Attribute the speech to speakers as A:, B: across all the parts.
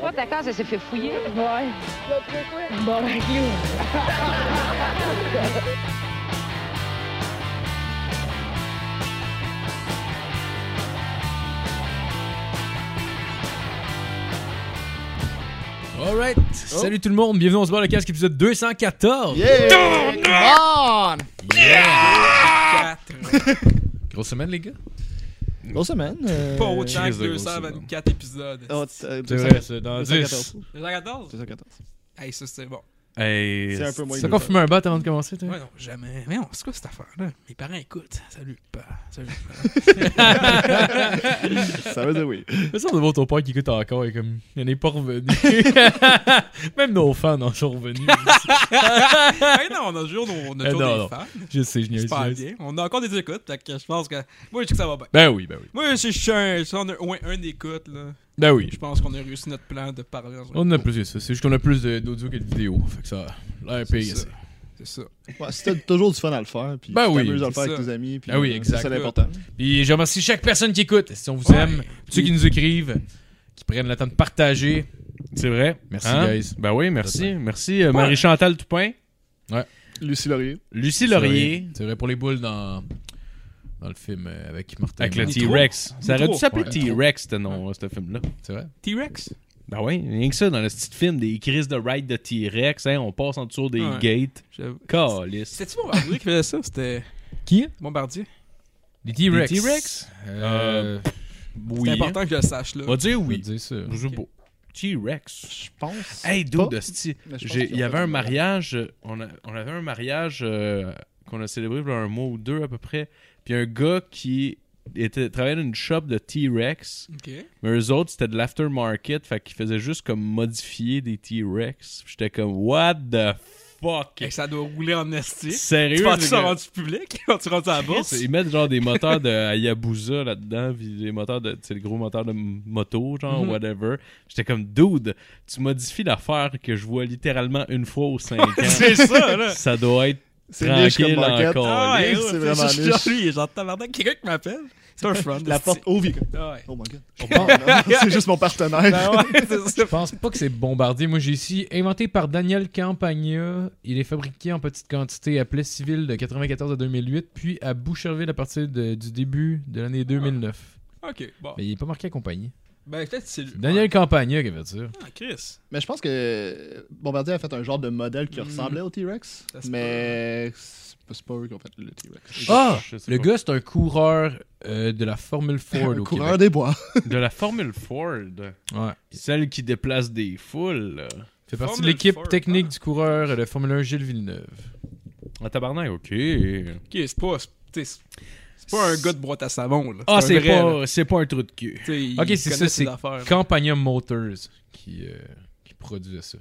A: Toi, ta case, elle s'est fait fouiller.
B: Ouais. Bon, ben, you.
C: Alright. Salut tout le monde, bienvenue on se barre le casque épisode 214.
D: Yeah!
E: Euh,
C: Grosse semaine les gars.
D: Grosse semaine. euh,
E: Pas autant
C: Jesus,
E: que
C: gros,
E: 224 épisodes.
D: oh, c'est, euh,
C: C'est
D: 200,
C: vrai, c'est dans 10.
D: 214.
E: 214?
D: 214.
E: Hey, ça c'est bon.
C: Hey,
D: C'est un peu moins
C: T'as
D: que
C: encore
D: ça.
C: fumé un bat avant de commencer toi
E: Ouais, non, jamais. Mais non, c'est quoi cette affaire-là? Mes parents écoutent. Salut, pas. Salut.
D: Ça veut dire oui.
C: Mais ça on devant ton père qui écoute encore et comme il n'est pas revenu. Même nos fans en sont revenus.
E: hey, Euh, non, on a toujours, nos, on a
C: Eh
E: toujours
C: non,
E: des
C: non.
E: fans.
C: je sais, je n'y
E: C'est pas
C: ai
E: bien. On a encore des écoutes. Fait que je pense que. Moi, je dis que ça va bien.
C: Ben oui, ben oui.
E: Moi, si je suis un. Si on a au moins un écoute, là,
C: Ben oui.
E: je pense qu'on a réussi notre plan de parler. en-
C: On en a plus que ça. C'est juste qu'on a plus de- d'audio que de vidéo. Fait que ça a l'air
E: C'est
C: payé.
E: ça. C'est ça.
D: Ouais, si t'as toujours du fun à le faire, puis
C: Ben
D: tu
C: oui,
D: t'amuses à le
E: c'est
D: faire avec
E: ça.
D: tes amis, puis
C: Ben oui,
D: euh,
C: exact.
D: c'est ça l'important.
C: Puis je remercie chaque personne qui écoute. Si on vous
E: Ouais.
C: aime, ceux qui nous écrivent, qui prennent le temps de partager.
F: C'est vrai.
C: Merci,
F: Hein?
C: guys.
F: Ben oui, merci. Merci euh, Marie-Chantal Toupin,
D: Lucie Laurier.
F: Lucie Laurier,
C: C'est vrai pour les boules dans, dans le film euh, avec Martin.
F: avec le
C: Lawrence.
F: T-Rex. Ça aurait dû
E: Nitro.
F: s'appeler
C: Ouais.
F: T-Rex, ce nom, ce film-là.
C: C'est vrai.
E: T-Rex?
F: Ben oui, rien que ça, dans le petit film des crises de ride de T-Rex, hein, on passe en dessous des
E: Ouais.
F: gates.
E: J'avoue.
F: Calice.
E: C'était-tu Bombardier qui faisait ça? C'était
C: Qui
E: Bombardier?
C: Les T-Rex.
F: Les T-Rex?
C: Euh,
F: Oui.
E: C'est important que je le sache, là.
F: On va dire
C: je vais
F: oui.
C: te dire ça.
F: Je sais pas. T-Rex.
D: Je pense.
F: Hey,
D: Pas.
F: dude, hostie,
E: Ben,
D: Mais je pense
F: j'ai-
D: qu'il y
F: il y
D: a
F: avait
D: pas
F: un
D: de-
F: mariage, euh, on, a- on avait un mariage euh, qu'on a célébré il y a un mois ou deux à peu près, puis un gars qui était, travaillait dans une shop de T-Rex,
E: Ok.
F: mais eux autres, c'était de l'aftermarket, fait qu'ils faisaient juste comme modifier des T-Rex. Puis J'étais comme, what the fuck?
E: Et ça doit rouler en esti.
F: Sérieux?
E: Tu penses-tu
F: le
E: ça
F: gars?
E: rendu public? Quand tu rentres à la bourse?
F: Ils mettent genre des moteurs de Hayabusa là-dedans, puis des moteurs de, c'est le gros moteur de m- moto, genre,
E: Mhm.
F: whatever. J'étais comme, dude, tu modifies l'affaire que je vois littéralement une fois aux 5 ans.
E: C'est ça, là! Ah
F: Ça doit être
D: C'est niche comme
F: tranquille
D: market.
F: encore.
D: ouais, c'est vraiment
E: c'est
D: niche.
E: genre lui, il est genre tabarnak, quelqu'un qui m'appelle. C'est un friend.
D: La porte
E: c'est-
D: ouvre. il est comme,
E: Ah Ouais.
D: Oh my god. Je pense, non? c'est juste mon partenaire.
E: Ben ouais, c'est ça.
C: Je pense pas que c'est bombardier. Moi, j'ai ici inventé par Daniel Campagna. Il est fabriqué en petite quantité à Play Civil de 94 à 2008, puis à Boucherville à partir de- du début de l'année 2009.
E: Ok, bon.
C: Mais il est pas marqué à compagnie.
E: Ben peut-être c'est lui.
C: C'est Daniel Campagna qui avait ça.
E: Ah, Chris.
D: Mais je pense que Bombardier a fait un genre de modèle qui ressemblait au T-Rex.
E: Mm. Ça se
D: Mais c'est pas- c'est pas eux qui ont fait le T-Rex.
C: Ah!
F: Je sais
C: Le
F: pas.
C: gars, c'est un coureur euh, de la Formule Ford
D: Le
C: au
D: coureur des bois.
F: De la Formule Ford.
C: Québec. Ouais.
F: Celle qui déplace des foules. là.
C: Il fait partie de
E: Formule
C: l'équipe
E: Ford,
C: technique
E: ah.
C: du coureur euh, de Formule 1 Gilles Villeneuve.
F: Ah, tabarnak, ok. Ah,
E: Ok, c'est pas. c'est- t'sais, C'est c'est pas un gars de boîte à savon, là.
F: Ah, c'est
E: un vrai, là.
F: pas, c'est pas un trou de cul.
E: T'sais, il
C: Ok, c'est
E: connaît
C: ça,
E: ses
C: c'est
E: affaires.
C: Campagna Motors qui, euh, qui produisait ça.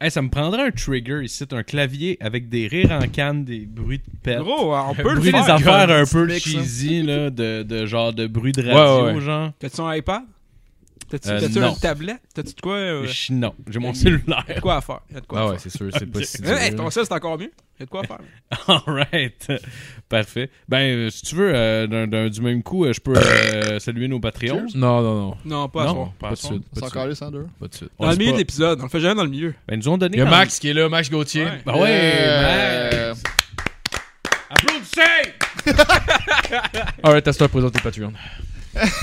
F: Hey, ça me prendrait un trigger ici, un clavier avec des rires en canne, des bruits de hein, pète.
E: Gros, on peut le
F: bruit des
E: faire.
F: affaires un peu
D: Netflix, ça.
F: cheesy, là, de, de genre de bruit de radio,
C: Ouais, ouais, ouais.
F: genre.
E: T'as-tu un iPad? T'as-tu
F: Euh,
E: t'as-tu
F: non.
E: une tablette? T'as-tu de quoi? euh,
F: Je- non, j'ai mon
E: Ok. Y'a de
F: cellulaire.
E: quoi à faire? Y'a de quoi
C: Ah
E: à
C: ouais,
E: faire.
C: c'est sûr, c'est pas si dur.
E: Mais, hey, ton sel, c'est encore mieux. Y'a de quoi à faire.
F: Alright. Parfait. Ben, euh, si tu veux, euh, d'un- d'un- du même coup, euh, je peux euh, saluer nos Patreons.
C: Non, non, non.
E: Non, pas à
F: Non.
E: soir.
C: Pas,
F: Pas
C: de
F: son.
C: suite.
D: C'est
C: Pas de
D: encore
C: suite.
D: les 102.
C: Pas de suite.
E: Dans le
F: sait
E: milieu
F: pas.
E: de l'épisode. On le fait jamais dans le milieu.
F: Ben, ils nous ont donné.
C: Il y a
F: quand-
C: Max qui est là, Max Gauthier. Ah
E: Ouais.
F: Ben ouais,
D: Euh,
F: Max. Applaudissez!
C: Alright, Astor présente les Patreons.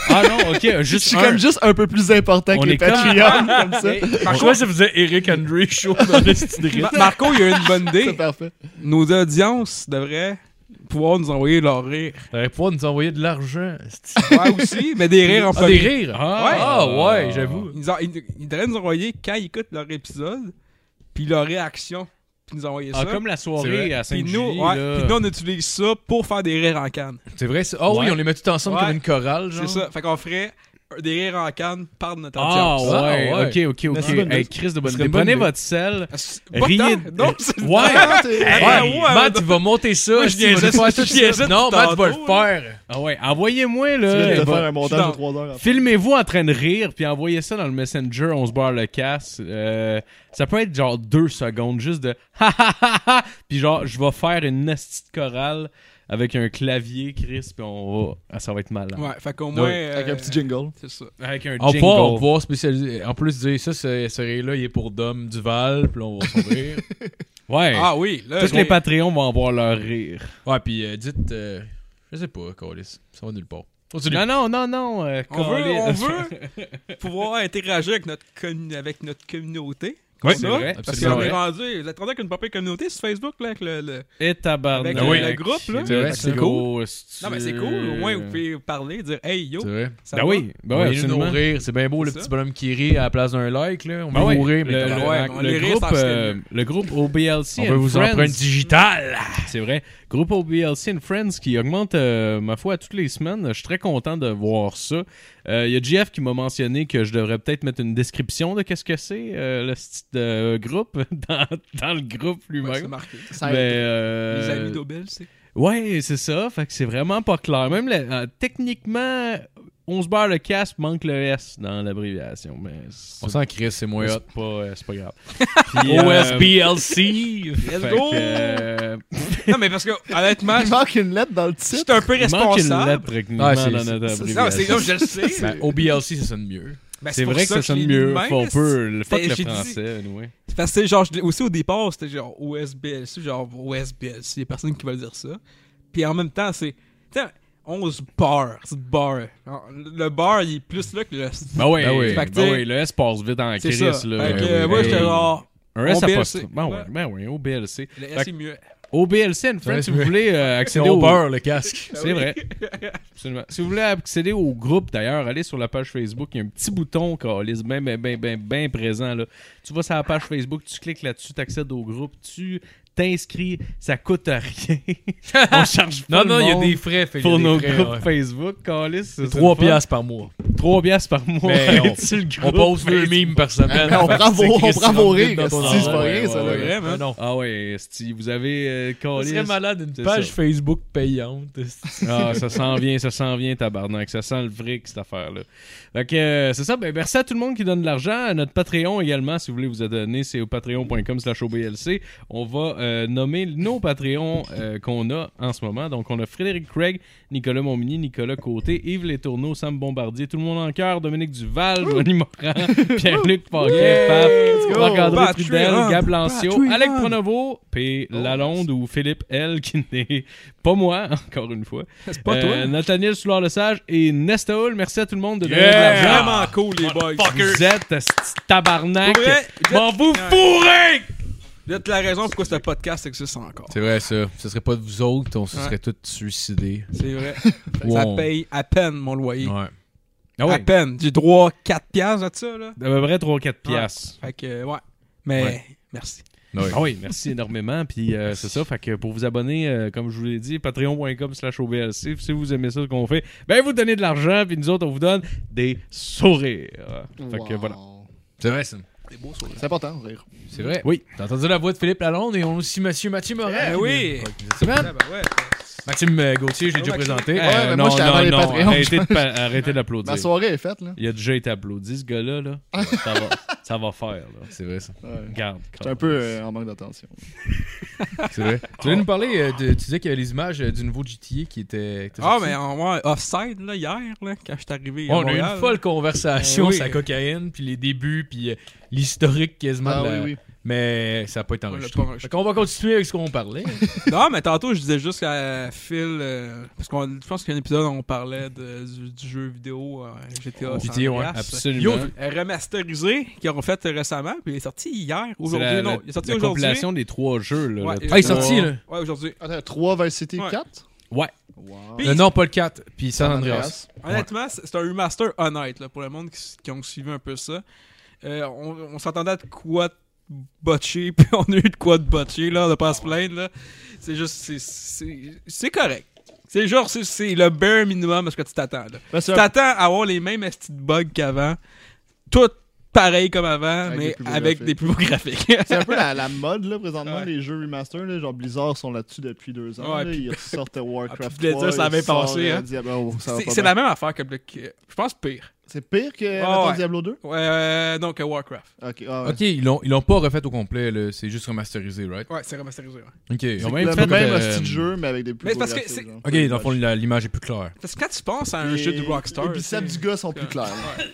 F: Ah non, ok, euh,
D: Je
F: juste
D: suis
F: un.
D: comme juste un peu plus important
F: On
D: que les
F: est comme-
D: Patreons, comme ça.
C: Par contre, ça faisait Eric André chaud dans le style
E: Ma- Marco, il a une bonne
D: C'est
E: idée.
D: parfait.
E: Nos audiences devraient pouvoir nous envoyer leurs rires.
C: T'aurais pouvoir nous envoyer de l'argent. esti.
E: Ouais, aussi, mais des rires en
C: Ah, des
E: premier.
C: rires.
F: Ah.
C: Ah, ouais, j'avoue.
E: Ils, nous en- ils- ils devraient nous envoyer quand ils écoutent leur épisode, puis leur réaction, puis nous envoyer
F: Ah,
E: ça.
F: comme la
C: C'est
F: soirée
C: vrai.
F: à
E: puis,
F: Saint-Julie.
E: nous, ouais,
F: là.
E: puis nous, on utilise ça pour faire des rires en canne.
C: C'est vrai, ça. Ah oui,
F: Ouais.
C: on les met tout ensemble
E: Ouais.
C: comme une chorale, genre.
E: C'est ça. Fait qu'on ferait des rires en canne par notre
F: Ah
E: audience.
F: ouais,
C: Ah, ouais.
F: ok, ok, ok.
D: C'est une bonne
F: Hey,
D: idée.
F: Chris de
C: Ce
F: bonne
C: serait
F: idée.
C: une bonne
F: Prenez
C: idée.
F: votre sel.
E: Ah, c'est pas
F: Riez.
E: tant. Non, c'est
F: Ouais.
D: C'est-
C: Hey,
E: Ouais, ouais,
C: Matt,
E: ouais.
C: il va monter ça.
E: Moi, je
C: esti, il va
E: niaisais,
C: faire
E: je
C: tout de
E: niaisais
C: suite.
E: tout
C: Non, Matt va le
E: tantôt,
C: faire.
F: Ah ouais, envoyez-moi
D: Tu
F: là.
D: viens de te
F: Bon,
D: faire un montage
E: dans-
D: de 3 heures.
F: Filmez-vous en train de rire, puis envoyez ça dans le Messenger, on se barre le casse. Euh, ça peut être genre deux secondes, juste de ha ha ha ha, puis genre je vais faire une nasty de chorale avec un clavier, Chris, puis on va. Ah, ça va être malade.
E: Ouais, fait qu'au
F: Oui.
E: moins.
D: Avec
E: euh,
D: un petit jingle.
E: C'est ça.
F: Avec un
C: On va
F: jingle.
C: pouvoir- on va pouvoir spécialiser. En plus, dire ça, ce ce là il est pour Dom Duval, puis là, on va s'ouvrir.
F: Ouais.
E: Ah oui, là.
F: Tous
E: je-
F: les Patreons vont avoir leur rire.
C: ouais, puis euh, dites. euh, je sais pas, Colis. Ça va nulle part. Continue.
F: Non, non, non, non. euh,
E: On veut,
F: Colin.
E: on veut pouvoir interagir avec notre, commu- avec notre communauté.
F: Oui,
E: qu'on
F: c'est
E: a,
F: vrai,
E: Parce
C: absolument
E: qu'on est
C: vrai.
E: rendu. Vous êtes rendu avec une popée communauté sur Facebook, là, avec le. le-
F: Et tabarnak.
E: Avec,
C: euh,
E: le groupe, là.
C: C'est vrai,
E: c'est
F: cool.
E: Non, mais c'est cool. Au moins, vous pouvez parler, dire Hey yo,
C: C'est vrai.
E: ça
F: Euh, Ben
E: va?
F: oui,
C: on
F: ben oui,
C: va
F: absolument.
C: nous rire. C'est bien beau, le
E: C'est
C: petit
E: ça.
C: bonhomme qui rit à la place d'un like, là. On
F: Ben
C: va
F: oui,
C: mourir, mais
F: le, le-
C: tabarnak.
E: ouais,
F: le
E: les rires,
F: groupe,
E: ça, c'est
F: euh, le groupe
C: on
F: OBLC and
C: veut vous
F: Friends.
C: empreinte digitale.
F: C'est vrai. Groupe OBLC and Friends qui augmente, euh, ma foi, toutes les semaines. Je suis très content de voir ça. Euh, Il y a Jeff qui m'a mentionné que je devrais peut-être mettre une description de qu'est-ce que c'est, euh, le style de groupe, dans, dans le groupe
E: Ouais, c'est
F: lui-même.
E: marqué.
D: Ça
F: Mais,
D: aide.
F: euh,
E: Les amis d'Aubel, c'est.
F: Ouais, c'est ça. Fait que c'est vraiment pas clair. Même la- euh, techniquement, on se barre le casque, manque le S dans l'abréviation. Mais c'est-
C: On s'en crisse, c'est moins
F: c'est
C: hot.
F: pas, euh, c'est pas grave. euh,
C: OSBLC.
E: Let's
F: Fait
E: go!
F: que, euh,
E: Non, mais parce que, honnêtement,
D: Il manque une lettre dans le
E: je
D: titre.
E: suis un peu
F: il manque une
E: responsable.
F: lettre techniquement
C: Ah, c'est-
F: dans notre
D: c'est-
F: abréviation.
E: Non, c'est non, je le sais.
C: Ben, OBLC, ça sonne mieux.
E: Ben,
F: C'est
E: pour
F: vrai que ça
E: je l'ai
F: sonne
E: mis de
F: mieux.
E: même,
F: Faut
E: là.
F: peu le fuck
E: Ben,
F: le
E: j'ai dit-
F: français, anyway.
E: Parce que, genre, je l'ai- aussi au départ, c'était genre OSBLC, genre OSBLC, il y a personne qui va dire ça. Puis en même temps, c'est. Tiens, on se barre, se barre. Alors, Le bar, il est plus là que le.
F: Bah oui,
C: Ben oui,
F: bah
E: fait que t'sais-
F: oui, le S passe vite en
E: C'est
F: crise.
E: ça.
F: là.
E: fait que, euh,
C: Ben oui,
E: moi,
C: ben
E: j'étais
C: oui.
E: genre.
F: Un S
E: OBLC.
F: apostrophe. Ben oui,
E: Ouais.
F: ben oui, OBLC.
E: Le
F: Fait
E: S
F: que-
E: est mieux.
F: OBLC, and
C: Ouais,
F: friends, si
C: c'est
F: vous
C: vrai.
F: voulez euh, accéder
C: on
F: au...
C: peur, le casque.
F: C'est vrai. Absolument. Si vous voulez accéder au groupe, d'ailleurs, allez sur la page Facebook. Il y a un petit bouton, Carlis, bien, bien, bien, bien, bien présent. Là. Tu vas sur la page Facebook, tu cliques là-dessus, tu accèdes au groupe, tu t'inscris. Ça coûte rien. On charge
C: Non,
F: pas le
C: non, il y a
F: monde
C: des frais. fait que
F: Pour
C: il y a
F: nos
C: des frais,
F: groupes
C: ouais.
F: Facebook, Carlis. c'est- c'est
C: 3
F: le fun.
C: piastres par mois.
F: 3 piastres par mois.
C: Mais on-
F: Est-il le
C: On
F: groupe
C: pose deux
F: Facebook?
C: mimes par semaine.
D: Mais on
C: Fait que
D: prend
C: c'est
D: vos- on
C: Christ,
D: prend vos
C: on le met
D: rires,
C: dans ton
D: si, c'est pas
C: ordre.
D: rien,
C: Ouais,
D: ça,
C: ouais, ouais.
D: là.
E: Vraiment.
C: Ah Non.
F: Ah ouais, si vous avez euh,
C: On serait
F: Carlis.
C: malade une
F: C'est
C: page
F: ça.
C: Facebook payante.
F: Ah, ça s'en vient, ça s'en vient, tabarnak. Ça sent le fric, cette affaire-là. Fait que, euh, c'est ça. Ben, merci à tout le monde qui donne de l'argent. À notre Patreon également, si vous voulez vous adonner, c'est au patreon.com slash OBLC. On va euh, nommer nos Patreons euh, qu'on a en ce moment. Donc, on a Frédéric Craig, Nicolas Montmini, Nicolas Côté, Yves Letourneau, Sam Bombardier, Tout le monde en cœur, Dominique Duval, Johnny Morin, Pierre-Luc Paquet, Pape,
D: go!
F: Marc-André
E: Patreon,
F: Trudel, Gab Lancio,
E: Patreon. Oh,
F: Alec Pronovo, P. Lalonde ou Philippe L. qui n'est pas moi, encore une fois.
E: C'est pas toi.
F: Euh, Nathaniel soulard lesage et Nesta Hull. Merci à tout le monde de donner
C: Yeah!
F: de l'argent.
E: Vraiment cool, les boys.
F: Vous êtes euh, c'ti tabarnak.
E: Pour vrai, vous
F: M'en
E: êtes-
F: vous
E: Ouais.
F: fourrez!
E: Vous êtes la raison pourquoi ce podcast existe encore.
C: C'est vrai, ça. Ce serait pas de vous autres, on se
E: Ouais.
C: serait tous suicidés.
E: C'est vrai.
C: Ou
E: Ça
C: on-
E: paye à peine mon loyer.
C: Ouais.
F: Ah
E: À
F: ouais,
E: peine. J'ai droit à 4 piastres de ça, là.
F: à peu près 3-4 piastres.
E: Fait que, euh, ouais. Mais, merci.
C: Ouais.
F: Ah oui, merci énormément. Puis euh, c'est ça, fait que pour vous abonner, euh, comme je vous l'ai dit, patreon.com slash OBLC. Si vous aimez ça, ce qu'on fait, ben vous donnez de l'argent, puis nous autres, on vous donne des sourires. Fait que
D: Wow.
F: voilà.
C: C'est vrai, ça.
D: C'est important, de rire.
C: C'est vrai.
F: Oui.
C: T'as entendu la voix de Philippe Lalonde et on a aussi Monsieur Mathieu Morin.
E: Eh oui.
C: C'est vrai.
E: Ah, ben ouais.
C: Maxime euh, Gauthier, j'ai déjà
E: Maxime.
C: présenté. Euh,
F: Eh,
D: Ouais, mais moi, j'étais avant les Patreons.
F: arrêtez de pa- arrêtez d'applaudir.
D: Ma soirée est faite, là.
F: Il a déjà été applaudi, ce gars-là. Là. Ça, va, ça va faire. Là.
C: C'est vrai, ça.
D: Ouais.
F: Garde.
D: J'étais un peu euh, en manque d'attention.
C: C'est vrai. Tu voulais nous parler, euh, de- tu disais qu'il y avait les images euh, du nouveau GTA qui était. qui était
E: Ah,
C: sorti.
E: mais en ouais, offside, là, hier, là, quand je suis arrivé. à
C: Ouais, on a eu
E: Montréal,
C: une folle conversation
E: Eh oui.
C: sur la cocaïne, puis les débuts, puis euh, l'historique quasiment.
D: Ah
C: de la-
D: oui, oui.
C: Mais ça n'a pas été
E: On l'a
C: enregistré.
E: pas enregistré.
C: on va continuer avec ce qu'on parlait.
E: Non, mais tantôt, je disais juste à Phil. euh, parce qu'on je pense qu'il y a un épisode où on parlait de- du, du jeu vidéo euh, GTA. San
C: GTA, ouais,
E: Andreas.
F: Absolument.
C: Yo,
E: Euh, Remasterisé, qu'ils ont fait récemment, puis il est sorti hier,
F: C'est
E: aujourd'hui.
F: la,
E: non,
F: la-
E: il est sorti
F: la
E: aujourd'hui.
F: compilation des trois jeux. Là,
E: Ouais,
F: le
E: et-
C: Ah, il est
F: trois-
C: sorti, là.
E: Ouais, aujourd'hui.
D: Attends, 3 Vice City
E: Ouais.
D: 4
F: Ouais.
D: Wow.
E: Puis-
C: Euh, non, pas le 4, puis San Andreas.
E: Honnêtement, c'est c'est un remaster honnête là, pour le monde qui, s- qui ont suivi un peu ça. Euh, on on s'attendait à de quoi de botcher, puis on a eu de quoi de botcher, là, on n'a pas à se plaindre. là. C'est juste, c'est- c'est c'est correct. C'est genre, c'est- c'est le bare minimum à ce que tu t'attends. là.
D: Ben, c'est
E: Tu
D: un-
E: t'attends à avoir les mêmes petites bugs qu'avant, tout pareil comme avant,
D: Avec des
E: mais
D: plus beaux
E: avec
D: graphiques.
E: des plus beaux graphiques.
D: C'est un peu la, la mode là présentement
E: Ouais.
D: les jeux remaster là, genre Blizzard sont là-dessus depuis deux ans
E: Ouais,
D: là,
E: puis-
D: ils ressortent
E: Ah, puis
D: Warcraft
E: je voulais
D: 3
E: dire, ça
D: ils
E: avait
D: sortent,
E: passé,
D: euh,
E: hein.
D: Diablo, ça va
E: C'est
D: pas
E: c'est
D: bien.
E: la même affaire que le. que- euh, Je pense pire.
D: C'est pire que
E: Ah,
D: mettons,
E: ouais.
D: Diablo 2?
E: Ouais, euh, donc euh, Warcraft.
D: Ok, ah, ouais.
C: Ok, ils l'ont, ils l'ont pas refait au complet, là. c'est juste remasterisé, right?
E: Ouais, c'est remasterisé. ouais.
C: Ok, ils
D: C'est
C: ont
D: le
C: même
D: même,
C: fait euh,
D: hostie de jeu, mais avec des plus
E: mais
D: beaux
E: parce que
D: graphismes,
E: c'est-
D: genre.
C: Ok, dans le fond, la- l'image est plus claire.
E: Parce que quand tu penses à un
D: Les-
E: jeu de Rockstar.
D: Les biceps
E: tu sais,
D: du gars sont plus clairs.
E: Ouais.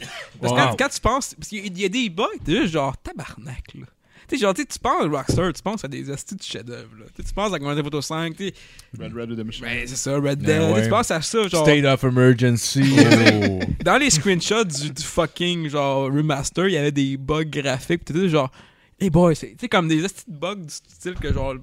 E: Parce
C: Wow.
E: que quand, quand tu penses. Parce qu'il y a des bugs, t'es juste genre tabarnak, là. Tu sais, genre, tu sais, tu penses à Rockstar, tu penses à des astuces de chef-d'œuvre, là. Tu sais, tu penses à Grand Theft Auto 5, tu sais,
D: Red Red Redemption.
E: ben, c'est ça, Red
C: Ben
E: Dead. tu sais,
C: ouais.
E: Tu penses à ça, genre.
C: State of emergency. oh.
E: Dans les screenshots du, du fucking, genre, remaster, il y avait des bugs graphiques, pis t'étais genre, hey boy, c'est, tu sais, comme des astuces de bugs du style que, genre,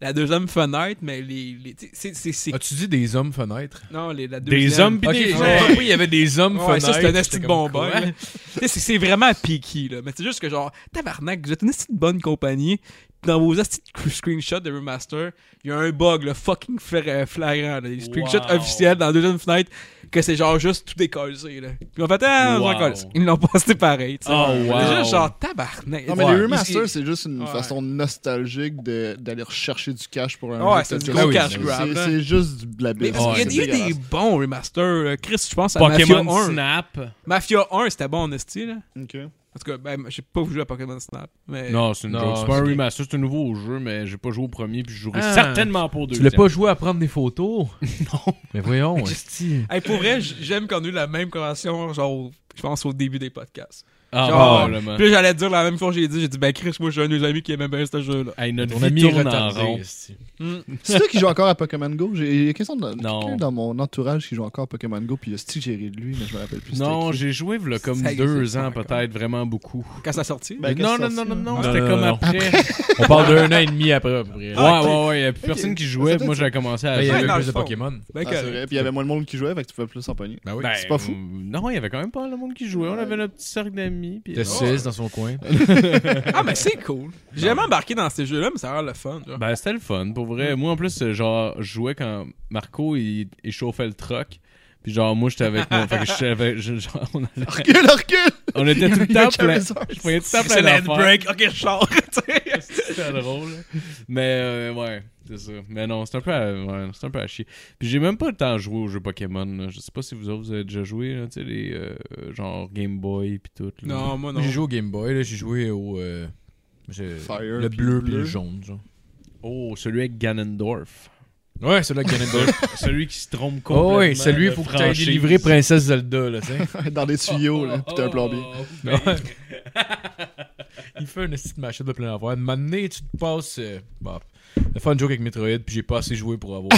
E: la deuxième fenêtre, mais les. les tu sais, c'est, c'est, c'est-
C: As-tu dit des hommes fenêtres?
E: Non, les, la deuxième.
F: Des hommes pis
C: Ok,
F: des
C: j'ai
F: gens.
C: compris, il y avait des hommes
E: Ouais,
C: fenêtres.
E: ça, c'est un esti
C: J'étais
E: de
C: comme,
E: bon
C: quoi?
E: bug, là. Tu sais, C'est c'est vraiment piqué, là. Mais c'est juste que, genre, tabarnak, vous êtes une esti de bonne compagnie. pis Dans vos esti de screenshots de remaster, il y a un bug, le fucking fla- euh, flagrant, là. Les screenshots
F: Wow.
E: officiels dans la deuxième fenêtre, que c'est genre juste tout décollé, là. Puis en fait, ah, on
F: Wow.
E: s'en colle. Ils l'ont posté pareil, tu sais.
F: Oh, wow.
E: C'est juste genre tabarnak.
D: Non, mais
C: Ouais.
D: les remasters, c'est juste une
E: Ouais.
D: façon nostalgique de- d'aller rechercher du cash pour un
E: Ouais,
D: jeu
E: c'est
D: tel
E: du
D: que
C: gros
D: ça.
C: cash
D: C'est-
E: grab,
D: c'est-
E: hein.
D: C'est juste du la
E: Mais
D: business.
E: parce qu'il y a,
D: C'est
E: il y a des
D: dégueulasse.
E: bons remasters. euh, Chris, je pense à Mafia
F: Pokémon
E: 1.
F: Snap.
E: Mafia 1, c'était bon en esti, là.
D: Ok.
E: En tout cas, ben, j'ai pas joué à Pokémon Snap. Mais...
F: Non, c'est une
C: Non,
F: joke. C'est pas un
C: c'est-
F: remaster, c'est un nouveau jeu, mais j'ai pas joué au premier, puis je jouerai
C: Ah.
F: certainement pour deux.
C: Tu l'as pas joué à prendre des photos? non. Mais voyons, esti.
E: Hey, pour vrai, j- j'aime qu'on ait eu la même conversation, genre, je pense au début des podcasts.
F: Ah,
E: Genre,
F: probablement.
E: Puis là, j'allais dire la même chose que j'ai dit. J'ai dit, ben Chris, moi, j'ai un de mes amis qui aimait bien ce jeu-là.
F: Hey, notre
C: Ton
F: vie
C: ami est
F: tourne en
C: retardé,
F: rond.
C: esti.
D: C'est toi qui joue encore à Pokémon Go J'ai il y a quelqu'un dans,
F: Non.
D: quelqu'un dans mon entourage qui joue encore à Pokémon Go, puis il y a Steve Jerry de lui, mais je me rappelle plus.
F: Non, j'ai joué v'là comme
E: Ça existe
F: deux
E: pas
F: ans,
E: encore.
F: peut-être, vraiment beaucoup.
E: Quand ça sortit.
D: Ben, qu'est-ce
F: non,
D: qui
F: non,
D: est
F: non,
D: sorti,
F: non,
D: là?
F: non,
C: Non,
F: c'était
C: non,
F: comme
C: non, non.
F: après.
C: On parle d'un an et demi après. à peu près.
F: Ouais,
D: ok.
F: ouais, ouais, il y a plus personne qui jouait,
D: Ça
F: moi j'avais commencé à
C: Il y
F: jouer.
E: Ouais,
C: avait
E: dans
C: plus
E: le
C: de
E: fond.
C: Pokémon.
E: Ben,
D: Ah, c'est vrai. Puis il y avait moins de monde qui jouait, fait que tu pouvais plus en pogner.
C: Ben oui.
F: Ben,
D: c'est pas fou.
F: euh, Non, il y avait quand même pas le monde qui jouait. On avait notre petit cercle d'amis. puis- euh,
C: T'es 6 dans son coin.
E: ah, mais c'est cool. J'ai jamais embarqué dans ces jeux-là, mais ça a l'air le fun. genre.
F: Ben, c'était le fun, pour vrai. Moi, en plus, euh, genre, je jouais quand Marco, il, il chauffait le truck. Puis genre, moi, j'étais avec moi. fait que j'étais avec- je- genre, on, allait-
D: Recule, recule
F: on était tout le
D: Il y a
F: temps
D: qu'un
F: plein.
D: message.
F: Je voyais tout le temps
E: c'est
F: plein d'affaires.
E: l'handbrake. Ok, je sors. tu sais.
F: C'était drôle. là. Mais euh, ouais, c'est ça. Mais non, c'est un peu à, ouais, c'est un peu à chier. Puis j'ai même pas le temps de jouer aux jeux Pokémon. là. Je sais pas si vous autres, vous avez déjà joué, là, tu sais, les euh, genre Game Boy puis tout. là.
E: non, moi, non.
C: J'ai joué au Game Boy, là, j'ai joué au. euh, j'ai-
D: Fire,
C: le
D: puis
C: bleu
D: le
C: puis le
D: bleu.
C: jaune, genre.
F: Oh, celui avec Ganondorf.
C: Ouais, celui-là avec Game Boy.
F: celui qui se trompe complètement.
C: Oh, oui, celui, il
F: de
C: faut que t'ailles
F: franchise.
C: délivrer Princesse Zelda, là, tu sais.
D: Dans des tuyaux, là, puis t'es un plombier.
F: Oh, oh, oh.
C: Ouais. il fait une petite machette de plein d'affaires. Maintenant, tu te passes. euh, bon, le fun joke avec Metroid, puis j'ai pas assez joué pour avoir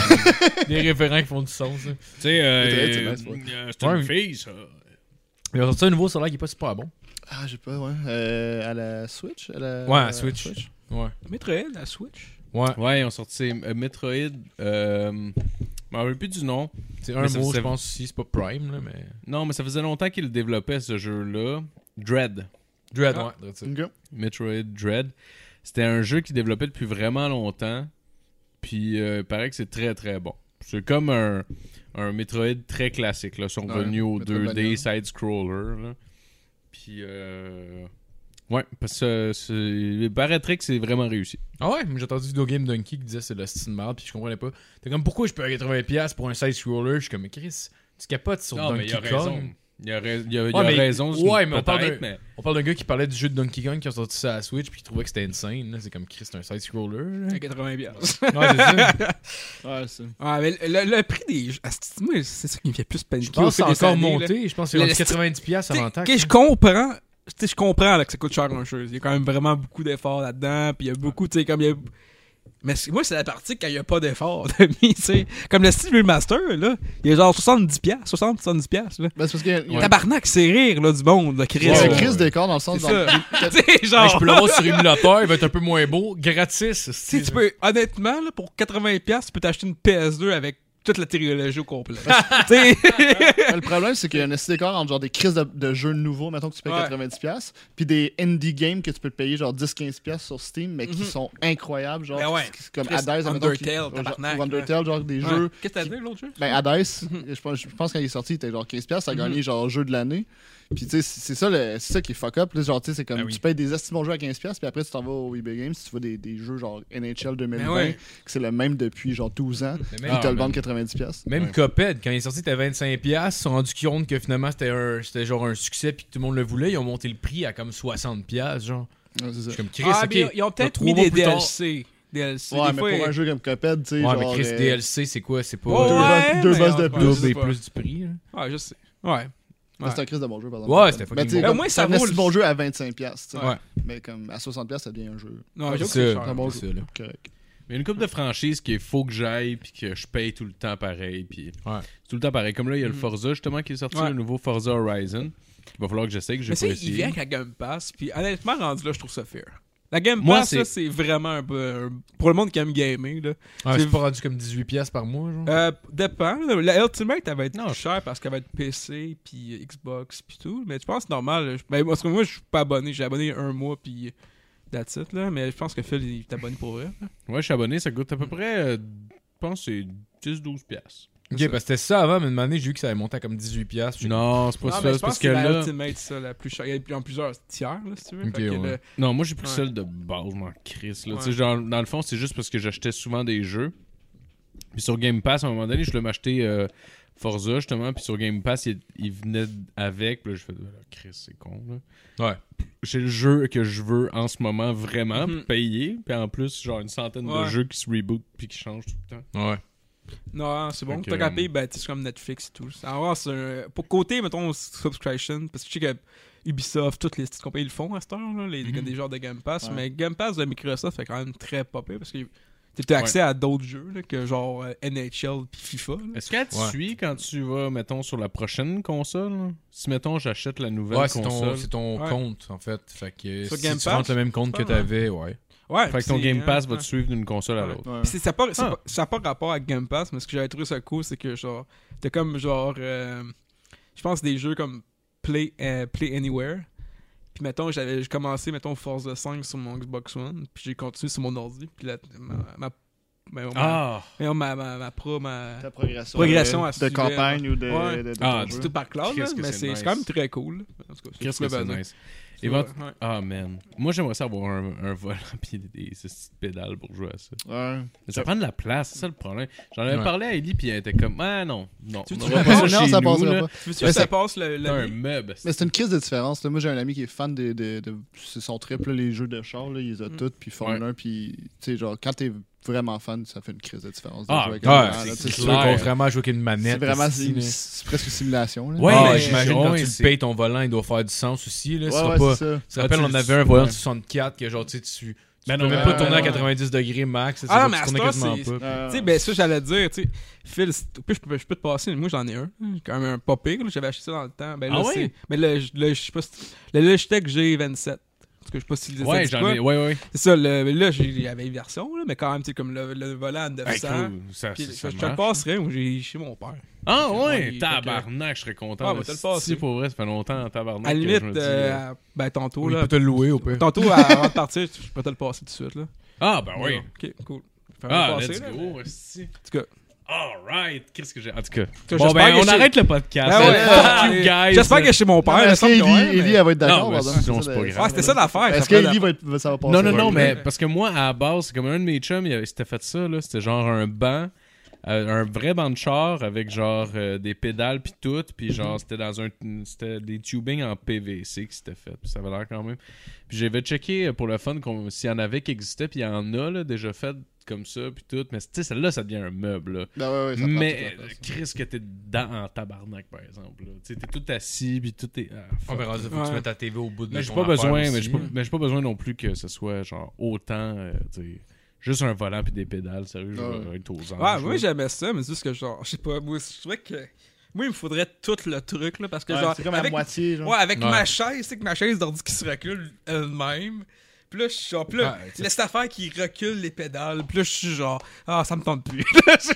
C: des référents qui font du sens. là.
F: Tu sais, euh,
D: Metroid, c'est nice, ouais.
F: euh, c'est
C: Ouais.
F: une fille, ça.
C: Ils ont sorti un nouveau solaire qui est pas super bon.
D: Ah, j'ai pas, ouais. Euh, à la Switch à la,
C: Ouais,
D: à la
C: Switch. Ouais.
E: Metroid, la Switch.
C: Ouais.
F: Ouais, ils ont sorti euh, Metroid. Euh, je me rappelle plus du nom.
C: C'est un
F: Mais ça,
C: mot,
F: c'est-
C: je pense, si c'est pas Prime, là, mais.
F: Non, mais ça faisait longtemps qu'ils le développaient, ce jeu-là. Dread.
C: Dread,
E: Ah.
C: ouais, Dread, ça.
D: Ok.
F: Metroid Dread. C'était un jeu qu'ils développaient depuis vraiment longtemps. Puis, euh, il paraît que c'est très, très bon. C'est comme un, un Metroid très classique. Là. Ils sont
D: Ouais,
F: revenus au
D: Metroidvania.
F: 2D side-scroller. là. Puis, euh, ouais, parce que c'est- il paraîtrait que c'est vraiment réussi.
C: Ah ouais, mais j'ai entendu Video Game Donkey qui disait c'est de la style marde, puis je comprenais pas. T'es comme pourquoi je paye 80$ pour un side scroller, je suis comme mais Chris, tu capotes sur Donkey Kong.
F: Il a, rais- il a- il
C: Ouais,
F: a
C: mais-
F: raison. c'est
C: ouais, mais on parle
F: peut-être,
C: de-
F: mais-
C: On parle d'un gars qui parlait du jeu de Donkey Kong qui a sorti ça à la Switch puis qui trouvait que c'était insane, là. c'est comme Chris, c'est un side scroller.
E: À 80 piastres.
C: non, c'est ça.
D: Ouais, c'est.
E: Ah, mais le, le- le prix des jeux. asti, Moi, c'est ça qui me fait plus
C: Je
E: paniquer.
C: pense que
E: au fil des
C: c'est encore
E: années, là.
C: monté, je pense que
E: Le-
C: c'est
E: le-
C: rendu 90$
E: T'sais,
C: avant taxe. hein.
E: que je comprends. tu sais, je comprends là, que ça coûte cher un jeu. Il y a quand même vraiment beaucoup d'efforts là-dedans. Puis il y a beaucoup, tu sais, comme il y a. Mais c'est- moi, c'est la partie quand il n'y a pas d'efforts de mise, tu sais. Comme le style Master, là, il y a genre 70$, 60-70$. là.
D: Ben, c'est parce qu'il y a, il y a-
E: Tabarnak, c'est rire, là, du monde, là,
D: il
E: Chris.
D: y a
C: Ouais,
D: un
E: là.
D: crise d'écart dans le
E: C'est
D: sens.
E: ça.
D: dans-
E: Tu sais, genre.
C: Hey, je peux l'avoir sur émulateur, il va être un peu moins beau, gratis.
E: tu sais, tu peux, honnêtement, là, pour 80$, tu peux t'acheter une PS2 avec toute la trilogie au complet. tu sais.
D: Ben, le problème, c'est qu'il y a un esti d'écart entre genre des crises de, de jeux nouveaux, mettons que tu payes
E: Ouais.
D: 90$, puis des indie games que tu peux payer genre 10-15$ sur Steam, mais qui sont incroyables, genre
E: Mhm. Ben ouais.
D: qui- qui- comme
E: Chris,
D: Hades, mettons,
E: Undertale,
D: qui- genre-
E: tabarnak,
D: ou Undertale, genre des jeux.
E: Qu'est-ce que t'as dit, l'autre jeu?
C: Mhm.
D: Ben Hades, je pense, je pense quand il est sorti, il était genre 15$, ça a gagné genre jeu de l'année. Puis tu sais, c'est c'est ça, le- c'est ça qui est fuck up. Là, genre, tu sais, c'est comme
C: Ah oui.
D: tu payes des estis bons jeux à 15$, puis après tu t'en vas au eBay Games, tu vois des, des jeux genre NHL 2020,
E: Ben ouais.
D: que c'est le même depuis genre 12 ans,
C: Mais
D: puis
C: même-
D: te le
C: ah,
D: vendent 90$.
C: Même
D: Ouais.
C: Coped, quand il est sorti, t'as 25$, ils se sont rendus compte que finalement c'était un- c'était genre un succès puis que tout le monde le voulait. Ils ont monté le prix à comme 60$, genre.
D: Ouais, c'est ça.
C: Je suis comme Chris,
E: Ah,
C: ok.
E: mais ils ont peut-être
C: trois
E: mis
C: mois
E: des
C: plus tard-
E: DLC. DLC.
D: Ouais,
E: des
D: mais
E: fois,
D: pour un
E: ils-
D: jeu comme Coped, tu sais,
C: Ouais,
D: genre.
C: mais Chris,
D: euh,
C: DLC, c'est quoi C'est pas
E: Ouais,
D: deux
E: ouais,
D: boss- deux
E: mais
D: boss de
E: encore,
D: plus.
E: je
C: double
E: sais
C: et
E: pas.
C: plus du prix. là.
E: Ouais, je sais. Ouais.
D: mais C'est un Chris de bon jeu, par exemple.
C: Ouais, c'était fucking
D: Mais tu sais,
C: bon.
E: Ben,
D: comme,
E: moi,
D: c'est
E: ça
D: un
E: vaut
D: esti
E: le-
D: bon jeu à 25$, tu sais.
C: Ouais.
D: Mais comme à 60$, ça devient un jeu
F: Ah,
E: Non,
C: C'est
E: je
C: ça,
E: sais
D: un bon
C: c'est ça, là.
D: correct.
F: Mais une coupe de franchise qu'il faut que j'aille puis que je paye tout le temps pareil. Puis
C: Ouais.
F: c'est tout le temps pareil. Comme là, il y a
E: Mm.
F: le Forza justement qui est sorti,
E: Ouais.
F: le nouveau Forza Horizon. Il va falloir que j'essaie que j'ai
E: Mais
F: pas
E: c'est il
F: essayé.
E: vient avec la Game Pass, puis honnêtement, rendu là, je trouve ça fair. La Game
F: Moi,
E: Pass,
F: c'est-
E: là, c'est vraiment un peu. un- Pour le monde qui aime gamer, là.
C: Ouais,
E: Ah, C'est-
C: c'est pas rendu comme 18$ par mois, genre.
E: Euh, dépend. La Ultimate, elle va être
F: Non,
E: plus
F: je-
E: chère parce qu'elle va être PC, puis Xbox, puis tout. Mais je pense que c'est normal. là. Je- Ben, parce que moi, je suis pas abonné. J'ai abonné un mois, puis that's it, là. Mais je pense que Phil, il est abonné pour vrai. là.
F: Ouais, je suis abonné, ça coûte à peu près, euh, je pense, que c'est 10-12$. piastres.
C: ok, parce que c'était ça avant, mais une année, j'ai vu que ça avait monté à comme 18$. j'ai-
F: Non, c'est pas
E: Non, mais
F: ça.
E: je
F: C'est
E: pense
F: parce
E: que
F: que
E: c'est la
F: là.
E: Ultimate, ça, la plus chère. Il y a- il y en plusieurs tiers, là, si tu veux.
C: Ok,
E: Fait que
C: ouais.
E: le-
F: Non, moi j'ai pris
E: Ouais.
F: celle de base, je m'en crisse. Là.
E: Ouais.
F: Tu sais, genre, dans le fond, c'est juste parce que j'achetais souvent des jeux. Puis sur Game Pass, à un moment donné, je l'ai m'acheter euh, Forza justement. Puis sur Game Pass, il, il venait avec. Puis là, je fais, Ah, Chris, c'est con. Là.
C: Ouais.
F: c'est le jeu que je veux en ce moment vraiment
E: Mhm.
F: payer puis en plus genre une centaine de
E: Ouais.
F: jeux qui se reboot puis qui changent tout le temps
C: Ouais.
E: Non, hein, c'est bon.
F: Fait que,
E: T'as qu'à
F: euh,
E: payer, ben, tu sais, c'est comme Netflix et tout. En vrai, c'est un- Pour côté, mettons, subscription, parce que je sais que Ubisoft, toutes les petites compagnies le font à cette heure, là, les,
C: Mhm.
E: des genres de Game Pass.
D: Ouais.
E: Mais Game Pass de Microsoft fait quand même très popé parce que t'as accès à d'autres jeux, là, que genre euh, NHL puis FIFA. là.
F: est-ce que tu
C: Ouais.
F: suis quand tu vas mettons sur la prochaine console là? si mettons j'achète la nouvelle
C: Ouais, c'est ton,
F: console
C: c'est ton
E: Ouais.
C: compte, en fait. Fait que
E: Sur
C: si
E: Game
C: tu rentres
E: Pass,
C: le même compte que
E: pas
C: t'avais, ouais.
E: Ouais,
F: fait
E: puis
F: que ton
E: c'est- hein,
F: Game Pass va
E: ouais.
F: te suivre d'une console à l'autre
D: Ouais.
E: Puis c'est- ça n'a pas, c'est
F: Ah.
E: pas- ça a pas rapport à Game Pass, mais ce que j'avais trouvé ça cool, c'est que genre, t'as comme genre, euh, je pense des jeux comme Play, euh, Play Anywhere. Puis mettons, j'avais j'ai commencé, mettons, Forza 5 sur mon Xbox One, puis j'ai continué sur mon ordi, puis la, ma, ma, ben, ma, ma,
F: ah
E: ma, ma, ma, ma pro, ma...
D: Ta progression, euh,
E: Progression
D: de-
E: à
D: de,
E: suivre.
D: campagne ou de,
E: Ouais.
D: de- de
F: Ah,
D: ton
E: C'est
D: jeu.
E: tout par cloud,
F: Qu'est-ce
E: là,
F: que
E: mais
F: c'est
E: c'est c'est
F: nice.
E: quand même très cool. En tout cas,
F: qu'est-ce
E: je
F: que
E: me
F: c'est
E: base-
F: nice
E: Ouais,
F: Évent-
E: ouais.
F: ah man moi j'aimerais ça avoir un, un volant pis des, ces petites pédales pour jouer à ça
D: Ouais.
F: mais ça prend de la place c'est ça le problème j'en avais
C: Ouais.
F: parlé à Ellie puis elle était comme ah non non
E: Tu-
F: on
E: tu
F: aura
E: veux-
F: pas
D: Non,
F: chez
D: ça
F: nous,
D: passera
F: là.
D: pas.
E: Tu veux que ça passe le...
F: T'as un
E: le...
F: meuble
D: Mais c'est une crise de différence. là. Moi, j'ai un ami qui est fan des- des- de, c'est son trip, là, les jeux de char, là, il les a
E: Mm.
D: toutes, puis Formule
F: Ouais.
D: 1, puis tu sais, genre, quand t'es vraiment fan, ça fait une crise de différence. de
F: Ah,
D: jouer avec
C: ouais,
D: un grand,
C: c'est-
D: là, tu sais,
C: C'est
F: c'est
C: sûr,
F: clair.
C: contrairement à jouer avec une
D: c'est
C: manette.
D: vraiment
C: aussi,
D: c'est
C: là.
D: c'est presque une simulation. Là.
C: Ouais,
F: Ah,
C: mais
F: ouais,
C: j'imagine quand
F: ouais,
C: tu
F: c'est-
C: le payes ton volant, il doit faire du sens aussi. Là.
D: ouais,
C: Ce sera
D: ouais,
C: pas...
D: c'est ça.
C: Tu te rappelles,
F: Ah,
C: on
F: tu-
C: avait un volant de
F: ouais.
C: 64 que genre, tu sais, tu
F: Ben
C: peux
F: non,
C: même
F: ouais,
C: pas
F: ouais,
C: tourner à
F: ouais.
C: 90 degrés max.
E: Ah,
C: Ah, mais
E: mais à
C: tourner
E: ce temps,
C: quasiment
E: c'est-
C: pas.
D: Euh,
E: Tu sais, ben ça, j'allais dire, tu sais, Phil, si- au pire, je peux, je peux te passer, moi j'en ai un, j'ai quand même un pas pire, là, j'avais acheté ça dans le temps. Ben là,
F: Hmm. Ah ouais?
E: c'est. Mais le, le, je sais pas si- le Logitech G27. Parce que je sais pas si ça
F: ouais
E: dit
F: j'en
E: quoi.
F: ai ouais ouais
E: C'est ça, le, mais là, j'ai- j'avais une version, là, mais quand même, tu sais, comme le, le volant à 900.
F: cool. Ça-
E: Puis
F: ça-
E: je-
F: ça
E: je te le
F: marche. hein.
E: passerai, moi, j'ai chez mon père.
F: Ah
E: Fait que, ouais,
F: ouais,
E: il-
F: tabarnak, je serais content.
E: Ah,
F: de-
E: bah, t'as le passé.
F: Si pour vrai, ça fait longtemps, tabarnak.
E: à la
F: que
E: limite,
F: je me dis, euh,
E: euh, ben tantôt,
C: Il
E: là.
C: peut te le louer au pire.
E: Tantôt, à- avant de partir, je peux te le passer tout de suite, là.
F: Ah, bah oui.
E: Ok, cool. Fait
F: Ah,
E: passer,
F: let's
E: là,
F: go, hostie.
E: En tout cas,
F: Alright, qu'est-ce que j'ai. En tout cas.
E: cas,
F: Bon,
E: j'espère
F: ben,
E: que
F: on
E: c'est-
F: arrête le podcast.
E: Ben ouais,
F: Fuck you
E: euh,
F: guys.
E: j'espère que chez mon père,
D: Non, mais
E: il me
D: Est-ce
E: semble que ouais,
D: qu'Ellie
E: mais-
D: Ellie, elle va être
F: Non,
D: d'accord?
F: mais
D: par exemple?
F: sinon,
D: Ça,
F: c'est pas grave.
E: Ah, c'était ça l'affaire. ça
D: Est-ce
E: prenait
D: qu'Ellie va, être- va- ça va passer?
F: Non, non, non,
D: ouais.
F: mais parce que moi, à la base, c'est comme un de mes chums, il avait- s'était fait ça, là. C'était genre un banc, euh, un vrai banc de char avec genre euh, des pédales puis tout, puis
D: Mhm.
F: genre c'était dans un. C'était des tubings en PVC qui s'étaient fait, puis ça avait l'air quand même. Puis j'avais checké euh, pour le fun qu'on- s'il y en avait qui existaient, puis il y en a, là, déjà fait comme ça, puis tout. Mais tu sais, celle-là, ça devient un meuble, là.
D: Ben ouais, ouais, ça prend
F: Mais
D: toute la place.
F: Chris, que t'es dedans en tabarnak, par exemple, là. Tu sais, t'es tout assis, puis tout est. Ah, fuck.
C: On verra ça, faut que
E: Ouais.
C: tu mettes ta TV au bout de
F: Mais
C: ton
F: j'ai pas
C: affaire
F: besoin, mais
C: aussi.
F: j'ai pas, mais j'ai pas besoin non plus que ce soit genre autant, euh, tu sais, juste un volant puis des pédales, sérieux, je
D: Ah
F: vais être aux anges.
E: Ouais, moi
F: là.
E: j'aimais ça, mais c'est juste que genre, je sais pas, moi je trouvais que. Moi il me faudrait tout le truc là, parce que
D: Ouais,
E: genre.
D: C'est comme à
E: avec,
D: moitié. genre.
E: Ouais, avec
C: Ouais.
E: ma chaise, c'est que ma chaise d'ordi qui se recule elle-même. Puis là, je suis genre, puis là,
C: Ouais, t'sais.
E: laisse affaire qui recule les pédales. Puis là, je suis genre, ah, ça me tente plus.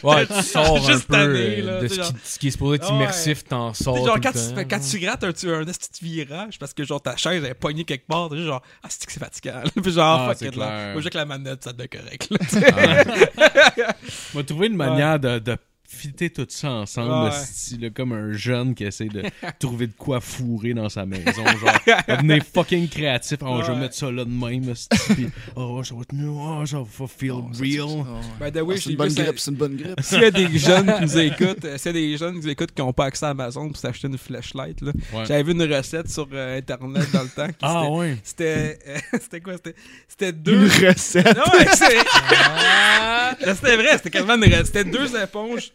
C: Ouais, tu sors un
E: Juste
C: peu
E: tanné,
C: euh,
E: là,
C: de
E: tu
C: ce
E: sais,
C: qui- ce qui est supposé être
E: Ouais.
C: immersif, t'en sors.
D: Oh,
E: T'sais,
C: tout
E: genre,
C: le
E: quand, tu,
C: temps.
E: fais- quand tu grattes, tu as un petit virage parce que genre ta chaise elle est pognée quelque part. T'es juste genre, ah, c'est que c'est fatigant. là. Puis genre,
F: Ah,
E: fuck
F: c'est
E: it, là.
F: clair.
E: Moi, je veux que la manette, ça devient correct. là.
F: On va trouver une manière de, de fitter tout ça ensemble,
E: Ouais.
F: esti, là, comme un jeune qui essaie de trouver de quoi fourrer dans sa maison. Genre, devenir fucking créatif. Oh, je vais
E: Ouais.
F: mettre ça là de même, esti, puis, oh, ça va tenir, oh, ça va feel real.
E: By the
D: Ah,
E: way,
D: c'est
E: j'ai
D: une bonne
E: vu ça-
D: grippe, c'est une bonne grippe.
E: S'il y a des jeunes qui nous écoutent, euh, s'il y a des jeunes qui nous écoutent qui n'ont pas accès à Amazon pour s'acheter une flashlight, là,
F: Ouais.
E: j'avais vu une recette sur euh, Internet dans le temps. qui
F: Ah
E: c'était-
F: ouais.
E: C'était euh, c'était quoi? C'était- C'était
D: Une
E: deux...
D: recette.
E: Non, mais c'est... Là, C'était vrai, c'était quasiment une recette. C'était deux éponges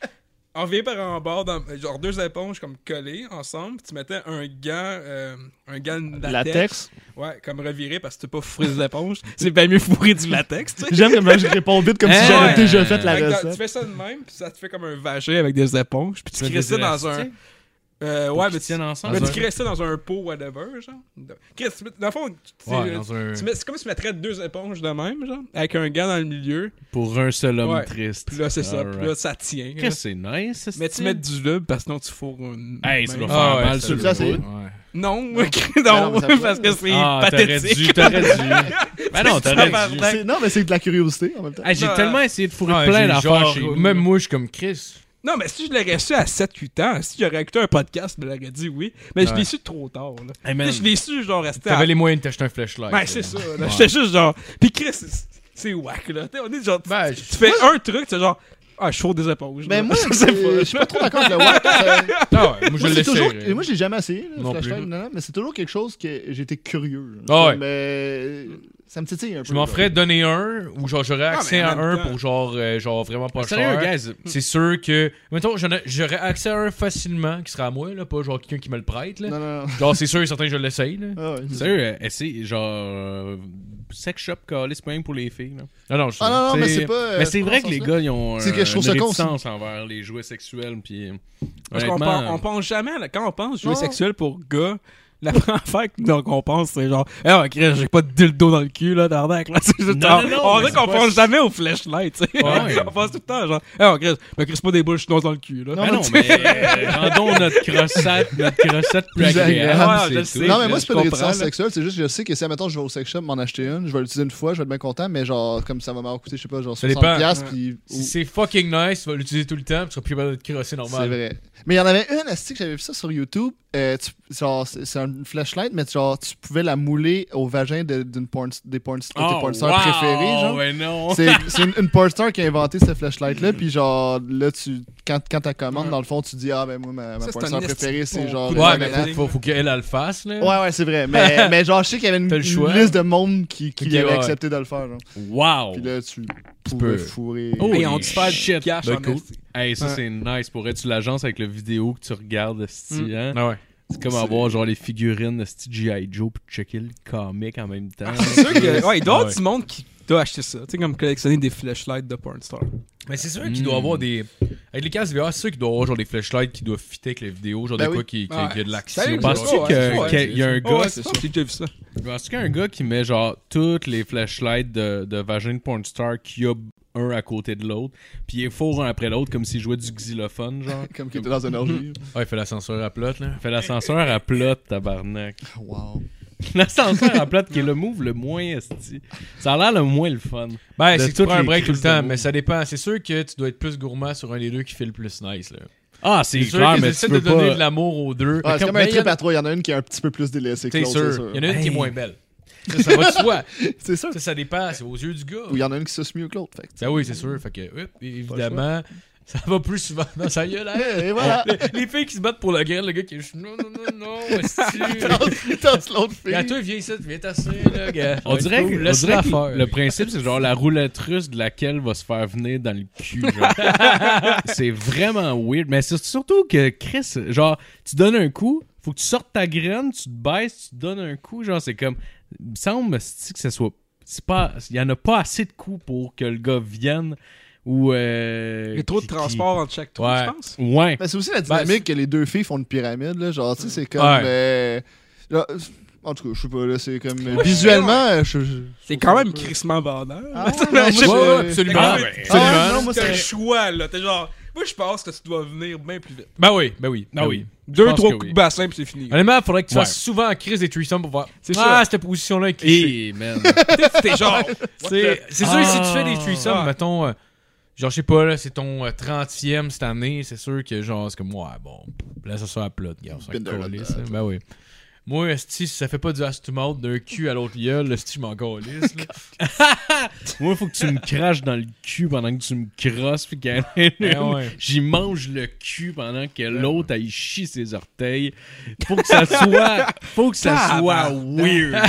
E: enlevées par en bas, dans- genre deux éponges comme collées ensemble. Tu mettais un gant, euh, un gant de latex,
D: Latex.
E: Ouais, comme reviré parce que tu peux pas fourrer des éponges. C'est bien mieux fourrer du latex, tu sais.
D: J'aime comme je réponds vite comme si
F: Hein?
D: j'avais
E: Ouais.
D: déjà fait la
E: Fait que dans- tu
D: recette.
E: fais ça de même, puis ça te fait comme un vagin avec des éponges, puis tu crées ça dans un. Euh, ouais, mais tu,
F: tiennent
E: mais
F: ensemble.
E: tu crées ça dans un pot, whatever, genre. Chris, tu mets- dans le fond, tu- tu-
C: Ouais, dans un-
E: tu mets- c'est comme si tu mettrais deux éponges de même, genre, avec un gant dans le milieu,
F: Pour un seul homme
E: Ouais.
F: triste.
E: puis là, c'est ça,
F: Alright.
E: puis là, ça tient.
F: Qu'est-ce
E: là.
F: que c'est nice, esti.
E: Mais tu mets du lube, parce que sinon, tu fourres une.
F: Hey, ça
E: main.
F: doit faire
C: Ah ouais,
F: mal
C: ça,
F: sur le
D: ça, c'est-
F: bout.
C: Ouais.
E: Non, ok,
D: non,
E: non,
D: mais ça peut-
E: parce que c'est
F: Ah, t'aurais
E: pathétique.
F: dû, t'aurais dû. Ben non, t'aurais dû.
E: Tabarnak.
D: C'est- Non, mais c'est de la curiosité en même temps.
F: Hey, j'ai
E: Non,
F: tellement essayé de fourrer
C: Ah,
F: plein
C: j'ai-
F: d'affaires.
C: genre, j'ai- Même moi, je suis comme Chris.
E: Non, mais si je l'aurais su à 7-8 ans, si j'aurais écouté un podcast, je me l'aurais dit oui. Mais je
C: Ouais.
E: l'ai su trop tard, là.
F: Hey,
E: Tu
F: man.
E: sais, Je l'ai su, genre, resté à
C: T'avais les moyens de t'acheter un flashlight.
E: Ouais,
C: là.
E: Ben, c'est ça. là. J'étais juste genre. Pis Chris, c'est- c'est whack, là. T'sais, on est genre. tu-
C: Ben,
E: tu fais un truc, t'es genre. Ah, je chauffe des éponges.
D: Mais
E: là.
D: Ben, moi, c'est-
E: je sais
D: je
E: pas.
D: suis pas trop d'accord avec le wack. ça-
C: Ah ouais, moi je
D: Moi, c'est toujours...
C: l'essaierai.
D: Moi, j'ai jamais essayé, là, le
C: Non plus.
D: flashlight, non, non, mais c'est toujours quelque chose que j'étais curieux.
C: Ah ouais.
D: Mais euh, ça me titille un peu.
C: Je m'en
D: là.
C: ferais donner un, ou genre j'aurais accès
E: mais en
C: à
E: même
C: un
E: temps-
C: pour genre, euh, genre hein? vraiment pas
F: Sérieux,
C: cher.
F: guys.
C: C'est sûr que. Mettons, j'en ai- j'aurais accès à un facilement qui sera à moi, là, pas genre quelqu'un qui me le prête. Là.
D: Non, non, non.
C: Genre, c'est sûr et certain que je l'essaye. Là.
D: Ah ouais.
F: Sérieux, euh, essayez, genre, euh, sex shop, calé, c'est pas rien pour les filles. là.
C: Non, non, je
D: Ah non, non, mais c'est pas. euh,
F: Mais c'est vrai
D: dans
F: que
D: ce
F: les
D: sens-là.
F: gars, ils ont
D: C'est que je trouve ça
F: une
D: con,
F: réticence envers les jouets sexuels. Puis, euh,
E: Parce qu'on
F: honnêtement, Ah
E: pense, on pense jamais, là, quand on pense jouer
D: Non.
E: sexuel pour gars, la première affaire que- donc on pense, c'est genre, eh, ouais, Chris, j'ai pas de dildo dans le cul, là, d'arnaque, là. C'est juste
F: Non,
E: genre-
F: non, non,
E: on
F: mais
E: dirait qu'on
F: c'est pas-
E: pense jamais au flashlight, tu sais.
F: Ouais.
E: on pense tout le temps, genre, eh, ouais, Chris, mais Chris, pas des boules chinoises dans le cul, là.
F: ben non, mais euh, rendons notre crossette, notre crossette plus
D: Plus
F: agréable.
E: agréable, ouais, je
F: c'est
E: le
F: tout.
E: sais.
D: Non, mais moi,
E: je
D: c'est pas des
E: comprends,
D: réticences
E: là.
D: sexuelles. C'est juste que je sais que si, admettons, je vais au sex shop m'en acheter une, je vais l'utiliser une fois, je vais être bien content, mais genre, comme ça va m'avoir coûté, je sais pas, genre
C: Ça dépend.
D: 60$, piastres,
E: Ouais.
D: puis.
C: Si c'est fucking nice, tu vas l'utiliser tout le temps, puis tu seras plus capable de te crosser
D: C'est
C: normal.
D: vrai. Mais il y en avait une, asti, que j'avais vu ça sur YouTube. euh, tu- genre, c'est c'est une flashlight, mais genre, tu pouvais la mouler au vagin de- d'une porn, des porn, de
C: Oh,
D: tes porn stars préférées, genre.
F: Ouais, non.
D: C'est c'est une, une porn star qui a inventé cette flashlight-là, puis genre, là, tu, quand, quand t'as commande,
E: Ouais.
D: dans le fond, tu dis, ah, ben moi, ma, ma
E: Ça,
D: porn
E: c'est
D: star
E: un esti
D: préférée, c'est
E: bon
D: genre.
E: coup de
C: Ouais,
D: nanana.
C: mais faut, faut, faut qu'elle elle le fasse. Là.
D: ouais, ouais, c'est vrai. Mais, mais genre, je sais qu'il y avait une,
C: T'as le
D: une
C: choix.
D: liste de monde qui, qui
C: Ok,
D: avait
C: ouais.
D: accepté de le faire, genre.
F: Wow.
D: Puis là, tu,
C: peux-
D: pouvais fourrer.
F: Oh,
E: Et on
F: Holy
E: te fait du
F: shit.
E: cash
C: Ben,
E: en
C: cool.
E: esti.
F: Hey, ça,
E: Ouais.
F: c'est nice. Pour être l'agence avec le vidéo que tu regardes, esti,
E: Mm.
F: hein?
C: Ah ouais.
F: C'est comme avoir genre les figurines de Steve G.I. Joe puis checker le comic en même temps.
E: C'est sûr que, ouais,
C: Ah ouais.
E: il doit y avoir du monde qui doit acheter ça. Tu sais, comme collectionner des flashlights de pornstar.
C: Mais c'est sûr
D: Hmm.
C: qu'il doit
F: Mm.
C: avoir des. Avec les cases VR, c'est sûr qu'il doit avoir genre des flashlights qui doivent fitter avec la vidéo, genre
D: Ben
C: des
D: oui.
C: quoi qui, qui,
E: Ouais.
C: qui a de
E: Salut,
C: l'action.
F: Penses-tu
E: Ouais,
F: que-
E: ouais,
F: qu'il y a un gars,
E: Ouais, c'est ça. J'ai déjà vu ça.
F: Oh, Penses-tu qu'il y a un gars qui met genre toutes les flashlights de, de vagin de pornstar qui a un à côté de l'autre, puis il est fourre un après l'autre comme s'il jouait du xylophone, genre.
D: Comme qu'il était dans une orgie.
C: Ouais, il fait la censure à plot, là.
F: Fait l'ascenseur à plot, tabarnak.
D: wow.
F: L'ascenseur à plot qui est le move le moins esti. Ça a l'air le moins le fun.
C: Ben,
F: De
C: c'est que tu
F: toutes
C: prends un
F: les
C: break tout le
F: crises de
C: temps,
F: mots.
C: mais ça dépend. C'est sûr que tu dois être plus gourmand sur un des deux qui fait le plus nice, là.
F: Ah, c'est
C: C'est sûr
F: clair,
C: qu'ils
F: mais tu
C: essaient
F: peux
C: de donner
F: pas...
C: de l'amour aux deux.
D: Ouais, Ah, c'est comme un
C: Mais il y en
D: trip
C: a-
D: à trois. Il y en a une qui est un petit peu plus délaissée que
C: T'es
D: l'autre, c'est
C: sûr.
D: sûr.
C: Il y en a une qui est
F: Hey.
C: moins belle. Ça, ça va de soi.
D: C'est sûr.
C: Ça, ça dépend. C'est aux yeux du gars.
D: Ou il y en a une qui suce mieux que l'autre. Fait que, tu
C: Ben oui, c'est sûr. Fait que, hop, évidemment,
D: choix.
C: ça va plus souvent dans sa gueule. hein.
D: sais. Et voilà.
C: Les, les filles qui se battent pour la guerre, le gars qui est juste non, non, non, non, est-ce
D: Il tasse l'autre fille.
C: toi, viens ici, viens tasser, là, gars.
F: On dirait, que, on
C: laisse
F: dirait
C: la
F: que
C: faire.
F: le principe, c'est genre la roulette russe de laquelle va se faire venir dans le cul. genre. c'est vraiment weird. Mais c'est surtout que Chris, genre, tu donnes un coup, faut que tu sortes ta graine, tu te baisses, tu donnes un coup. Genre, c'est comme. Il me semble c'est-tu, que ce soit. c'est pas Il y en a pas assez de coups pour que le gars vienne ou. euh,
E: Il y a trop de
F: qui- qui-
E: transport entre chaque trou,
C: Ouais.
E: je pense.
F: Ouais.
D: Mais c'est aussi la
C: Ben,
D: dynamique que les deux filles font de pyramide, là. Genre, tu sais, c'est comme.
C: Ouais.
D: euh, genre, en tout cas, je sais pas, là, c'est comme. euh,
E: Ouais.
D: visuellement, euh, je. je-
E: C'est quand
D: je-
E: même crissement bandant.
D: Ah, ouais, non,
E: Mais
D: moi,
E: je
D: je-
E: sais pas.
C: Ah, Ouais, ouais,
E: T'as
C: absolument.
E: quand
F: Ah,
E: même-
F: ben,
D: ah,
E: t'as quand même-
D: non, moi,
E: t'as
D: c'est-
E: le choix, là. T'es genre, moi, je pense que tu dois venir bien plus vite.
C: Ben oui, ben oui. Ben
F: Ah
C: oui.
E: Deux,
F: pense
E: trois
F: que
E: coups
F: oui.
E: de bassin, puis c'est fini.
C: Honnêtement, il faudrait que tu
F: Ouais.
C: fasses souvent en crise des threesomes pour voir.
E: C'est
C: Ah,
E: ça.
C: cette position-là est cliché.
F: Et, man.
E: T'es genre, Ah.
C: C'est c'est sûr,
F: Ah.
C: si tu fais des threesomes,
E: Ouais.
C: mettons, euh, Genre, je sais pas, là, c'est ton euh, 30e cette année, c'est sûr que, genre, c'est comme, ouais, bon, là, ça sort à plot, gars, on s'en
D: Been there, done
C: calisse,
D: that.
C: hein. Ben oui. Moi, si ça fait pas du ass to mouth d'un cul à l'autre gueule, le je m'en calisse, là.
F: Moi, il faut que tu me craches dans le cul pendant que tu me crosses. Puis qu'il y en ait une.
C: Ben ouais.
F: J'y mange le cul pendant que l'autre aille chier ses orteils. Faut que ça soit, faut que ça soit weird.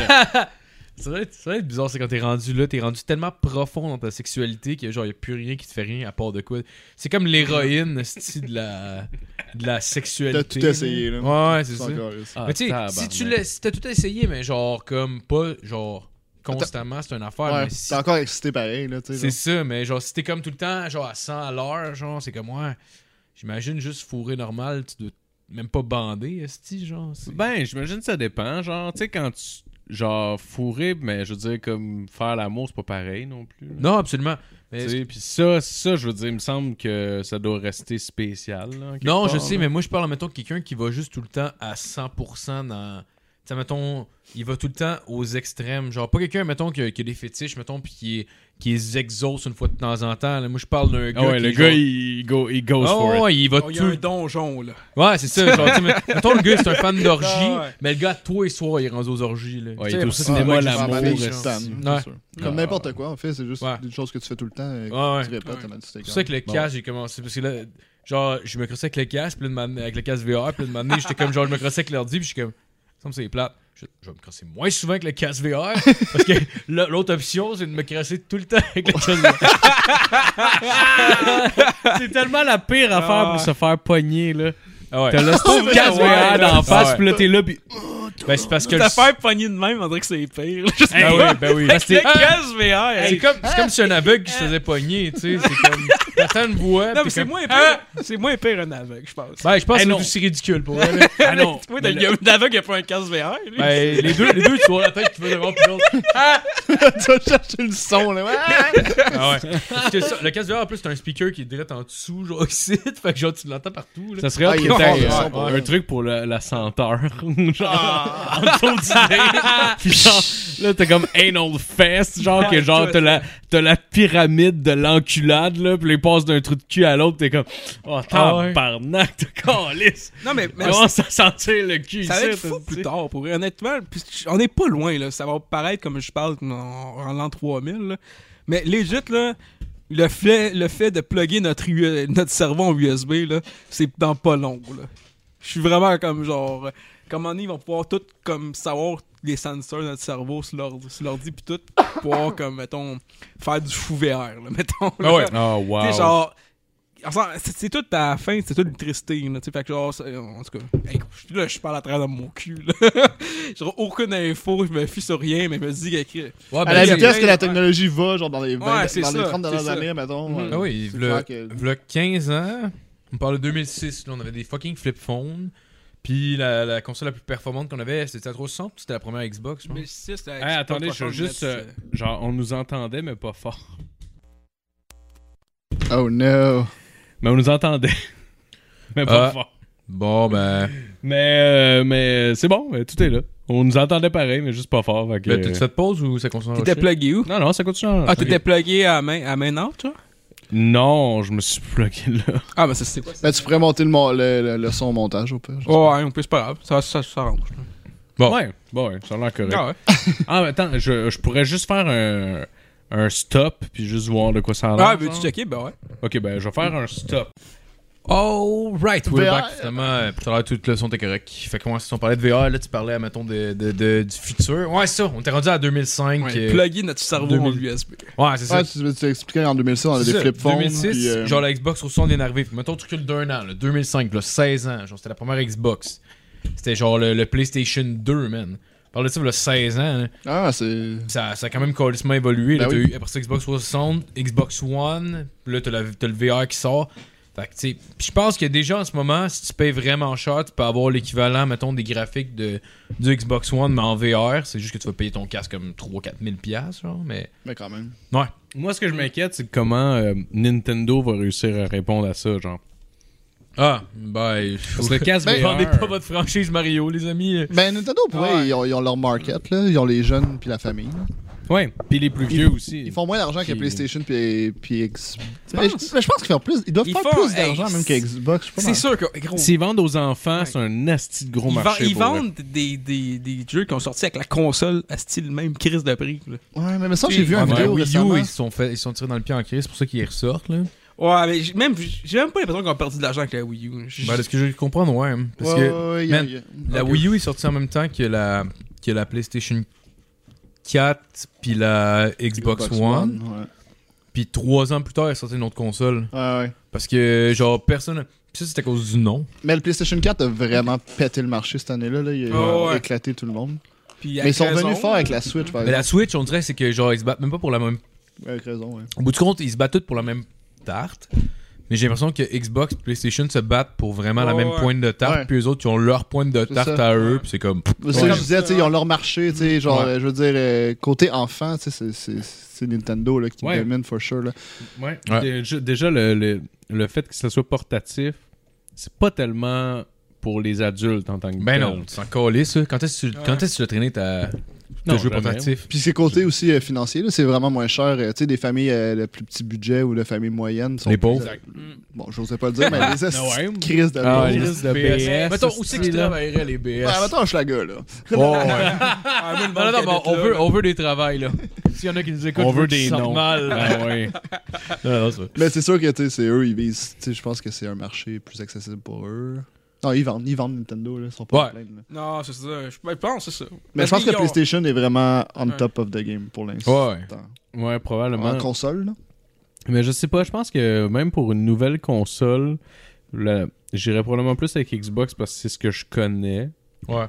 C: Ça doit, être, ça doit être bizarre, c'est quand t'es rendu là, t'es rendu tellement profond dans ta sexualité que genre y a plus rien qui te fait rien à part de quoi. C'est comme l'héroïne, style de la, de la sexualité.
D: T'as tout essayé, là.
C: Ouais, ouais, c'est
D: C'est
C: ça.
D: encore ça.
F: Ah,
C: mais tu sais, si tu l'as- si t'as tout essayé, mais genre comme pas genre constamment, c'est une affaire.
D: Ouais,
C: mais si-
D: t'es encore excité pareil, là, tu sais.
C: c'est
D: genre.
C: ça, mais genre si t'es comme tout le temps genre à 100 à l'heure, genre c'est comme moi. J'imagine juste fourré normal, tu dois même pas bander, esti, genre. c'est-
F: Ben, j'imagine que ça dépend. Genre, tu sais, quand tu. Genre, fourrer, mais je veux dire, comme faire l'amour, c'est pas pareil non plus. là.
C: Non, absolument.
F: Tu
C: Mais
F: sais, Puis ça, ça, je veux dire, il me semble que ça doit rester spécial. là, quelque
C: Non,
F: part,
C: je sais,
F: là.
C: mais moi je parle, mettons, de quelqu'un qui va juste tout le temps à 100% dans. Tu sais, mettons, il va tout le temps aux extrêmes. Genre, pas quelqu'un, mettons, qui a, qui a des fétiches, mettons, puis qui, est- qui les exauce une fois de temps en temps. là. Moi je parle d'un gars.
F: Ah ouais,
C: qui
F: le
C: est
F: gars,
C: genre-
F: il, go, il goes
C: Ah
F: for
C: ouais,
F: it.
C: ouais, il va
E: Oh, Il y a
C: tout.
E: un donjon, là.
C: Ouais, c'est ça. Genre, tu sais, mais- mettons, le gars, c'est un fan d'orgie,
E: Ah ouais.
C: mais le gars, tous les soirs, il est rendu aux orgies. Là. Tu
F: Ouais,
C: sais,
F: il est au
C: pour ça,
D: Ah,
C: c'est des mecs
F: cinéma,
D: ouais,
C: qui
F: l'amour,
C: sont
D: je
F: l'amour,
D: m'en
C: malades.
D: fiche,
F: esti.
D: c'est une
C: Ouais.
D: tannée, c'est sûr. Comme
F: Ouais.
D: n'importe quoi, en fait, c'est juste
C: Ouais.
D: une chose que tu fais tout le temps. euh,
C: Ouais, ouais.
D: Tu répètes,
E: Ouais.
D: t'as mal, tu t'es
C: C'est pour ça que le
F: Bon.
C: cash, j'ai commencé. Parce que là, genre, je me crossais avec le cash, puis là, de ma- avec le cash VR, puis là, de ma j'étais comme, genre, je me crossais avec l'ordi, puis je suis comme, ça me c'est plate. Je, je vais me crosser moins souvent que le cash VR, parce que la- l'autre option, c'est de me crosser tout le temps avec le cash VR.
F: C'est tellement la pire affaire
E: Ah.
F: pour se faire pogner, là.
C: Ah ouais.
F: T'as le stove
E: Ouais,
F: casse
E: ouais,
F: VR d'en
E: ouais.
F: face,
C: Ouais.
F: pis là, t'es là, pis...
C: Ben, c'est parce que.
E: Cette
C: le-
E: affaire pognée de même, on dirait que c'est pire. là. Juste
C: Ben oui, ben oui.
F: Parce que
E: le
F: t'es- Ah,
E: casse VR.
C: C'est
E: hey.
C: comme, c'est comme si un aveugle qui se faisait pogner, tu sais. C'est comme. T'attends une voix.
E: Non,
C: puis
E: mais c'est
C: comme-
E: moins pire. C'est moins pire un aveugle, je pense.
C: Ben, je pense que
F: Eh
C: c'est
F: non.
C: aussi ridicule pour elle.
F: Ah non!
E: Oui,
F: mais
E: il y a un aveugle qui a pas un casse VR. lui.
C: Ben, les deux, les deux, tu vois la tête qui va devant, puis
F: Ah
C: l'autre.
D: tu vas chercher le son, là. Ouais.
C: Ah ouais. Parce que ça, le casse VR, en plus, c'est un speaker qui est direct en dessous, genre ici. Fait que genre, tu l'entends partout. Là.
F: Ça serait
D: Ah,
F: hot
D: il
F: qu'il
D: est
F: y ait
D: fort, il est
F: un-
D: fort,
F: un,
D: ouais.
F: truc pour la, la senteur.
C: Ah.
F: genre, en dessous du nez. Puis genre, là, t'as comme anal fest. Genre, que genre, t'as la, t'as la pyramide de l'enculade, là. Puis les passes d'un trou de cul à l'autre, t'es comme, oh,
C: Ah ouais.
F: tabarnak, t'es calisse.
E: Non, mais, mais
F: Comment ça sentir le cul
E: ça va
F: ici,
E: être
F: t'as
E: fou
F: dit?
E: plus tard, pour vrai. Honnêtement, puis on est pas loin, là. Ça va paraître comme je parle en, en l'an 3000, là. Mais legit, là, le fait, le fait de plugger notre, U- E, notre cerveau en USB, là, c'est dans pas long, là. Je suis vraiment comme genre... euh, Comment ils vont pouvoir tout comme savoir les sensors de notre cerveau sur l'ordi, sur l'ordi puis tout, pour pouvoir comme, mettons, faire du fou VR, là, mettons. là.
C: Ah ouais.
F: Oh,
E: T'sais,
F: wow.
E: genre. en sens- C'est c'est toute la fin, c'est toute l'électricité, là. T'sais, fait que genre, c'est- en tout cas, hey, puis là, je parle à travers de mon cul, là. J'ai aucune info, je me fie sur rien, mais je me dis que.
C: Ouais,
D: À ben, la
E: c'est-
D: vitesse que la
E: ouais.
D: technologie va, genre dans les 20,
E: Ouais, c'est
D: dans les
E: ça,
D: 30
E: c'est
D: dernières
E: ça.
D: années, mettons.
E: Mhm.
D: euh,
C: Ah oui,
D: c'est
C: v'là
D: clair que-
C: v'là 15 ans, on parle de 2006, là, on avait des fucking flip phones. Puis la, la console la plus performante qu'on avait, c'était la 360, c'était la première Xbox, je pense.
E: Mais si, c'est-
F: Hey, attendez, je veux juste. euh, genre, on nous entendait, mais pas fort.
D: Oh no.
F: Mais on nous entendait. mais pas
C: Ah.
F: fort.
C: Bon, ben,
F: Mais, euh, mais c'est bon, euh, tout est là. On nous entendait pareil, mais juste pas fort. fait que- euh,
C: ben, t'as-tu fait pause ou ça continue à
E: T'étais
C: enregistrer?
E: plugué où?
F: Non, non, ça continue. en-
E: euh, Ah, t'étais plugué à main, à main out, toi?
F: Non, je me suis plugué là.
E: Ah, mais ça, c'est quoi ça?
D: Ben, tu pourrais monter le, mon- le, le, le son au montage, au pire. je sais
E: Oh, ouais, on peut, c'est pas grave, ça, ça, ça s'arrange.
C: Bon.
F: Ouais, bon, ouais, ça a l'air correct.
E: Ah, ouais.
F: Ah, mais attends, je, je pourrais juste faire un, un stop, puis juste voir de quoi ça a l'air.
E: Ah, veux-tu
F: genre.
E: checker? Ben ouais.
F: Ok, ben, je vais faire un stop.
C: Oh, right, we're
D: VR.
C: back. Finalement, euh, tout à l'heure, toute le son était correct. Fait que moi, si on parlait de VR, là, tu parlais, mettons, de, de- de- du futur. Ouais, c'est ça, on était rendu à 2005.
E: ouais.
C: euh,
E: Pluguer notre cerveau en
C: 2000.
E: USB.
C: Ouais, c'est ça.
D: pas. Ouais, tu, tu expliquais en 2006, on a
C: C'est
D: des
C: ça,
D: flip phones.
C: 2006,
D: puis, euh,
C: genre la Xbox sur son énervé. Puis mettons, tu recules d'un an, là, 2005, là, 16 ans. Genre, c'était la première Xbox. C'était genre le, le PlayStation 2, man. Parle de ça, le 16 ans. là.
D: Ah, c'est.
C: Ça, ça a quand même complètement évolué. là.
D: Ben
C: T'as
D: oui.
C: eu, après ça, Xbox 60, Xbox One. Puis là, t'as, la- t'as le VR qui sort. Fait que, tu sais. Puis je pense que déjà en ce moment, si tu payes vraiment cher, tu peux avoir l'équivalent, mettons, des graphiques de, du Xbox One, mais en VR. C'est juste que tu vas payer ton casque comme 3-4 000$, piastres, genre. Mais.
D: Mais quand même.
C: Ouais.
F: Moi, ce que je m'inquiète, c'est comment euh, Nintendo va réussir à répondre à ça, genre.
C: Ah, ben.
F: Parce que le casque
D: Ben,
F: VR,
C: Vendez pas votre franchise Mario, les amis.
D: Ben, Nintendo, pour vrai,
E: Ouais.
D: ils, ont, ils ont leur market, là. Ils ont les jeunes puis la famille. là.
F: Ouais, puis les plus
D: Ils-
F: vieux aussi.
D: Ils font moins d'argent que
F: Puis-
D: PlayStation puis, puis Xbox.
E: Tu
D: Mais je
E: penses?
D: mais je pense qu'ils font plus. Ils doivent
E: Ils
D: faire
E: font-
D: plus d'argent
E: hey,
D: même que Xbox. je sais pas
E: C'est
D: mal.
E: sûr que, gros,
F: S'ils vendent aux enfants,
E: Ouais.
F: c'est un asti de gros
E: ils,
F: marché.
E: vend- ils
F: pour eux.
E: vendent des, des, des jeux qui ont sorti avec la console à style même crise de prix. là.
D: Ouais, mais ça, j'ai
E: Ils-
D: vu un
C: Ouais,
D: vidéo
C: Wii
D: récemment.
C: U, ils se sont, fait, ils se sont tirés dans le pied en crise, c'est pour ça qu'ils ressortent. Là.
E: Ouais, mais j'ai même, j'ai même pas l'impression qu'on a perdu de l'argent avec la Wii U. J'ai-
C: Ben, de ce que je comprends, ouais. hein, Parce que
D: Ouais, ouais, ouais, il y a-
C: man,
D: il y a-
C: la Wii U est sortie en même temps que la, que la PlayStation 4 puis la Xbox, One.
D: ouais.
C: Puis trois ans plus tard, elle est sortie une autre console.
D: Ouais, ouais.
C: Parce que, genre, personne. Puis ça, c'est à cause du nom.
D: Mais le PlayStation 4 a vraiment pété le marché cette année-là. Là. Il a
E: Ah ouais.
D: éclaté tout le monde. Mais
E: Puis
D: ils
E: avec
D: sont
E: raison,
D: revenus fort avec la Switch, par
C: Mais la
D: exemple.
C: Switch, on dirait, c'est que, genre, ils se battent même pas pour la même.
D: Avec raison, ouais.
C: Au bout du compte, ils se battent tous pour la même tarte. Mais j'ai l'impression que Xbox et PlayStation se battent pour vraiment la
E: Ouais,
C: même
E: ouais.
C: pointe de tarte.
D: Ouais.
C: Puis eux autres, ils ont leur pointe de
D: C'est
C: tarte
D: ça.
C: à eux.
E: Ouais.
C: Puis c'est comme.
D: C'est ça que
E: Ouais.
D: je disais, tu sais, ils ont leur marché, tu sais, genre,
C: Ouais.
D: euh, je veux dire, euh, côté enfant, tu sais, c'est- c'est c'est Nintendo là, qui
F: Ouais.
D: domine for sure. Là.
F: Ouais.
C: Ouais.
F: Déjà, déjà, le, le, le fait que ça soit portatif, c'est pas tellement pour les adultes en tant que
C: Ben
F: tel.
C: non, c'est encore lisse. Quand est-ce que tu, quand est-ce que tu l'as traîné ta,
F: Non,
C: ton jeu
F: jamais.
C: portatif
D: Puis c'est côté aussi euh, financier, là, c'est vraiment moins cher. euh, tu sais, des familles euh, le plus petit budget ou les familles moyennes sont.
C: Les pauvres. Ah,
D: plus- euh,
E: Mm.
D: Bon, j'osais pas le dire, mais les
F: ouais.
D: estis crises de pauvres.
F: les- Ah, de BS,
C: Mettons, où c'est qu'ils
F: c'est là.
C: travailleraient les BS
D: Ouais, mettons, je la gueule, là.
C: Oh, ouais.
E: Ah, moi, le
C: Non,
E: monde
C: non,
E: qui
C: non,
E: habite
C: on,
E: là,
C: veut,
E: là.
C: on veut des travails, là. S'il y en a qui nous écoutent,
F: On veut
C: qu'ils
F: des
C: sortent
F: noms.
C: mal.
F: Ah ouais.
C: Non, non, c'est vrai.
D: Mais c'est sûr que, tu sais, c'est eux, ils visent. Tu sais, je pense que c'est un marché plus accessible pour eux. Non, ils vendent, ils vendent Nintendo, là. Ils sont pas
C: Ouais.
D: en plainte, là.
E: Non, c'est ça. Je je pense, c'est ça.
D: Mais je pense que
E: Parce qu'ils ont-
D: PlayStation est vraiment on
E: Ouais.
D: top of the game pour l'instant.
C: Ouais.
F: Ouais, probablement.
D: En console, là.
F: Mais je sais pas, je pense que même pour une nouvelle console, la- j'irais probablement plus avec Xbox parce que c'est ce que je connais.
C: Ouais.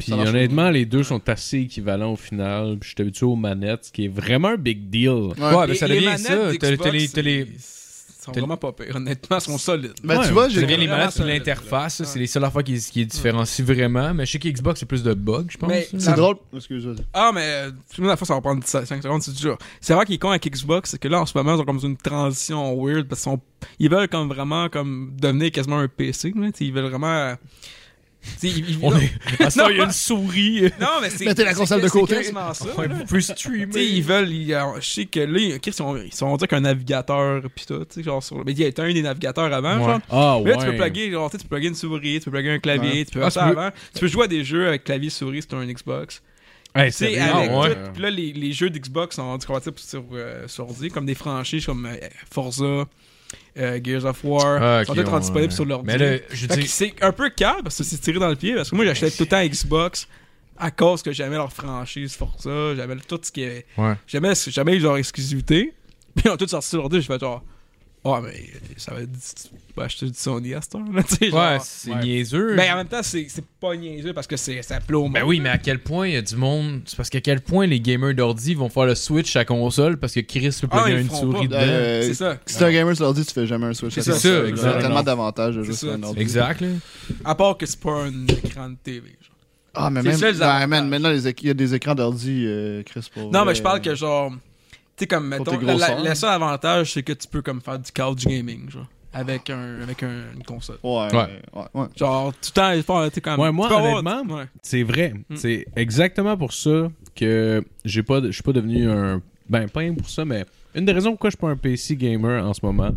F: Puis
D: marche.
F: honnêtement, les deux sont assez équivalents au final. Puis je suis habitué aux manettes, ce qui est vraiment un big deal.
C: Ouais, ben
E: Les-
C: ça
E: les
C: devient
E: manettes
C: ça. T'as-
E: d'Xbox,
C: T'as les- t'as les.
E: c'est- sont
C: t'as-
E: vraiment pas pires. Honnêtement, sont solides.
D: Ben,
F: Ouais,
D: tu vois,
C: Ça
D: j'ai.
C: devient les
E: vraiment
C: manettes puis
E: solide,
C: l'interface.
E: là.
C: C'est les seules affaires qui, qui différencient vraiment. Mais je sais qu'Xbox, c'est plus de bugs, je pense.
E: Mais-
C: là.
D: C'est drôle. Excuse-moi.
E: Ah, mais euh, tout le monde, à la fois, ça va prendre 5 secondes, c'est dur. C'est vrai qu'il est con avec Xbox, c'est que là, en ce moment, ils ont comme une transition weird parce qu'ils sont- ils veulent comme vraiment comme devenir quasiment un PC. là, tu sais, ils veulent vraiment. euh, tu sais, ils- ils-
C: On
E: non,
C: est. À ce temps, il y a une souris.
E: non, mais c'est.
D: Mettez la
E: c'est
D: console de
E: que- c'est
D: côté.
E: quasiment ça,
C: Ouais,
E: là.
C: vous pouvez
E: Tu sais,
C: streamer.
E: ils veulent. ils- alors, je sais que là, ils- Chris, ils sont, ils sont on dirait qu'un navigateur, pis tout. tu sais, Genre sur, mais il y a été un des navigateurs avant,
C: Ouais.
E: genre.
F: Ah ouais.
E: Là, tu peux plugger, genre, tu sais, tu peux plugger une souris, tu peux plugger un clavier,
D: Ouais.
E: tu peux
C: Ah,
E: faire
C: tu
E: ça
C: peux-
E: avant. Tu peux jouer à des jeux avec clavier souris si t'as un Xbox.
F: Hey,
E: Tu sais,
F: sérieux?
E: avec
C: Ah ouais.
E: tout- puis là, les, les jeux d'Xbox sont compatibles sur, euh, sur ordi, comme des franchises comme euh, Forza, euh, Gears of War.
C: Ah, ok,
E: sont tous
C: ouais.
E: disponibles sur l'ordi.
C: Mais là, je
E: Fait
C: dis.
E: que c'est un peu calme parce que c'est tiré dans le pied. Parce que moi, j'achetais tout le temps Xbox à cause que j'aimais leur franchise Forza, j'aimais tout ce qui est.
C: Ouais.
E: J'aimais, ce- j'aimais leur exclusivité. Puis ils ont tous sorti sur l'ordi, j'ai fait genre. Oh, mais ça va être. Tu peux acheter du Sony à cette heure, là, tu sais.
C: Ouais,
E: genre.
C: c'est niaiseux.
E: Mais en même temps, c'est, c'est pas niaiseux parce que c'est, ça plaît au monde.
C: Ben oui, mais à quel point il y a du monde. C'est parce qu'à quel point les gamers d'ordi vont faire le switch à console parce que Chris peut
E: Ah,
C: plugger
E: ils
C: une
E: feront
C: souris
E: pas.
C: dedans.
D: Euh,
E: C'est ça.
D: Si t'es un gamer sur l'ordi, tu fais jamais un Switch.
E: C'est
D: Ça,
E: ça,
D: c'est-
C: ça,
D: Il y a
C: exactement.
D: tellement d'avantages de jouer
E: C'est
D: sur
E: ça.
D: un ordi.
C: Exact, là.
E: À part que c'est pas un écran de TV. genre.
D: Ah, mais
E: C'est
D: même.
E: ça, les
D: Ouais, man,
E: avantages.
D: maintenant, les éc- il y a des écrans d'ordi, euh, Chris, pour.
E: Non,
D: euh,
E: mais je parle que genre. Tu sais, comme mettons.
D: tes
E: la- la-
D: grosseurs.
E: Le seul avantage, c'est que tu peux comme faire du couch gaming, genre. Avec, un, avec un- une console.
D: Ouais,
C: Ouais.
D: ouais, ouais.
E: Genre, tout le temps, il faut- t'es comme.
F: Ouais, moi,
E: tu peux avoir-
F: honnêtement,
E: ouais.
F: C'est vrai.
E: Mm.
F: C'est exactement pour ça que j'ai pas, de- je suis pas devenu un. Ben, pas rien pour ça, mais une des raisons pourquoi je suis pas un PC gamer en ce moment,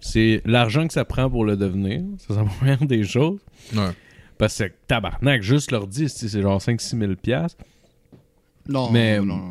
F: c'est l'argent que ça prend pour le devenir. Ça, c'est la première des choses.
C: Ouais.
F: Parce que tabarnak, juste l'ordi, c'est c'est genre 5-6 000 piastres.
D: Non,
F: Mais-
D: non, non.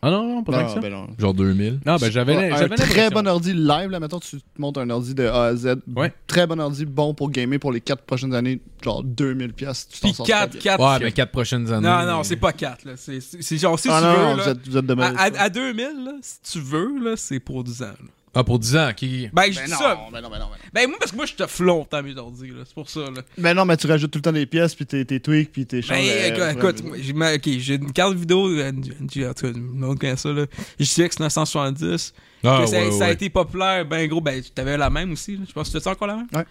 F: Ah non, non, pas tant que ça.
D: ben non.
C: Genre 2000.
F: Non, ben j'avais
D: Ouais,
F: la-
D: un
F: j'avais
D: très
F: l'impression.
D: bon ordi live, là, mettons, tu te montes un ordi de A à Z.
F: Ouais.
D: Très bon ordi, bon pour gamer pour les 4 prochaines années, genre 2000$, piastres, tu t'en
E: Puis
D: sors
E: 4,
D: très bien.
E: 4.
C: Ouais, mais 4 prochaines années.
E: Non, non, c'est pas 4. Là. C'est, c'est, c'est genre, si
D: Ah
E: tu
D: non,
E: veux.
D: non,
E: là,
D: vous êtes, vous êtes de
E: à,
D: mauvaise foi.
E: à- à 2000, là, si tu veux, là, c'est pour 10 ans. là.
C: Ah, pour 10 ans, qui.
E: Ben, je
D: Ben
E: dis
D: non,
E: ça.
D: ben non, ben non, ben non.
E: Ben, moi, parce que moi, je te flonte à mes ordi, là. C'est pour ça, là.
D: Mais non, mais tu rajoutes tout le temps des pièces, puis tes, tes tweaks, puis tes
E: Ben,
D: changes. euh,
E: écoute,
D: vraiment.
E: écoute, moi, j'ai ma- ok, j'ai une carte vidéo, euh, du- en tout cas, une autre connaît ça, là. JTX 970.
C: Ah,
E: que ça,
C: ouais,
E: ça a
C: ouais.
E: été populaire, ben gros, ben tu avais la même aussi. là. Je pense que tu as encore la même.
D: Ouais.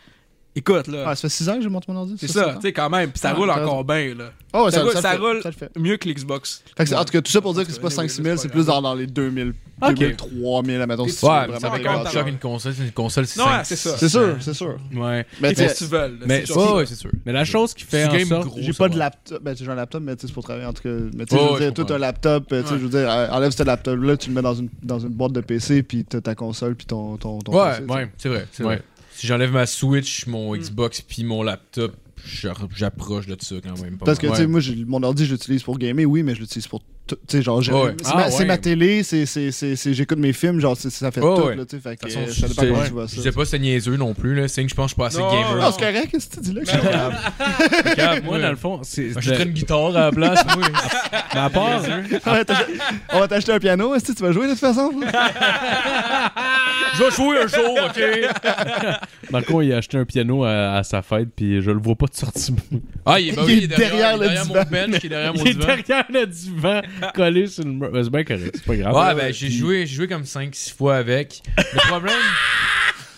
E: Écoute, là.
D: Ah, ça fait 6 ans que j'ai monté mon ordi.
E: c'est ça, tu sais, quand même. Puis ça
D: Ah,
E: roule
D: t'as
E: encore bien, là.
D: Oh,
E: ça
D: ça,
E: roule-
D: ça,
E: ça
D: le fait,
E: roule.
D: ça le fait.
E: Mieux que l'Xbox.
D: Fait que c'est- en tout cas, tout ça pour dire que c'est pas
E: Anyway,
D: 5 000, c'est
E: c'est pas
D: plus dans, dans les 2 000,
F: Ok.
D: 2 000, 3 000, admettons, si tu veux
C: Ouais,
D: vraiment
C: ça fait
E: avec
D: dégrader
C: quand
E: un
C: même
D: ça.
C: cher qu'une console. Une console, c'est
E: Non,
C: cinq-
E: ouais, c'est ça.
D: C'est sûr, c'est sûr. Mais
E: Il
F: Ouais.
E: faut
D: tu
E: que tu
D: sais,
E: veuilles. là,
F: Mais
E: c'est
F: c'est-
E: genre-
C: Ouais, ouais, c'est sûr.
F: Mais la chose qui fait
C: Du
F: en
C: game
F: sorte.
C: gros,
D: j'ai
C: ça
D: pas
C: va.
D: de laptop. Ben, tu sais, j'ai un laptop, mais tu sais, c'est pour travailler. En tout cas, mais tu sais,
C: Ouais,
D: je
C: ouais,
D: veux
C: je
D: dire, toi,
C: comprends.
D: t'as un laptop, euh, tu sais,
E: Ouais.
D: je veux dire, euh, enlève ce laptop-là, tu le mets dans une, dans une boîte de PC, puis t'as ta console, puis ton, ton, ton
C: Ouais,
D: PC, tu sais.
C: ouais, c'est vrai. c'est
F: Ouais.
C: vrai. Si j'enlève ma Switch, mon
F: Mm.
C: Xbox, puis mon laptop, je- j'approche de ça quand même. pas
D: Parce que,
C: mal.
D: tu sais,
C: Ouais.
D: moi, j'ai- mon ordi, je l'utilise pour gamer, oui, mais je l'utilise pour tout. Tu sais, genre, j'ai-
C: Ouais.
D: c'est
F: Ah,
D: ma, c'est
F: ouais.
D: ma télé, c'est- c'est- c'est- c'est- j'écoute mes films, genre, c'est- ça fait
C: Ouais,
D: tout,
C: ouais.
D: là, tu sais. Fait que,
C: De toute
D: euh,
C: façon,
D: je sais
C: je
D: pas comment
C: sais-
D: je vois
C: je
D: ça.
C: sais pas c'est niaiseux non plus. Là. C'est que je pense que je suis pas assez
E: Non,
C: gamer.
D: Non, c'est correct, qu'est-ce que tu dis là? que
C: Ben
D: c'est grave?
F: Regarde, moi, dans le fond, c'est.
C: J'achèterais une guitare à la place, moi.
F: Mais à part.
D: On va t'ach- On va t'acheter un piano, est-ce que tu vas jouer de toute façon?
C: Ben, Je vais jouer un jour, ok?
F: Marco, il a acheté un piano à, à sa fête, puis je le vois pas de sortie.
C: Ah, il est, bah oui, il est derrière, il est derrière
D: le
C: mon bench, il est derrière mon
F: il est
C: divan.
F: derrière le divan, collé sur le mur. Ben, c'est bien correct, c'est pas grave.
D: Ah,
C: Ouais, ben j'ai
F: Puis-
C: joué, j'ai joué comme 5-6 fois avec. Le problème.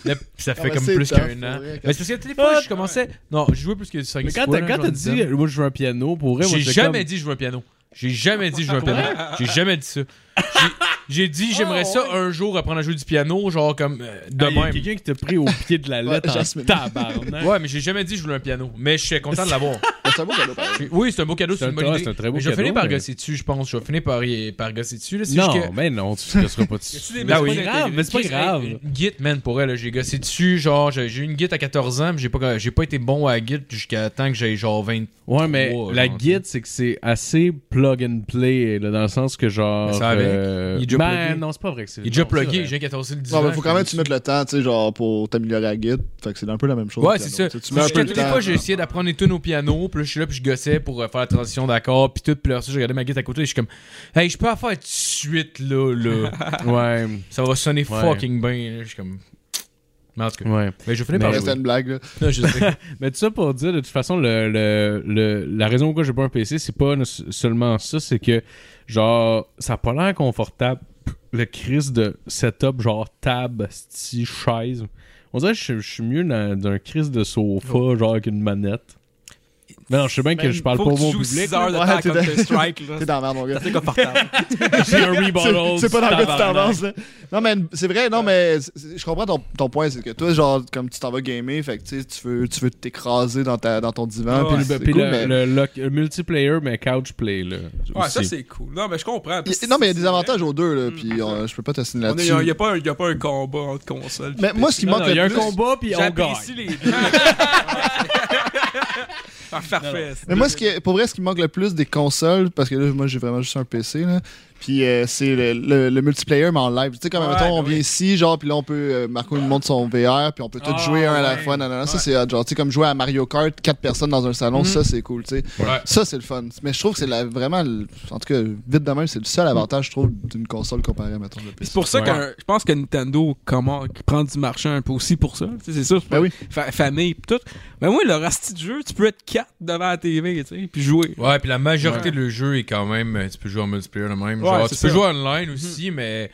C: le- ça fait
D: ben,
C: comme
D: c'est
C: plus
D: tough,
C: qu'un
D: pour
C: an.
D: vrai,
C: Mais
D: quand-
C: c'est parce que des fois,
F: Ah,
C: je commençais. Non, j'ai joué plus que 5-6 fois.
F: Mais quand t'as
C: là,
F: quand
C: genre
F: t'as
C: une
F: dit,
C: dizaine.
F: moi je veux un piano, pour vrai, moi
C: J'ai
F: j'étais
C: jamais
F: comme- Ah,
C: dit je veux un piano. J'ai jamais dit je veux un piano. J'ai jamais dit ça. J'ai- J'ai dit j'aimerais ça un jour apprendre à jouer du piano, genre comme euh, de
F: Ah, il y a
C: même.
F: quelqu'un qui t'a pris au pied de la lettre
D: Ouais,
F: en
D: Jasmine.
F: tabarnak.
C: Ouais, mais j'ai jamais dit je voulais un piano. Mais je suis content de l'avoir.
D: Ben, C'est un beau cadeau, pareil.
C: J'ai- Oui, c'est un beau cadeau,
F: C'est
C: c'est
F: un-
C: une bonne
F: ouais,
C: idée.
F: c'est un très beau
C: mais je vais
F: cadeau,
C: finir par
F: mais-
C: gosser dessus, je pense. Je vais finir par, par gosser dessus. Là, c'est
F: Non,
C: juste que-
F: mais non, tu te seras pas
C: C'est
F: dessus.
C: des
F: Mais c'est
C: messages
F: pas grave,
C: intégrés.
F: mais c'est pas
C: Chris,
F: grave.
C: hey, une Git, man, pour elle, là, j'ai gossé dessus. Genre, j'ai j'ai eu une Git à 14 ans, mais j'ai pas, j'ai pas été bon à Git jusqu'à temps que j'ai genre 20.
F: Ouais, mais
C: Ouais,
F: la
C: genre,
F: guide, c'est que c'est assez plug and play, là, dans le sens que genre.
C: Mais ça avec,
F: euh,
C: il est déjà
F: ben,
C: plugué.
F: non, c'est pas vrai que c'est.
C: Il est déjà
F: non, c'est
C: plugué,
F: vrai.
C: j'ai 14 ans, 19
D: Non,
C: ans.
D: mais faut quand même
C: je-
D: que tu mettes le temps, tu sais, genre, pour t'améliorer à guide. Fait que c'est un peu la même chose.
C: Ouais,
D: que
C: c'est ça.
D: piano, tu sais, Tu mets un
C: Parce
D: peu
C: que
D: le
C: toutes les
D: temps.
C: fois, j'ai essayé d'apprendre les tunes au piano, puis là, je suis là, puis je gossais pour euh, faire la transition d'accord, puis tout, puis là, ça, je regardais ma guitare à côté, et je suis comme, hey, je peux la faire tout de suite, là, là.
F: Ouais,
C: ça va sonner
F: Ouais.
C: fucking bien, là. Je suis comme. Mais en tout cas,
F: ouais.
C: mais je finis par
D: Ouais,
F: Mais-
C: le
D: C'était une blague, là.
C: Non, je sais.
F: Mais tout ça pour dire, de toute façon, le, le, le- la raison pourquoi j'ai pas un PC, c'est pas ne- seulement ça, c'est que, genre, ça a pas l'air confortable, le crise de setup, genre tab, sti, chaise. On dirait que je, je suis mieux dans- d'un crise de sofa, genre, qu'une manette. Mais non, je sais bien que
D: Ben,
F: je parle pas
E: Faut
F: au
E: que tu
F: bon
E: joues
F: public.
E: 6 heures de temps
D: Ouais,
E: à
D: t'es dans-
E: Counter-Strike,
D: T'es
E: là.
D: dans la merde, mon gars.
E: C'est confortable.
F: J'ai un
D: C'est-
F: rebottle.
D: C'est pas dans le cas que tu
F: tabarnak.
D: t'avances, là. Non, mais c'est vrai, non, mais c'est- c'est- je comprends ton, ton point. C'est que toi, genre, comme tu t'en vas gamer, fait que tu sais, tu veux tu veux t'écraser dans, ta- dans ton divan.
E: Ouais,
D: puis
F: Puis
D: c'est
F: le, puis
D: cool,
F: le-
D: mais-
F: le- le- le multiplayer, mais couch play, là.
E: Ouais, ça
F: aussi.
E: c'est cool. Non, mais je comprends.
D: Il- Non, mais il y a des avantages aux deux, là.
F: Mm.
D: Puis on- je peux pas te signer
E: Il n'y a, y
D: là-dessus.
E: a pas un- y a pas un combat entre consoles.
D: Mais moi, ce qui
F: Non, non,
D: manque
F: Il y a
D: le
F: un
D: plus.
F: combat, puis on gagne.
E: J'apprécie les deux. Ah, Parfait.
D: Mais moi, ce qui est- pour vrai, ce qui me manque le plus des consoles, parce que là, moi, j'ai vraiment juste un PC, là. Puis euh, c'est le, le- le multiplayer, mais en live. Tu sais, quand même,
E: Ouais,
D: mettons, on
E: ben
D: vient
E: oui.
D: ici, genre, puis là, on peut. euh, Marco nous montre son VR, puis on peut tous
E: Ah,
D: jouer un à la
E: ouais.
D: fois. nanana. Ça,
E: Ouais.
D: c'est hot. Genre, tu sais, comme jouer à Mario Kart, quatre personnes dans un salon,
C: Mhm.
D: ça, c'est cool, tu sais.
C: Ouais.
D: Ça, c'est le fun. Mais je trouve que c'est la- vraiment. le- En tout cas, vite de même, c'est le seul avantage, je trouve, d'une console comparée à, mettons, le
E: C'est
D: PC.
E: pour ça
F: Ouais.
E: que je pense que Nintendo comment, qui prend du marché un peu aussi pour ça. Tu sais, C'est sûr,
D: Ben oui.
E: fa- famille pis tout. Mais moi, le reste de jeu, tu peux être 4 devant la TV, tu sais, puis jouer.
C: Ouais, puis la majorité
E: Ouais.
C: du jeu est quand même. euh, Tu peux jouer en multiplayer le même.
E: Ouais,
C: genre,
E: c'est
C: tu peux
E: ça.
C: jouer
D: Mhm.
C: online aussi, mais.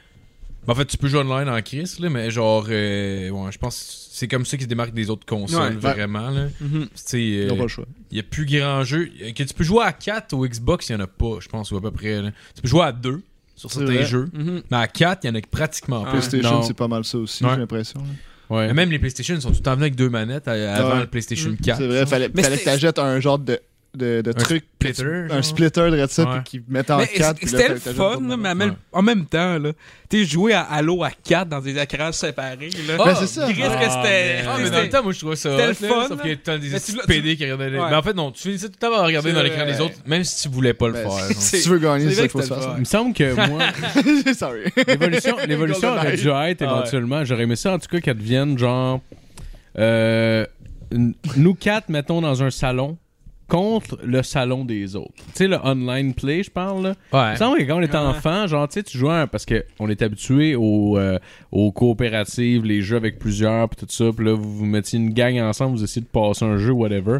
C: ben, en fait, tu peux jouer online en Chris, là, mais genre. euh, ouais, je pense que c'est comme ça qu'ils se démarquent des autres consoles,
E: Ouais.
C: vraiment. là.
E: Mhm.
C: Tu sais, euh,
D: Ils n'ont pas le choix.
C: il y a plus grand jeu. Euh, Que tu peux jouer à 4 au Xbox, il y en a pas, je pense, ou à peu près. là. Tu peux jouer à 2 sur
D: C'est
C: certains
D: vrai.
C: jeux,
E: Mhm.
C: mais à 4, il y en a pratiquement
E: Ah.
C: pas.
D: PlayStation,
F: Non.
D: c'est pas mal ça aussi,
C: Ouais.
D: j'ai l'impression. là.
F: Ouais.
C: Mais Même les PlayStation sont tout en venus avec deux manettes euh, avant
D: Ah, Ouais. Mm,
C: le PlayStation
E: Mhm.
C: 4.
D: C'est vrai, fallait,
E: Mais
D: fallait que
E: c'était-
D: t'achètes un genre de, de, de
C: Un
D: truc. que tu-
C: splitter,
D: Un
C: genre.
D: splitter de ça,
C: Ouais.
D: puis qui mettait en
E: Mais
D: 4.
E: c'est- C'était le fun, là, mais en même- en même temps, là, tu sais, jouer à Halo à 4 dans des écrans séparés, là.
C: Ah,
D: Ben, c'est ça.
E: Chris,
C: Ah,
E: que c'était.
C: Ah, mais dans le
E: c'était-
C: temps, moi, je trouvais ça.
E: c'était
C: hot,
E: le
C: là,
E: fun,
C: Sauf
E: là.
C: qu'il y a tout le temps des
E: Mais tu
C: petits
E: l'as-
C: PD qui regardaient. les-
E: Ouais.
C: Mais en fait, non, tu finissais tout le temps par regarder
E: C'est
C: dans l'écran
E: vrai.
C: des autres, même si tu voulais pas le
D: Ben,
C: faire. genre.
D: Si tu veux gagner,
E: c'est
D: ça,
E: vrai
D: il faut
E: que
D: se faire
E: c'était
D: ça.
F: Il me semble que moi,
D: Sorry.
F: L'évolution, l'évolution aurait dû être
C: Ah ouais.
F: éventuellement. J'aurais aimé ça en tout cas qu'elle devienne genre. euh, n- nous quatre, mettons, dans un salon contre le salon des autres. Tu sais, le online play, je parle. Là. Il me
C: Ouais.
F: semble que quand on était
E: Ah.
F: enfant, genre, tu sais, tu jouais à un- parce que on est habitué aux, euh, aux coopératives, les jeux avec plusieurs, puis tout ça. Puis là, vous vous mettiez une gang ensemble, vous essayez de passer un jeu, whatever.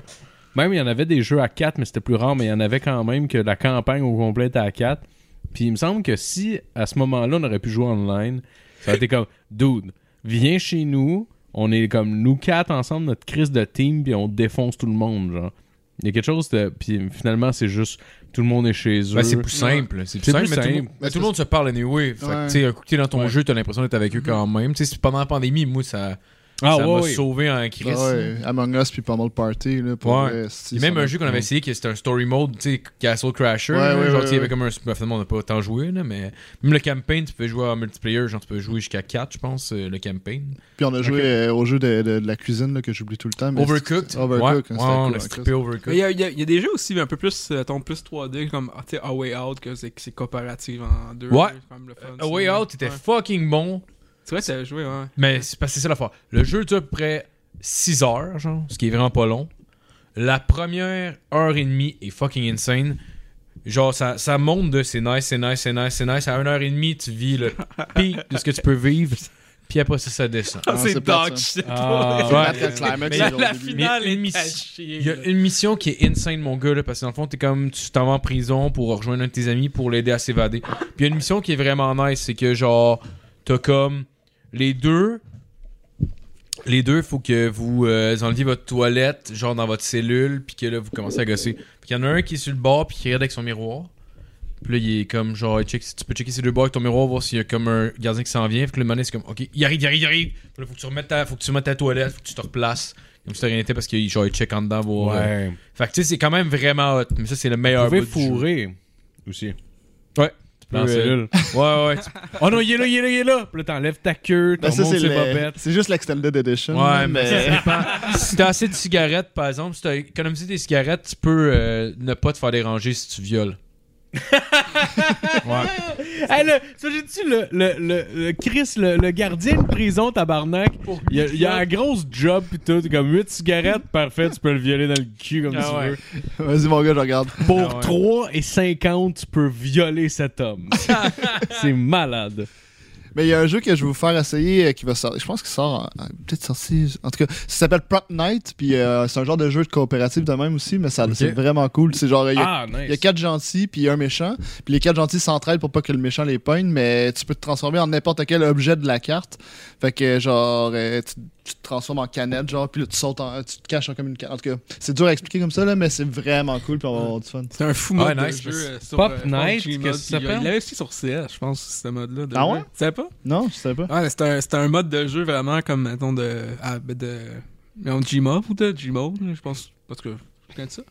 F: Même, il y en avait des jeux à 4, mais c'était plus rare, mais il y en avait quand même que la campagne au complet était à 4. Puis il me semble que si, à ce moment-là, on aurait pu jouer online, ça aurait été comme, dude, viens chez nous, on est comme nous quatre ensemble, notre crise de team, puis on défonce tout le monde, genre. Il y a quelque chose de. Puis finalement, c'est juste tout le monde est chez eux.
C: Ben, c'est plus simple. C'est plus
F: C'est
C: simple,
F: plus
C: mais tout le
F: simple.
C: monde- mais tout le monde se parle anyway. Fait que,
D: Ouais. Mm-hmm.
C: tu sais, un coup que t'es dans ton
F: Ouais.
C: jeu, t'as l'impression d'être avec eux quand même. Tu sais, c'est pendant la pandémie, moi, ça
F: ah,
C: ça m'a
F: ouais, ouais.
C: sauvé en crise.
D: Ah ouais, Among Us puis pas mal party là pour
C: Ouais.
D: vrai, si,
C: Il y
D: ça
C: a même un
D: m'a-
C: jeu qu'on avait essayé qui c'était un story mode, tu sais, Castle Crasher.
D: Ouais,
C: là,
D: ouais,
C: genre,
D: ouais,
C: tu sais, il y avait
D: ouais.
C: comme un. ben, finalement, on n'a pas tant joué, là, mais même le campaign, tu peux jouer en multiplayer, genre, tu peux jouer jusqu'à 4, je pense, euh, le campaign.
D: Puis on a joué euh, au jeu de, de- de la cuisine là, que j'oublie tout le temps. mais
C: Overcooked.
D: c'est- Overcooked,
C: Ouais,
D: hein,
C: ouais,
D: c'était
C: on
D: cool,
C: a
D: hein,
C: strippé
E: Mais il y,
C: Overcooked.
E: a- il y a- il y a des jeux aussi un peu plus, euh, ton plus 3D, comme ah, tu sais, A Way Out, que c'est que c'est coopérative en deux.
C: Ouais.
E: c'est quand même le fun,
C: A Way
E: ça.
C: Out était
E: Ouais.
C: fucking bon,
E: C'est vrai que t'avais joué, ouais.
C: mais c'est parce que c'est ça l'affaire. Le jeu dure à peu près 6 heures, genre, ce qui est vraiment pas long. La première heure et demie est fucking insane. Genre, ça, ça monte de c'est nice, c'est nice, c'est nice, c'est nice. À une heure et demie, tu vis le pic de ce que tu peux vivre, puis après ça, ça descend.
D: Ah, c'est
E: c'est
D: plate,
E: dog
D: ça.
E: shit.
F: Ah,
D: C'est
C: Ouais.
D: plate, le climax,
E: Mais
D: c'est
E: la,
D: genre
E: la
D: au début.
E: finale
C: Mais une
E: est
C: mission-
E: à chier,
C: Il y a
E: là.
C: une mission qui est insane, mon gars, là, parce que dans le fond, t'es comme, tu t'en vas en prison pour rejoindre un de tes amis pour l'aider à s'évader. Puis il y a une mission qui est vraiment nice, c'est que genre, t'as comme les deux. Les deux, faut que vous euh, enleviez votre toilette, genre dans votre cellule, puis que là, vous commencez à gosser. Puis il y en a un qui est sur le bord, puis qui regarde avec son miroir. Puis là, il est comme genre, il check- tu peux checker ces deux bords avec ton miroir, voir s'il y a comme un gardien qui s'en vient. Fait que le mané, c'est comme, ok, il arrive, il arrive, il arrive. Puis là, faut que tu remettes ta, faut que tu remettes ta toilette, faut que tu te replaces. Comme si t'as rien été parce qu'il genre, il check en dedans, voir. euh,
F: Ouais.
C: fait que tu sais, c'est quand même vraiment hot. Mais ça, c'est le
F: Vous
C: meilleur
F: pouvez
C: bout du jeu.
F: fourrer aussi.
C: Ouais.
F: Dans la
C: peux, euh,
F: cellule.
C: Ouais, ouais. tu-
F: oh non, il est là, il est là, il est là. Puis là, t'enlèves ta queue, t'en
D: Ben, ça,
F: montes
D: c'est
F: ses
D: le-
F: bobettes.
D: c'est juste l'extended edition.
C: ouais,
D: là,
C: mais ça dépend. si t'as assez de cigarettes, par exemple, si t'as économisé des cigarettes, tu peux euh, ne pas te faire déranger si tu violes. ouais.
F: Hey, le, ça, j'ai-tu le, le, le, le Chris, le, le gardien de prison, tabarnak? Il y a, il y a un gros job pis tout, comme 8 cigarettes, parfait, tu peux le violer dans le cul comme
C: Ah
F: tu
C: ouais.
F: veux.
D: Vas-y, mon gars, je regarde.
F: Pour
C: Ah ouais.
F: 3 et 50, tu peux violer cet homme. C'est malade.
D: Mais il y a un jeu que je vais vous faire essayer euh, qui va sortir. Je pense qu'il sort. en- en- Peut-être sorti. En tout cas, ça s'appelle Prop Night. Puis euh, c'est un genre de jeu de coopérative de même aussi. Mais ça, c'est vraiment cool. C'est genre. Il y a
F: Ah, nice.
D: Il y a quatre gentils puis un méchant. Puis les quatre gentils s'entraident pour pas que le méchant les poigne, mais tu peux te transformer en n'importe quel objet de la carte. Fait que genre euh, tu, tu te transformes en canette, genre, puis là tu sautes en- tu te caches en comme une canette. En tout cas, c'est dur à expliquer comme ça là, mais c'est vraiment cool puis on va avoir du fun.
E: C'est un fou
C: Ouais,
E: mode
C: nice,
E: de
C: mais
E: jeu
C: c'est
E: euh, sur
F: Pop
E: euh,
F: Night,
E: PUBG
F: qu'est-ce
E: mode,
F: que ça
E: il y a-
F: s'appelle?
E: Il l'avait aussi sur CS, je pense, ce mode-là. de
D: Ah
E: jeu.
D: ouais?
E: Tu savais pas?
D: Non, je savais pas.
E: Ouais, mais c'était un, c'était un mode de jeu vraiment comme, mettons, de. ah, ben, de non, Gmod ou de Gmod, je pense. Parce que. Tu connais ça?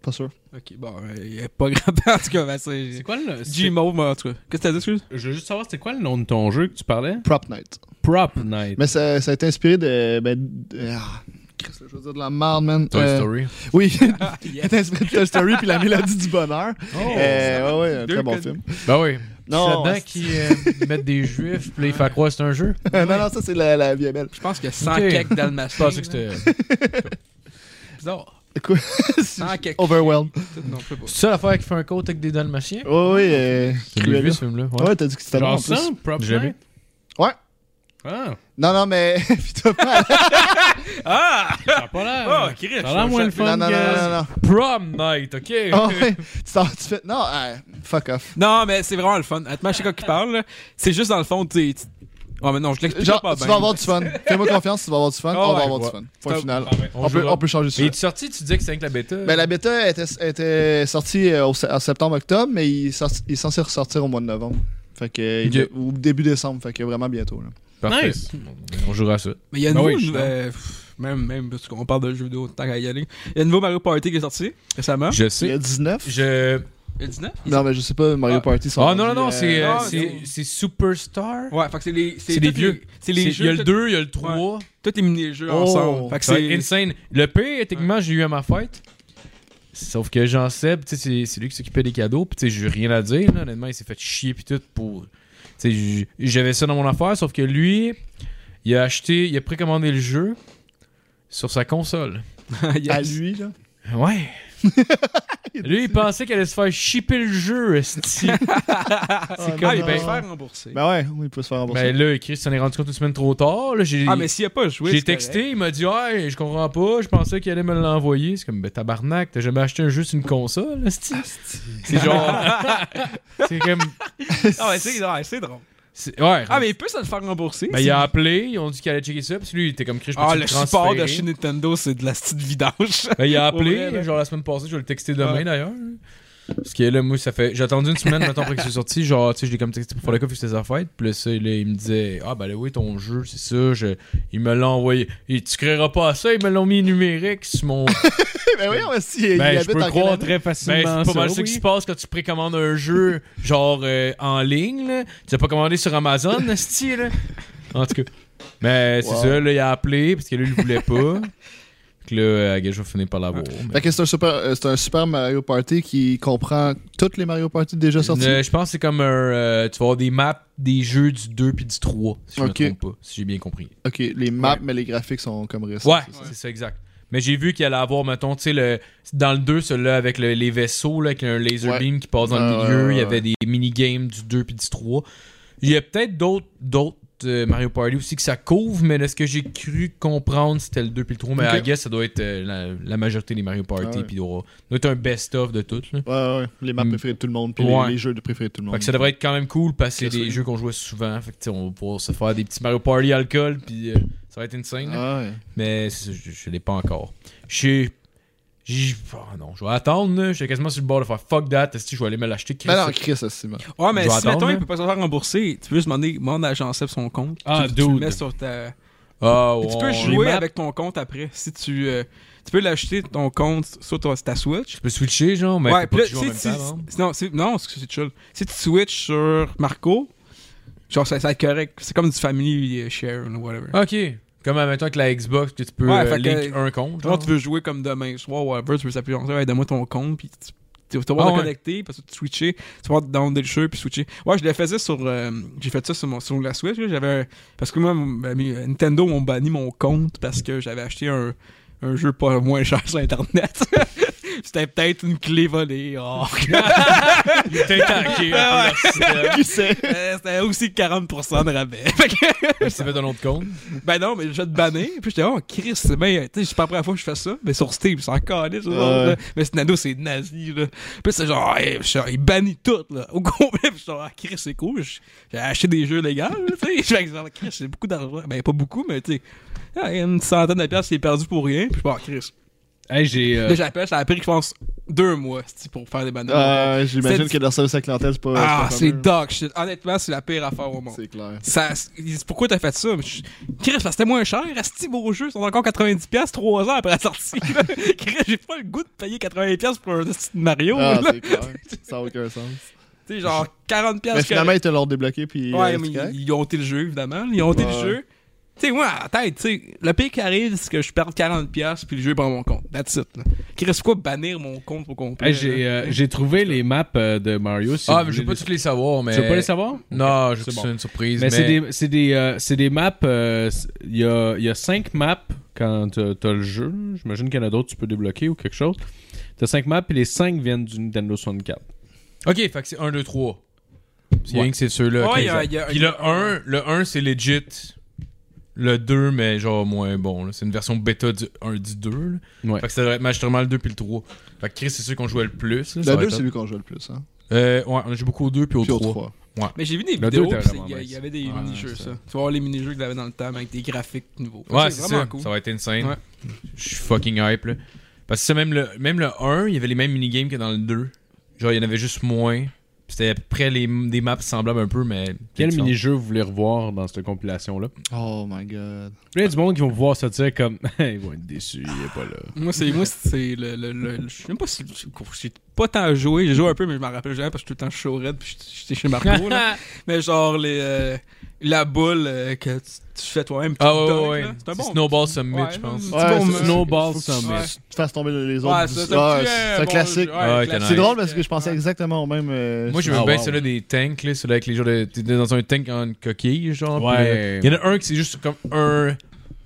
D: Pas sûr.
E: Ok, bon, euh, il n'y a pas grand en tout cas, ben, c'est.
F: C'est quoi le. c'est-
E: Gmod, mais en tout cas. Qu'est-ce que t'as dit, excuse?
F: Je veux juste savoir, c'est quoi le nom de ton jeu que tu parlais?
D: Prop Night.
F: Prop Night.
D: Mais ça, ça a été inspiré de ben de- ah, Christ, je veux dire de la merde, man.
C: Toy
D: Euh,
C: Story.
D: Oui, ça a été inspiré de Toy Story puis la mélodie du bonheur.
C: Oh,
D: Euh, ouais, ouais, un
E: Deux
D: très bon
E: connus.
D: film.
C: Ben oui.
D: Non,
C: c'est
D: ouais,
C: là-dedans qu'ils euh, mettent des juifs, puis là, ils font croire que c'est un jeu.
D: non, non, ça c'est la, la vie est belle.
E: Je pense qu'il y a 100
C: Ok.
E: quelques dans le
C: Je
E: machin.
C: pensais que c'était.
E: bizarre.
D: Quoi?
E: 100
D: Oh.
E: quelques.
D: Overwhelmed.
E: Non, je sais pas.
C: C'est ça l'affaire qui fait un côte avec des dalmatiens?
D: Oh, oui, euh,
C: J'ai
D: Cruella.
C: vu ce film-là. ouais.
D: Ouais, t'as dit que c'était bon en
F: Genre
D: plus.
F: hein? ça, Prop
C: Je l'ai vu.
F: Night?
D: Ouais.
F: Ah,
D: Non, non, mais. Putain, pas-
E: Ah!
F: ça a pas euh. l'air.
E: Oh, Chris,
F: ça a l'air moins le
E: je-
F: fun
D: non, non,
F: que-
D: non, non, non.
C: Prom night, ok?
D: Ah ouais, tu t'en- tu fais. Non, ah, fuck off.
E: Non, mais c'est vraiment le fun. Honnêtement, je sais quoi qu'il parle. là. C'est juste dans le fond, tu sais. tu- Oh, mais non, je l'explique
D: Genre,
E: pas
D: tu
E: bien.
D: vas avoir du fun. Fais-moi confiance, tu vas avoir du fun.
E: Ah
D: on va
E: ouais,
D: avoir
C: ouais.
D: du fun. Point
E: Stop.
D: final.
C: Ah, ben, On
D: On, peut,
C: jouera.
D: on peut changer
C: Mais
D: ça.
C: il est sorti, tu disais que c'est avec la bêta.
D: Ben, la bêta était, était sortie euh, au, se- en septembre-octobre, mais il, est sorti- il est censé ressortir au mois de novembre. Fait que, euh, il-
C: Ok.
D: ou début décembre, fait que vraiment bientôt. Là.
C: Parfait.
F: Nice.
C: On jouera à ça.
E: Mais il y a une
F: Ben oui,
E: nouvelle-
F: je suis
E: euh, pff, même, même, parce qu'on parle de jeux vidéo, tant qu'à y aller. Il y a un nouveau Mario Party qui est sorti récemment.
C: Je
D: Il y
C: sais.
D: a 19
C: Je.
E: Il y a 19?
D: Non, mais je sais pas, Mario
E: Ah.
D: Party sort.
C: Oh non, non, non, c'est euh,
E: non,
C: c'est-
E: non.
C: c'est Superstar.
E: Ouais, fait que c'est les.
C: C'est les
E: tous
C: vieux. C'est-
E: C'est les
C: Il y a le
E: jeux. tout-
C: 2, il y a le 3.
E: Tous les mini-jeux
D: Oh.
E: ensemble. Fait que
C: C'est
E: c'est.
C: insane. Le P, techniquement, j'ai eu à ma fête. Sauf que Jean-Seb, tu sais, c'est- c'est lui qui s'occupait des cadeaux. Puis, tu sais, j'ai eu rien à dire. Là. Honnêtement, il s'est fait chier. Puis tout pour. Tu sais, j- j'avais ça dans mon affaire. Sauf que lui, il a acheté, il a précommandé le jeu sur sa console.
E: Yes.
D: À lui, là.
C: Ouais. lui, il pensait qu'elle allait se faire shipper le jeu, esti.
D: C'est
E: Ah, il
C: non.
E: va se faire rembourser.
D: Ben ouais, oui, il peut se faire rembourser.
C: Ben là, Chris s'en est rendu compte une semaine trop tard. Là, j'ai
E: Ah, mais s'il a pas joué.
C: j'ai
E: c'est correct.
C: texté, il m'a dit Hey, je comprends pas, je pensais qu'il allait me l'envoyer. C'est comme ben tabarnak, t'as jamais acheté un jeu sur une console, esti? Ah, C'est genre. c'est comme.
E: Ah, ouais, c'est ouais, c'est drôle.
C: C'est- Ouais.
E: Ah, mais il peut se le faire rembourser.
C: Ben, il a appelé, ils ont dit qu'il allait checker ça, puis lui, il était comme Chris, je peux
E: Ah,
C: le
E: le support de chez Nintendo, c'est de la petite vidange.
C: Ben, il a appelé,
E: Pour vrai, là.
C: genre la semaine passée, je vais le texter demain
E: Ouais.
C: d'ailleurs. Parce que là, moi, ça fait. J'ai attendu une semaine maintenant après que c'est sorti. Genre, tu sais, je l'ai comme texté pour faire le coffre, c'était sa fête. Puis là, ça, là, il me disait Ah, ben là, oui, ton jeu, c'est ça. je- Il me l'a envoyé. Et tu créeras pas ça, ils me l'ont mis numérique sur mon.
D: ben oui, mais si, il
C: Ben, je
D: habite
C: peux
D: en
C: croire
D: Canada.
F: Très
C: Ben, c'est
F: facilement.
C: pas mal
F: ça,
C: ça qui
F: oui.
C: se passe quand tu précommandes un jeu, genre euh, en ligne. Là. Tu l'as pas commandé sur Amazon, style. En tout cas. Mais c'est
D: Wow.
C: ça, là, il a appelé, parce que là, il le voulait pas. Fait que là, euh, je vais finir par l'avoir. mais-
D: Fait que c'est un, super, euh, c'est un super Mario Party qui comprend toutes les Mario Party déjà sorties.
C: Euh, je pense que c'est comme un. euh, tu vas avoir des maps des jeux du 2 puis du 3, si je
D: Ok.
C: me trompe pas, si j'ai bien compris.
D: Ok, les maps, mais les graphiques sont comme récents.
C: Ouais, c'est ça, exact. Mais j'ai vu qu'il allait avoir, mettons, tu sais, le- dans le 2, celui-là, avec le- les vaisseaux, là, avec un laser
D: Ouais.
C: beam qui passe dans le
D: Ouais,
C: milieu,
D: ouais, ouais,
C: il y
D: ouais.
C: avait des mini-games du 2 puis du 3. Il y a peut-être d'autres d'autres euh, Mario Party aussi que ça couvre, mais de ce que j'ai cru comprendre, c'était le 2 puis le 3. Mais
D: Ok.
C: I guess, ça doit être euh, la, la majorité des Mario Party,
D: Ah ouais.
C: puis il doit, doit être un best-of de toutes. là.
D: Ouais, ouais, les maps
C: Mm.
D: préférées de tout le monde, puis
C: Ouais.
D: les, les jeux de préférés de tout le monde.
C: Fait que ça devrait être quand même cool parce que c'est
D: Qu'est-ce
C: des
D: que-
C: jeux qu'on jouait souvent. Fait que, tu sais, on va pouvoir se faire des petits Mario Party alcool, puis euh, ça va être insane. là.
D: Ah ouais.
C: Mais c'est ça, je, je l'ai pas encore. J'ai. j'ai- ah non, je vais attendre. là. J'étais quasiment sur le bord de faire fuck that. Est-ce que je vais aller me l'acheter? Chris?
D: Mais Ben
E: Ben
D: non, Chris, ça, c'est bon.
E: Ouais, mais
C: Je vais
E: si,
C: attendre,
E: mettons,
C: hein.
E: il peut pas se faire rembourser, tu peux juste demander, demande à Jean-Seb son compte.
F: Ah,
E: tu, tu le
F: dude.
E: mets sur ta.
C: Ah,
E: Et tu
C: ouais,
E: peux
C: ouais.
E: jouer
F: maps.
E: avec ton compte après. Si tu, euh, tu peux l'acheter ton compte sur ta, ta Switch.
C: Je peux switcher, genre, mais faut pas
E: puis là,
C: que tu joues en même
E: si-
C: temps,
E: si-
C: non?
E: non, c'est- non, c'est c'est chill. Si tu switches sur Marco, genre ça, ça va être correct. C'est comme du family euh, share ou whatever.
C: Ok. Comme admettons avec la Xbox, que tu peux
E: Ouais,
C: euh,
E: fait que-
C: link un compte.
E: Genre,
C: genre.
E: tu veux jouer comme demain soir, whatever, tu veux s'appuyer sur ouais, donne-moi ton compte, puis tu- tu tu vas
C: Ah
E: pouvoir
C: ouais.
E: te connecter, parce que tu switcher, tu vas pouvoir downloader le jeu, puis switcher. Ouais, je l'ai fait ça sur. euh, j'ai fait ça sur, mon, sur la Switch, là, j'avais. un- Parce que moi, mon- ben, mes- euh, Nintendo m'ont banni mon compte parce que j'avais acheté un, un jeu pas moins cher sur Internet. C'était peut-être une clé volée. Oh.
C: T'es tanké, un peu, leur
D: Qui sait?
E: Euh, C'était aussi 40% de rabais. Fait que-
C: système. Tu fais ton autre compte.
E: ben non, mais je vais te banner. Puis j'étais, oh, Chris, c'est bien. Tu sais, c'est pas la première fois que je fais ça. Mais sur Steam, c'est encore calé, ça.
D: Ouais.
E: là. Mais c'est Nando, c'est nazi, là. Puis c'est genre, hey, je suis genre, il bannit tout, là. Au complet, puis je suis genre, ah, Chris, c'est cool. Je- J'ai acheté des jeux légaux, là, tu sais. Je fais genre, Chris, c'est beaucoup d'argent. Ben, pas beaucoup, mais tu sais. ah, il y a une centaine de piastres, c'est perdu pour rien. Puis je suis genre, Chris.
F: Hey, j'ai. euh,
E: Là, j'appelle, ça a pris, je pense, deux mois, c'est-tu, pour faire des banners.
D: Ah, J'imagine que
E: C'est-
D: leur service à clientèle, c'est pas.
E: ah,
D: pas
E: c'est
D: fameux.
E: dog shit. Honnêtement, c'est la pire affaire au monde.
D: C'est clair.
E: Ça, c'est- pourquoi t'as fait ça? Mais je- Chris, parce que c'était moins cher. Asti, beau jeu, ils sont encore 90$ 3 ans après la sortie. là. Chris, j'ai pas le goût de payer 80$ pour un asti de Mario.
D: Ah,
E: là.
D: c'est clair. Ça n'a aucun sens.
E: Tu sais, genre 40$.
D: Mais
E: que-
D: finalement, ils te l'ont débloqué, puis.
E: ouais,
D: euh,
E: mais
D: c'est correct.
E: ils, ils ont ôté le jeu, évidemment. Ils ont ôté
D: Ouais.
E: le jeu. Tu sais, moi, à la tête, tu sais, le pire qui arrive, c'est que je perds 40$ puis le jeu est pas dans mon compte. That's it. Là. Chris, pourquoi bannir mon compte pour complet?
F: hey, j'ai
E: là?
F: euh, j'ai trouvé les maps euh, de Mario. si
C: Ah,
F: vous
C: mais je veux
F: voulez
C: pas toutes les savoir, mais.
F: Tu veux pas les savoir?
C: Non, je
F: C'est
C: veux que
F: bon.
C: c'est une surprise.
F: Mais c'est des, c'est des, euh, c'est des maps. euh, c'est- Il y, a, il y a cinq maps quand t'as t'as le jeu. J'imagine qu'il y en a d'autres que tu peux débloquer ou quelque chose. T'as cinq maps et les cinq viennent du Nintendo 64.
C: Ok, fait que c'est 1, 2, 3. C'est
F: Ouais.
C: rien que c'est ceux-là.
E: Ouais,
C: ok.
E: il y a- il y a-
C: Puis le 1, le 1 c'est legit. Le 2, mais genre moins bon. là. C'est une version bêta du 1 du 2. là.
F: Ouais.
C: Fait que ça devrait être majoritairement le 2 puis le 3. Fait que Chris, c'est ceux qu'on jouait le plus. là. Ça
D: Le
C: va
D: 2,
C: être
D: c'est
C: top.
D: lui qu'on joue le plus. Hein.
C: Euh, ouais, on a joué beaucoup au 2 puis au
D: Puis au
C: 3.
D: 3.
E: Mais j'ai vu des
F: Le
E: vidéos,
F: deux était
E: puis c'est-
F: vraiment
E: il y a- il y,
F: nice.
E: avait des
C: Ouais,
E: mini-jeux,
C: c'est
E: ça. Tu vas voir les mini-jeux qu'il avait dans le temps avec des graphiques nouveaux.
C: Ouais, c'est ça.
E: c'est vraiment cool.
C: Ça va être insane.
E: Ouais.
C: Je suis fucking hype. Là. Parce que ça, même le, même le 1, il y avait les mêmes minigames que dans le 2. Genre, il y en avait juste moins. Puis C'était à peu près les, des maps semblables un peu, mais.
F: Quel
C: différentes.
F: mini-jeu vous voulez revoir dans cette compilation-là?
D: Oh my god.
F: Il y a du monde qui vont voir ça, tu sais, comme. Ils vont être déçus, il est pas là.
E: Moi, c'est moi c'est le. le, le, le- je sais même pas si. J'ai pas tant joué. J'ai joué un peu, mais je m'en rappelle jamais parce que je suis tout le temps chaud red puis j'étais- j'étais chez Marco. là. Mais genre, les, euh, la boule euh, que tu, tu fais toi-même. puis
C: Ah
E: tu
C: ouais,
E: dunks,
C: ouais, ouais.
E: là. C'est un
C: C'est
E: bon.
C: Snowball Summit,
E: Ouais,
C: je pense.
E: non,
D: Ouais,
E: bon
D: c'est-
E: mec.
F: Snowball
D: faut que tu-
F: Summit.
E: Ouais.
D: Tu te fasses tomber les autres.
E: Ouais,
D: du-
E: ça, c'est un
D: Ah,
E: petit,
D: c'est
E: euh,
D: c'est un
E: bon
D: classique.
E: jeu.
C: Ouais,
E: classique.
D: C'est
C: nice.
D: drôle parce que je pensais
E: Ouais.
D: exactement au même. euh,
C: Moi,
D: je-
C: j'aimais
F: Ah,
C: bien
F: wow.
C: celui-là des tanks, là, celui avec les genres de. T'es dans un tank en une coquille, genre.
F: Ouais.
C: puis, euh, Il y en a un qui c'est juste comme un,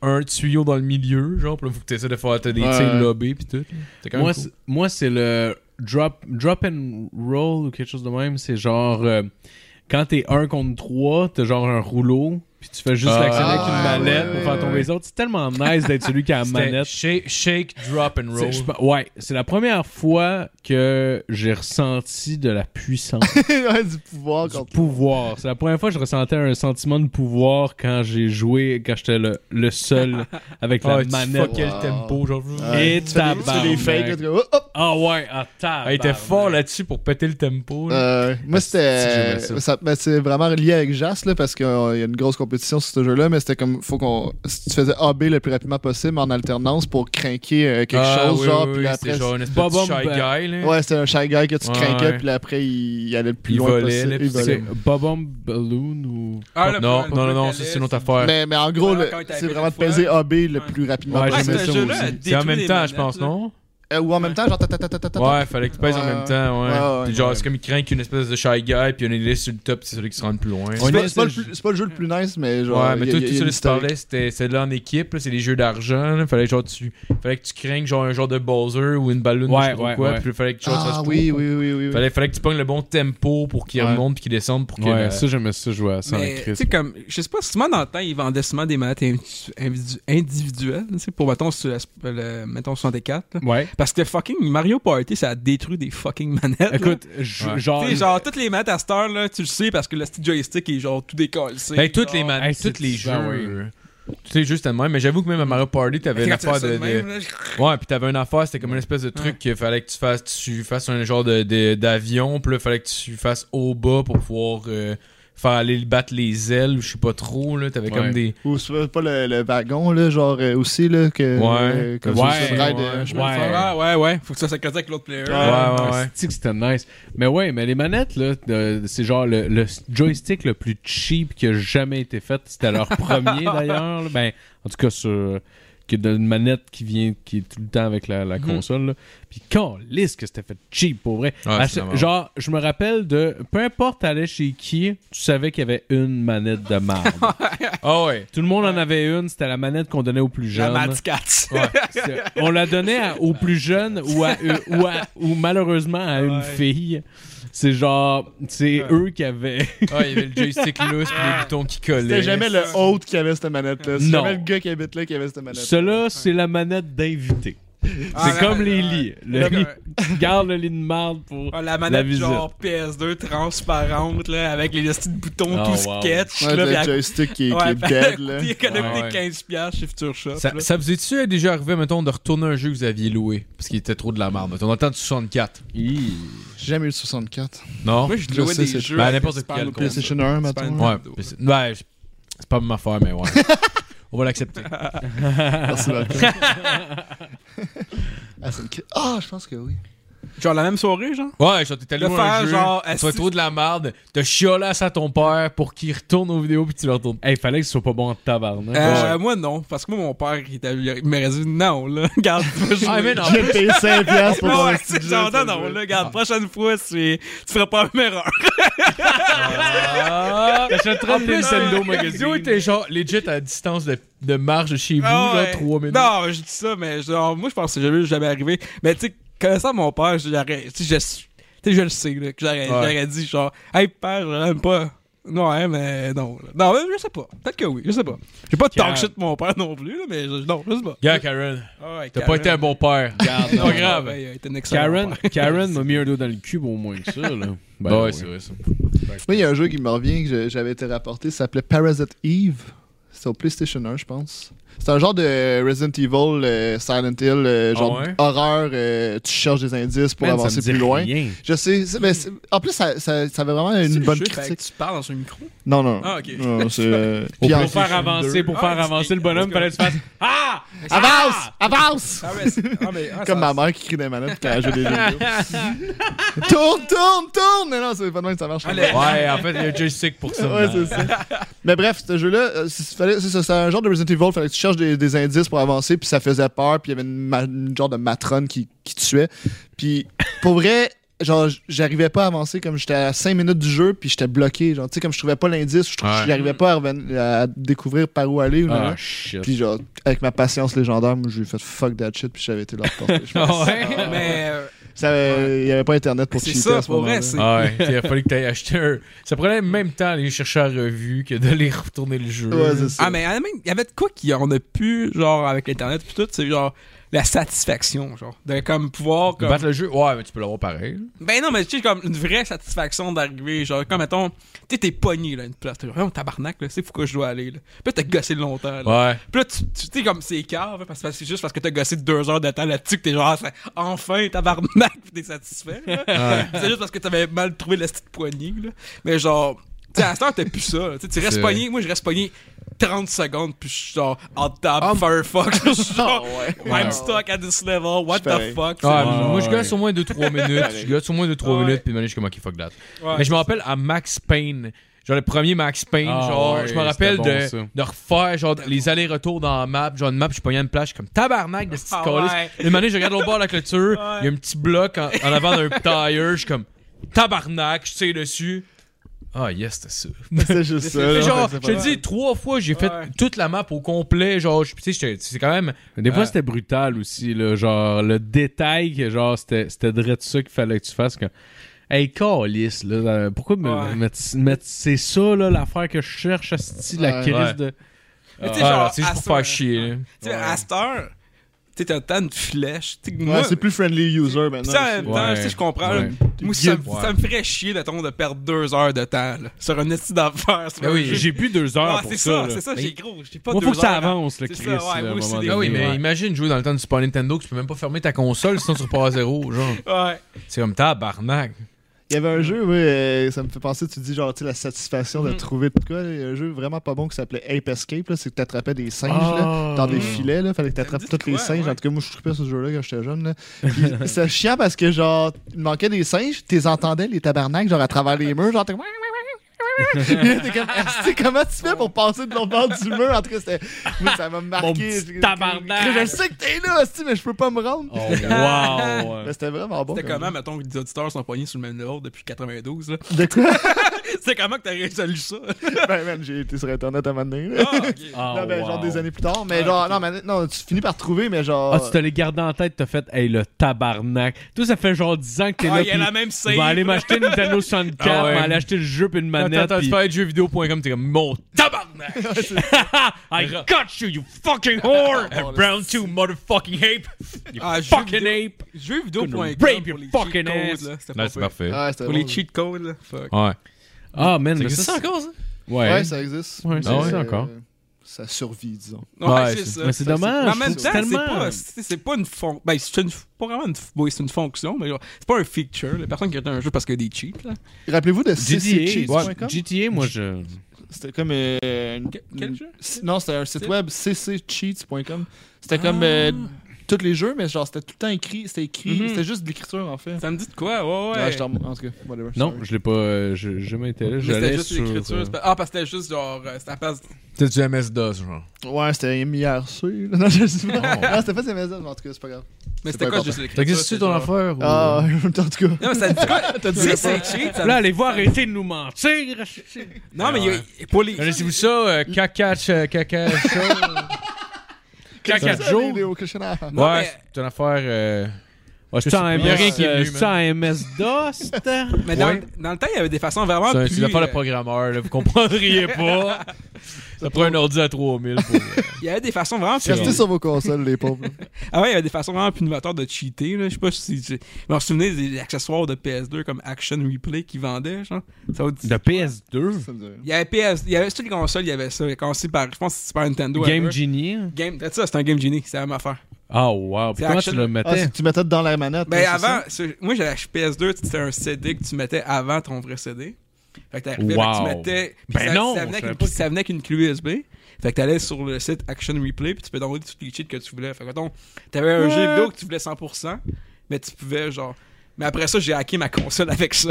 C: un tuyau dans le milieu, genre. Puis là, faut que t'essaies de faire t'as des
D: Ouais.
C: tirs lobés, pis tout. C'est quand même
F: Moi,
C: cool.
F: c'est- moi c'est le drop, drop and roll ou quelque chose de même. C'est genre. euh, quand t'es 1 contre 3, t'as genre un rouleau. Puis tu fais juste
C: Ah,
F: l'actionner avec
D: ouais,
F: une mallette
D: ouais,
F: pour faire
D: ouais,
F: tomber les autres. C'est tellement nice d'être celui qui a la
C: C'était
F: manette.
C: Shake, shake, drop and roll.
F: C'est- je pe- ouais, c'est la première fois que j'ai ressenti de la puissance,
D: Ouais, du pouvoir
F: du
D: contre.
F: pouvoir. C'est la première fois que je ressentais un sentiment de pouvoir quand j'ai joué, quand j'étais le, le seul avec la
C: Ah, tu
F: manette.
C: fuckais le
D: Wow.
C: tempo, genre.
D: Ouais,
F: Et
D: tu fais des- tu fais des fakes, là, tu fais, oh, hop, hop.
F: Ah ouais, ah tabarnak.
C: Ah, il était fort là-dessus pour péter le tempo. là.
D: Euh, moi, c'était.
C: Ah, j'aimais ça.
D: ça- ben, c'est vraiment lié avec Jas, là, parce qu'il y a une grosse compétition sur ce jeu-là, mais c'était comme. Faut qu'on. Si tu faisais AB le plus rapidement possible en alternance pour craquer euh, quelque
C: Ah,
D: chose,
C: oui,
D: genre,
C: oui,
D: puis
C: oui,
D: après.
C: C'est genre une espèce
F: Bob
C: de shy
F: Bomb-
C: guy, là.
D: Ouais, c'était un shy guy que tu
C: Ouais,
D: craquais,
C: ouais.
D: puis là, après, il, il allait le plus
C: Il
D: loin
C: volait,
D: possible.
C: là,
D: Il
C: puis
D: volait.
F: C'est Bobom Balloon ou.
E: Ah, le-
C: Non,
E: le-
C: non, non,
E: le-
C: non,
E: le-
C: ça, c'est une autre affaire.
D: Mais, mais en gros,
E: Ouais,
D: le-
E: quand il t'avait
D: c'est
E: fait
D: vraiment
E: une
D: de
E: fois.
D: peser AB le
E: Ouais.
D: plus rapidement
C: Ouais,
D: possible.
C: j'aimais
E: ce
D: ça
E: jeu-là,
D: aussi.
E: elle
C: C'est en
E: détruit
C: même
E: les
C: temps, je
E: manettes,
C: pense,
E: là.
C: non?
D: Euh, ou en même temps, genre. ta- ta- ta- ta- ta- ta-
C: Ouais, fallait qu'il pèse en
D: Ouais,
C: même temps, ouais.
D: ouais, ouais.
C: Puis genre, c'est
D: Ouais.
C: comme il craint qu'une espèce de shy guy, puis il y en a une liste sur le top, puis c'est celui qui se rend le plus loin.
D: C'est
F: On
D: pas-
F: est-
D: c'est pas le plus- c'est pas le jeu le plus nice, mais genre.
C: ouais, mais
D: il y a-
C: tout,
D: il y a
C: tout
D: une
C: celui qui
D: historique.
C: parlait, c'était c'était de là en équipe, là, c'est des jeux d'argent, là, fallait genre tu fallait que tu craignes genre un genre de Bowser ou une ballonne
F: Ouais,
C: je sais pas
F: ouais,
C: quoi,
F: ouais.
C: puis il fallait que tu fasses
D: Ah
C: tout.
D: oui, oui, oui, oui. oui.
C: Fallait, fallait que tu pognes le bon tempo pour qu'il
F: Ouais.
C: remonte puis qu'il descende pour que
F: Ouais,
C: la-
F: ça j'aimais ça jouer à ça en
E: Mais, tu
F: Christ.
E: sais, comme, je sais pas, souvent dans le temps, ils vendaient souvent des manettes individu- individu- individuelles, tu sais, pour, mettons, sur la- le, mettons 64, là.
F: Ouais.
E: Parce que fucking Mario Party, ça a détruit des fucking manettes.
F: Écoute, je-
C: Ouais.
E: là.
F: genre.
E: Tu sais, genre, toutes les manettes à cette heure, là, tu le sais, parce que le petit joystick est genre tout décollé.
C: Hey, Ben, toutes les
E: Genre,
C: man-
F: Hey,
C: toutes
F: c'est-
C: les
F: ah
C: jeux.
F: ouais.
C: Tu sais, juste tellement. Mais j'avoue que même à Mario Party, t'avais
E: quand
C: une
E: tu fais
C: affaire
E: ça
C: Ben, de.
E: de même,
C: de-
E: là, je-
C: Ouais, puis t'avais une affaire, c'était comme une espèce de truc
E: Ouais.
C: qu'il fallait que tu fasses, tu fasses un genre de- de- d'avion, puis là, fallait que tu fasses au bas pour pouvoir euh, faire aller le- battre les ailes, ou je sais pas trop, là. T'avais
F: Ouais.
C: comme des.
D: Ou c'est pas le, le wagon, là, genre euh, aussi, là, que.
C: Ouais.
D: euh, comme
F: Ouais,
D: sur le ride,
C: ouais,
D: euh, je me
F: ouais.
D: le fais.
E: Ah, ouais, ouais. Faut que ça s'accorde avec l'autre player.
C: Ouais, ouais, ouais.
F: C'est que c'était nice. Mais ouais, mais les manettes, là, de- c'est genre le, le joystick le plus cheap qui a jamais été fait. C'était leur premier d'ailleurs. là. Ben, en tout cas, sur que d'une manette qui vient qui est tout le temps avec la, la
C: Mhm.
F: console là. puis quand lisse que c'était fait cheap pour vrai
C: Ouais,
F: À
C: c'est
F: chaque-
C: vraiment-
F: genre je me rappelle de peu importe t'allais chez qui tu savais qu'il y avait une manette de marde
C: Ah ouais.
F: tout le monde en avait une c'était la manette qu'on donnait aux plus
E: La
F: jeunes
E: Mad Cat.
F: c'est- on la donnait à- aux plus jeunes ou, à, euh, ou, à- ou malheureusement à une
E: Ouais.
F: fille. C'est genre, c'est eux qui avaient.
C: Ah, il y avait le joystick loose pis les boutons qui collaient.
D: C'était jamais le hôte qui avait cette manette-là. C'est
F: Non.
D: jamais le gars qui habite là qui avait cette manette.
F: Cela, c'est la manette d'invité.
E: Ah,
F: c'est
E: la-
F: comme les
E: la-
F: lits. Le
E: Comme-
F: lit, tu gardes le lit de marde pour.
E: Ah,
F: Ouais,
E: la
F: La
E: manette
F: visite.
E: genre PS2 transparente là, avec les petits boutons
C: Ah,
F: Oh,
E: tout
F: wow.
E: sketch
D: Ouais,
E: là,
D: le
E: puis à-
D: joystick qui, est- qui
E: ouais,
D: est
E: puis à
D: dead,
E: côté,
D: là.
E: il a
C: Ouais.
E: connecté 15 piastres chez Future Shop.
C: Ça,
E: là.
C: ça vous est-tu déjà arrivé, mettons, de retourner un jeu que vous aviez loué Parce qu'il était trop de la marde. Mettons, on entend du 64.
D: J'ai jamais eu le 64.
C: Non
E: Moi, je
D: Je
E: louais
D: sais,
E: des
D: c'est-
E: jeux
C: ben,
E: avec
C: n'importe
E: le
C: quel
E: Super Nintendo.
D: PlayStation 1, maintenant.
E: pas
C: Ouais, mais c'est ouais, je- c'est pas ma affaire, mais ouais. on va l'accepter.
D: Merci, Marco. Ah, c'est une cri- Ah, je pense que oui.
E: Genre la même soirée, genre?
C: Ouais, genre, t'es allé
E: De
C: louer un
E: faire
C: jeu.
E: genre,
C: tu
E: est-ce
C: fais
E: que-
C: trop de la marde. T'as chiolasse à ton père pour qu'il retourne aux vidéos puis tu le retournes.
F: Hey, fallait que ce soit pas bon en tabarnak.
E: Euh, Moi, non. Parce que moi, mon père, il, était- il m'aurait dit non, là. Garde,
C: Ah, mais non.
D: J'ai payé 5 piastres pour
E: Ah, Ouais,
D: avoir un petit
E: c'est
D: jeu,
E: genre,
D: ça,
E: non, non,
D: je-
E: là, regarde, prochaine fois, c'est- tu feras pas la même erreur.
C: Ah,
F: J'achèterais le Nintendo
C: vidéo
F: Magazine.
C: était genre legit à distance de, de marche de chez vous,
E: Ah ouais.
C: genre 3 minutes.
E: Non, je dis ça, mais genre, moi, je pense que jamais, jamais arrivé. Mais tu sais, connaissant mon père, j'aurais, tu sais, je, tu sais, je le sais, là, que j'aurais,
C: Ouais.
E: j'aurais dit genre, hey, père, je l'aime pas. Non, hein, mais non. là. Non, mais je sais pas. Peut-être que oui, je sais pas. J'ai pas de
F: Calme.
E: talk shit de mon père non plus, là, mais je, non, je sais pas.
C: Gars, Karen,
E: Ah ouais,
C: t'as
E: Karen.
C: pas été un bon père.
E: Regarde,
C: Pas
E: non,
C: grave.
E: ouais, il a été un excellent
F: Karen,
E: père.
F: Karen m'a mis un dos dans le cube au moins que ça, là. Ben,
C: Bah
F: ouais.
C: ouais, c'est vrai ça.
D: Moi, il y a un jeu qui me revient que je- j'avais été rapporté, ça s'appelait Parasite Eve. C'était au PlayStation 1, je pense. C'est un genre de Resident Evil, euh, Silent Hill, euh,
C: Ah
D: genre
C: ouais?
D: horreur, euh, tu cherches des indices pour
F: Man, ça
D: avancer
F: me dit
D: plus loin.
F: rien.
D: Je sais, c'est- mais c'est- en plus, ça, ça- ça avait vraiment
E: C'est
D: une
E: le
D: bonne
E: jeu, fait
D: critique.
E: que tu parles dans un micro.
D: Non, non.
E: Ah, ok.
D: Non, c'est, euh,
F: Pour,
D: puis en-
F: faire avancer, pour
E: Ah,
F: faire
E: c'est-
F: avancer le bonhomme,
E: parce
F: fallait
E: que-
F: que tu fasses Ah!
D: Avance! Avance!
E: Ah, mais, c'est- ah, mais, ah,
D: Comme
E: ça-
D: ma mère qui crie des manettes quand elle joue des vidéos. tourne, tourne, tourne! Non, non, c'est pas de même que ça marche.
E: Allez.
C: Ouais, en fait, il y a un joystick pour ça.
D: Ouais,
C: man.
D: c'est ça. Mais bref, ce jeu-là, euh, c'est fallait- c'est ça, c'est un genre de Resident Evil. Fallait que tu cherches des, des indices pour avancer, puis ça faisait peur, puis il y avait une, ma- une genre de matrone qui, qui tuait. Puis pour vrai, genre, j- j'arrivais pas à avancer comme j'étais à 5 minutes du jeu, puis j'étais bloqué. Genre, tu sais, comme je trouvais pas l'indice, je trou-
C: Ouais.
D: j'arrivais pas à, reven- à découvrir par où aller. ou non,
F: Ah,
D: non.
F: shit.
D: Puis genre, avec ma patience légendaire, moi, j'ai fait fuck that shit, puis j'avais été là.
C: Ah ouais.
E: Mais euh,
D: Ça, euh, Il n'y avait pas Internet pour
E: C'est
D: cheater
E: ça,
D: à ce
E: pour vrai,
D: moment-là.
E: c'est-
C: Ah ouais, il a fallu que tu acheté un. Ça prenait même temps à aller chercher à revue que d'aller retourner le jeu.
D: Ouais, c'est ça.
E: Ah, mais en même, il y avait de quoi qu'on a pu, genre, avec l'Internet pis tout, c'est genre la satisfaction, genre, de comme pouvoir. Comme...
C: Battre le jeu, ouais, mais tu peux l'avoir pareil.
E: Ben non, mais tu sais, comme une vraie satisfaction d'arriver, genre, comme mettons, tu sais, t'es pogné, là, une place. T'es genre, Voyons, tabarnak, là, c'est pourquoi je dois aller, là. Puis là, t'as gossé longtemps, là.
C: Ouais.
E: Puis là, tu tu- tu sais, comme c'est cave, hein, parce que c'est juste parce que t'as gossé deux heures de temps là-dessus que t'es genre, Ah, ça- enfin, tabarnak, pis t'es satisfait, là. C'est juste parce que t'avais mal trouvé la petite poignée, là. Mais genre, tu sais, à cette heure, t'as plus ça, là. Tu sais, tu restes
C: C'est-
E: pogné, moi, je reste pogné 30 secondes, puis je suis genre, en table,
C: Ah,
E: Firefox, je suis genre, I'm stuck at this level, what
D: Je suis
E: the
D: pareil.
E: fuck, c'est
C: Ah,
E: genre-
C: moi, je gosse au moins 2-3 minutes. Je gosse au moins 2-3
E: Ouais.
C: minutes, puis maintenant, je suis comme, ok, fuck that.
E: Ouais.
C: Mais je me rappelle à Max Payne. Genre le premier Max Payne,
F: Ah
C: genre,
F: ouais,
C: je me rappelle
F: c'était bon,
C: de,
F: ça.
C: de refaire genre les allers-retours dans la map, genre une map, je pognais une plage, je suis comme tabarnak de cette
E: Ah
C: calice.
E: ouais.
C: Une manière, je regarde au bord de la clôture, il y a un petit bloc en, en avant d'un tire, je suis comme tabarnak, je tire dessus. Ah yes, c'était ça.
D: C'est juste ça.
C: Mais
D: là.
C: genre,
D: C'est
C: je
D: pas-
C: te dis, trois fois, j'ai fait
E: Ouais.
C: toute la map au complet. Genre, je- tu sais, j'étais- c'est quand même.
F: Mais Des fois,
C: Euh,
F: c'était brutal aussi, là, genre le détail que genre c'était c'était de ça qu'il fallait que tu fasses. Que... Hey, calisse, là, euh, pourquoi me-
E: Ouais.
F: mettre- mettre- c'est ça là l'affaire que je cherche à la
D: Ouais.
F: crise
C: Ouais.
F: de
E: Mais tu sais,
C: ah,
E: genre,
C: c'est juste
E: à
C: pour
E: ce-
C: faire chier. là.
E: Tu sais, à cette heure, tu sais, t'as le temps de flèche. Tu sais,
D: Ouais,
E: moi,
D: c'est plus friendly user
E: Pis
D: maintenant.
E: ça, en même
F: Ouais.
E: temps, tu sais, je comprends. là.
F: Ouais.
E: Moi, ça, me-
C: Ouais.
E: ça me ferait chier, mettons, de perdre deux heures de temps là, sur un outil d'affaires. sur
C: Ben
E: un
C: oui,
E: jeu.
C: j'ai
F: J'ai plus deux heures
E: Ah,
F: pour
E: c'est
F: ça.
E: ça,
F: là.
E: c'est ça,
F: Mais-
E: j'ai gros. J'ai pas
F: Moi,
E: deux
F: faut que ça
E: heures à-
F: avance, le
E: C'est
F: Chris.
E: ça, ouais,
F: là, à
E: moi
F: un
E: aussi,
F: moment
E: des
F: donné.
C: Ah oui, mais
F: Ouais.
C: imagine jouer dans le temps du Super Nintendo que tu peux même pas fermer ta console sinon tu repars à zéro. Genre,
E: Ouais.
C: c'est comme tabarnak.
D: Il y avait un jeu, oui, euh, ça me fait penser, tu dis genre, tu sais, la satisfaction de trouver de quoi. là. Il y a un jeu vraiment pas bon qui s'appelait Ape Escape, là, c'est que t'attrapais des singes
F: Ah.
D: là, dans des
E: Mm.
D: filets, là, fallait que t'attrapes
E: dit
D: tous les
E: quoi,
D: singes.
E: ouais.
D: En tout cas, moi, je trippais sur ce jeu-là quand j'étais jeune. Là. Puis c'était chiant parce que genre, il manquait des singes, tu les entendais, les tabernacles, genre à travers les murs, genre t'es comme. Puis là, t'es comme, Asti, comment tu fais pour passer de l'autre bord du mur? En tout cas, c'était- moi, ça m'a marqué.
F: petit tabarnak.
D: Je le sais que t'es là, Asti, mais je peux pas me rendre.
F: Oh, wow!
D: Mais c'était vraiment bon.
E: C'était
D: comme
E: comment, mettons, que les auditeurs sont poignés sur le même niveau depuis 92. là?
D: jeu. De quoi?
E: C'est comment que t'as résolu ça?
D: ben, man, j'ai été sur Internet à un moment donné. là.
E: Ah, ok.
F: Ah,
D: non, ben,
F: wow.
D: genre des années plus tard. Mais
E: Ah,
D: genre,
E: ok.
D: non, mais, non, tu finis par trouver, mais genre.
F: Ah, tu te les gardé en tête, t'as fait, hey, le tabarnak. Toi, ça fait genre 10 ans que t'es
E: Ah,
F: là.
E: il y a
F: puis
E: la même
F: Je
E: scène.
F: vais aller m'acheter une Nintendo 64,
C: Ah ouais.
F: je vais aller acheter le jeu puis une manette.
C: Attends, attends,
F: puis-
C: tu fais jeuxvideo.com, t'es comme mon tabarnak.
F: I got you, you fucking whore!
E: bon,
F: Brown 2, motherfucking ape! You
E: Ah, jeu
F: fucking
E: vidéo-
F: ape!
E: Jeuxvidéo.com pour les
F: Couldn't rape your
E: cheat
F: fucking
E: codes,
F: ass.
E: là, c'était
C: Là,
E: pas
C: c'est
E: pire.
C: parfait.
D: Ouais, c'était
E: Pour
D: bon,
E: les
D: ça.
E: cheat codes, là. Fuck.
C: Ouais.
F: Ah, man, mais
C: existe
F: ça, c'est-
C: encore ça?
F: Ouais.
D: Ouais, ça existe.
F: Ouais,
D: Mais,
F: ça existe
D: euh,
F: encore.
D: Ça survit, disons.
E: Ouais, c'est
C: c'est-
E: ça.
F: Mais
D: Ça, c'est-
F: c'est
E: Mais
F: dommage.
E: en même
F: Ah, je
E: temps,
F: trouve.
E: c'est pas, c'est c'est pas une fonction. Ben, c'est une, pas vraiment une, oui, c'est une fonction, mais genre, c'est pas un feature. La personne qui a un jeu parce qu'il y a des cheats, là.
D: Rappelez-vous de
F: GTA, ouais.
D: cccheats.com
F: GTA, moi, je...
D: C'était comme. euh, une-
E: Que- quel jeu?
D: C- Non, c'était un site
E: C'est-
D: web, cccheats.com. C'était
E: Ah.
D: comme. euh, tous les jeux, mais genre, c'était tout le temps écrit. C'était écrit.
E: Mhm.
D: C'était juste de l'écriture, en fait.
E: Ça me dit de quoi? Ouais, ouais.
D: Ouais, je t'en- en tout cas, whatever.
F: Non,
D: sorry.
F: je l'ai pas... euh, je- J'ai jamais été là.
E: Mais c'était
F: J'allais
E: juste
F: sur...
E: l'écriture.
F: euh,
E: c'est pas- Ah, parce que c'était juste genre. euh, C'était à place.
C: C'est du MS-DOS, genre.
D: Ouais, c'était MIRC. là. Non, je sais pas. Non, c'était pas CMS, mais en tout cas, c'est pas grave.
E: Mais
D: C'est
E: c'était
D: pas
E: quoi
D: important.
E: juste l'écriture?
C: T'as qu'est-ce que
E: c'est
C: tu ton
E: genre-
C: affaire? ou-
D: Ah, en tout cas.
E: Non, mais ça me dit quoi? T'as dit c'est cheat? ça me-
F: Là, allez-vous arrêter de nous mentir?
E: Non, mais il y a- pour les.
C: Connaissez-vous ça? euh, Caca, ch- caca, show? Caca
D: C'est ça, les-
C: Joe?
D: les- au questionnaire.
E: Non,
C: Ouais,
E: mais-
C: c'est une affaire. euh,
F: Ah, je suis en
C: Il y a rien
F: MS...
C: qui est
F: euh,
C: venu,
F: Je suis en MS-DOS?
E: Mais dans,
C: Ouais.
E: dans le temps, il y avait des façons vraiment
C: C'est un-
E: plus.
C: c'est une affaire de
E: euh,
C: programmeur, là, vous comprendriez pas. Ça prend un ordi à 3000 pour.
E: il y avait des façons vraiment plus.
D: Restez sur vos consoles, les pauvres.
E: Ah ouais, il y avait des façons vraiment plus novateurs de cheater. Là. Je sais pas si. Je me souvenez des accessoires de PS2 comme Action Replay qui vendaient, genre. Ça vous dit-
F: De PS2?
D: Ça me dit rien.
E: Il y avait PS, il y avait sur les consoles, il y avait ça. Il a commencé par, je pense, que c'est Super Nintendo.
F: Game
E: ever.
F: Genie? hein?
E: Game, c'est ça, c'est un Game Genie, c'est la même affaire.
F: Ah, wow.
E: C'est
F: Puis comment
E: action-
F: tu le
D: Ah,
F: mettais?
D: c'est que tu mettais dans la manette.
E: Ben
D: là, c'est
E: avant, sur- moi j'avais acheté PS2, c'était un CD que tu mettais avant ton vrai CD. Fait que t'arrivais,
F: Wow.
E: fait que tu mettais. puis
F: Ben
E: ça,
F: non,
E: ça venait,
F: je savais
E: avec
F: pas
E: une,
F: que-
E: ça venait avec une clé USB. Fait que t'allais sur le site Action Replay, puis tu peux downloader tous les cheats que tu voulais. Fait que mettons, t'avais un jeu vidéo que tu voulais 100%, mais tu pouvais genre. Mais après ça, j'ai hacké ma console avec ça.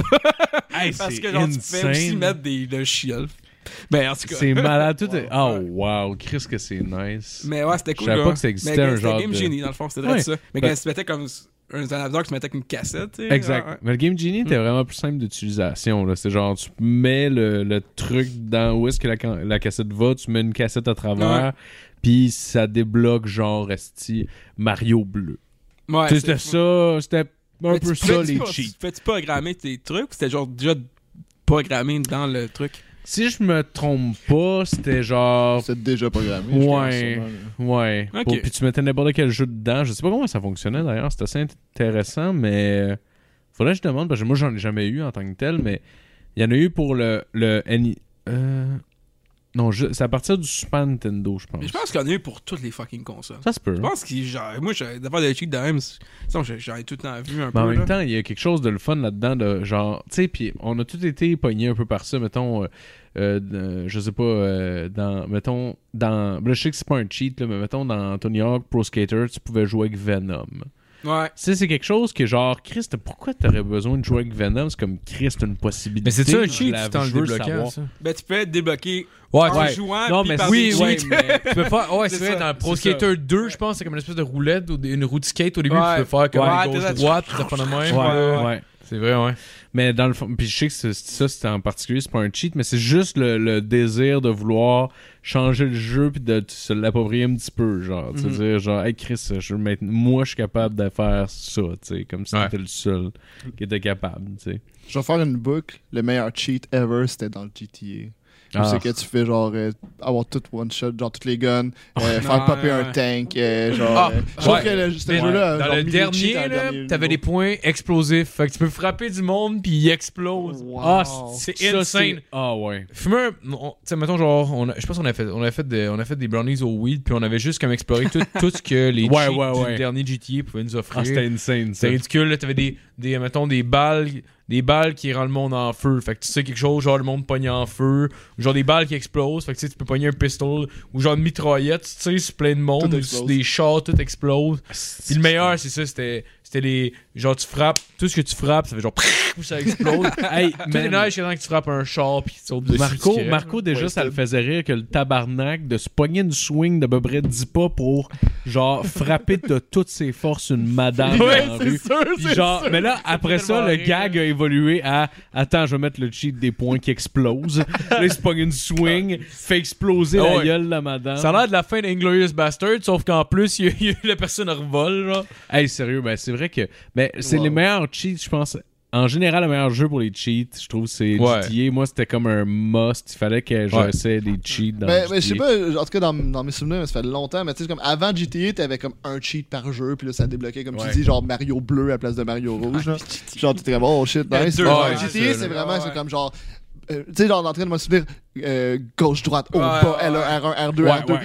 F: Hey,
E: Parce
F: c'est
E: que genre, tu pouvais aussi
F: insane.
E: mettre des, le chiol. Ben en tout cas.
F: C'est malade. Tout est- Oh, wow. Chris, que c'est nice.
E: Mais ouais, c'était cool.
F: Je savais
E: là.
F: pas que ça existait,
E: Mais
F: un
E: c'était
F: genre
E: Game
F: de-
E: Genie, dans le fond, c'était vrai
F: Ouais.
E: ça. Mais
F: Ben-
E: quand tu mettais comme un adaptateur que tu mettais avec une cassette, tu sais,
F: Exact.
E: ouais, Hmm. ouais.
F: Mais le Game Genie était vraiment plus simple d'utilisation. là. C'est genre, tu mets le, le truc dans où est-ce que la, can- la cassette va, tu mets une cassette à travers, puis ça débloque genre esti Mario bleu.
E: Ouais,
F: Tu sais,
E: Ben, c'est-
F: c'était ça, c'était un
E: Mais
F: peu
E: tu
F: ça,
E: fais-tu
F: les
E: pas-
F: cheats.
E: Fais-tu programmer tes trucs ou c'était genre déjà programmé dans le truc?
F: Si je me trompe pas, c'était genre.
D: C'est déjà programmé. je pense,
F: Ouais.
D: sûrement, là.
F: Ouais.
E: Ok.
F: Pour- puis tu mettais n'importe quel jeu dedans. Je sais pas comment ça fonctionnait d'ailleurs. C'était assez intéressant, mais. euh, Faudrait que je demande, parce que moi j'en ai jamais eu en tant que tel, mais il y en a eu pour le. le N- euh, Non, je- c'est à partir du Super Nintendo, je pense.
E: Mais je pense qu'il y en a eu pour toutes les fucking consoles.
F: Ça se peut.
E: Je pense que genre, moi, j'ai- d'avoir des cheats de même, c'est- sinon, j'ai- j'en ai tout le temps vu un
F: Mais Ben, en
E: peu.
F: même
E: là.
F: temps, il y a quelque chose de le fun là-dedans, de genre, tu sais, puis on a tous été pognés un peu par ça, mettons, euh, euh, euh, je sais pas, euh, dans, mettons, dans, ben, je sais que c'est pas un cheat, là, mais mettons, dans Tony Hawk Pro Skater, tu pouvais jouer avec Venom. Tu
E: Ouais.
F: sais, c'est quelque chose que genre, Chris, t'as- pourquoi t'aurais besoin de jouer avec Venom? C'est comme, Chris, t'as une possibilité.
C: Mais c'est-tu un
F: je
C: cheat
F: la-
C: si t'en
F: je
C: le
F: veux
C: débloquant,
F: savoir.
C: ça?
E: Ben, tu peux être débloqué
C: Ouais,
E: en
C: ouais.
E: jouant.
F: Non,
E: puis
F: mais
E: par
C: oui,
E: des
C: oui,
E: cheats. euh,
F: mais-
C: tu peux faire. Ouais,
E: C'est
C: c'est vrai,
E: ça,
C: dans Pro
F: c'est
C: Skater 2, je pense, c'est comme une espèce de roulette, ou des- une roue de skate au début, puis tu peux faire comme
E: Ouais,
C: une
E: t'es là, tu-
C: gauche-droite, ça de même.
E: Ouais, ouais.
F: ouais.
C: C'est vrai, ouais.
F: Mais dans le fond, puis je sais que c'est- ça, c'était en particulier, c'est pas un cheat, mais c'est juste le, le désir de vouloir changer le jeu puis de se l'approprier un petit peu, genre. Tu
E: Mhm.
F: dire, genre, hey Chris, je, veux maintenant- moi, je suis capable de faire ça, tu sais, comme si
C: Ouais.
F: t'étais le seul qui était capable, tu sais.
D: Je vais faire une boucle. Le meilleur cheat ever, c'était dans le GTA.
F: Ah.
D: C'est que tu fais genre euh, avoir tout one shot, genre toutes les guns, euh,
E: non,
D: faire popper
E: ouais,
D: un
E: ouais.
D: tank, euh, genre.
C: Ah,
D: euh, je trouve
C: ouais.
D: que le, ce
C: Mais
D: jeu-là.
C: dans
D: genre,
C: le
D: mis des
C: dernier,
D: cheats à
C: là,
D: dernier
C: t'avais des
D: niveau.
C: points explosifs. Fait que tu peux frapper du monde, puis il explose.
D: Wow.
C: Ah, c'est
F: Ça,
C: insane.
F: c'est- Ah ouais.
C: Fumer, on- tu sais, mettons, genre, on a- je pense qu'on a fait, on a fait, des- on a fait des brownies au weed, puis on avait juste comme exploré tout, tout ce que les
F: Ouais,
C: cheats
F: ouais,
C: du
F: ouais.
C: dernier GTA pouvaient nous offrir.
F: Ah, c'était insane, ça.
C: C'est ridicule, là, t'avais des, des, mettons, des balles, des balles qui rendent le monde en feu. Fait que tu sais quelque chose, genre le monde pogne en feu, ou genre des balles qui explosent, fait que tu sais, tu peux pogner un pistol, ou genre une mitraillette, tu sais, sur plein de monde,
D: Tout
C: ou
D: explose.
C: sur des chars, tout explose. Puis
F: C'est
C: le meilleur, c'est ça, c'était, c'était les, genre tu frappes, tout ce que tu frappes, ça fait genre, prrrr, ou ça explose.
F: Hey,
C: Tout est
F: man.
C: neige quand tu frappes un char, puis tu sautes dessus.
F: Marco,
C: tu
F: Marco, déjà,
D: Ouais,
F: ça le
D: c'était-
F: faisait rire que le tabarnak de se pogner une swing de à peu près 10 pas pour, genre, frapper de toutes ses forces une madame
C: Ouais,
F: dans la
C: c'est
F: rue.
C: sûr,
F: Puis
C: c'est
F: genre,
C: sûr.
F: mais là, après ça,
C: tellement
F: le
C: rire.
F: gag a évolué à Attends, je vais mettre le cheat des points qui explosent. là, il se pogne une swing, fait exploser
C: Ah
F: la
C: ouais.
F: gueule, la madame.
C: Ça a l'air de la fin d'Inglorious Bastard, sauf qu'en plus, il y a- il y a eu la personne revole, genre.
F: Hey, sérieux, ben, c'est vrai que. Mais c'est
D: Wow.
F: les meilleurs cheats, je pense. En général, le meilleur jeu pour les cheats, je trouve, c'est
C: Ouais.
F: GTA. Moi, c'était comme un must. Il fallait que
C: Ouais.
F: j'essaie des cheats dans
D: Mais, Ben,
F: GTA.
D: mais je sais pas, en tout cas dans, dans mes souvenirs, mais ça fait longtemps, mais tu sais, comme avant GTA, t'avais comme un cheat par jeu, puis là ça débloquait, comme
F: Ouais.
D: tu dis, genre Mario bleu à la place de Mario rouge. là. genre t'étais comme, oh shit,
E: Il y a
D: nice.
E: deux
D: Genre,
C: ouais,
D: GTA,
C: c'est
D: c'est
E: ça, là.
D: vraiment,
E: Ouais.
D: c'est comme genre. euh, tu sais, genre, en train de me souvenir, euh, gauche, droite, haut,
E: Ouais,
D: bas,
E: ouais,
D: L1, R1, R2,
F: Ouais,
D: R2.
F: ouais.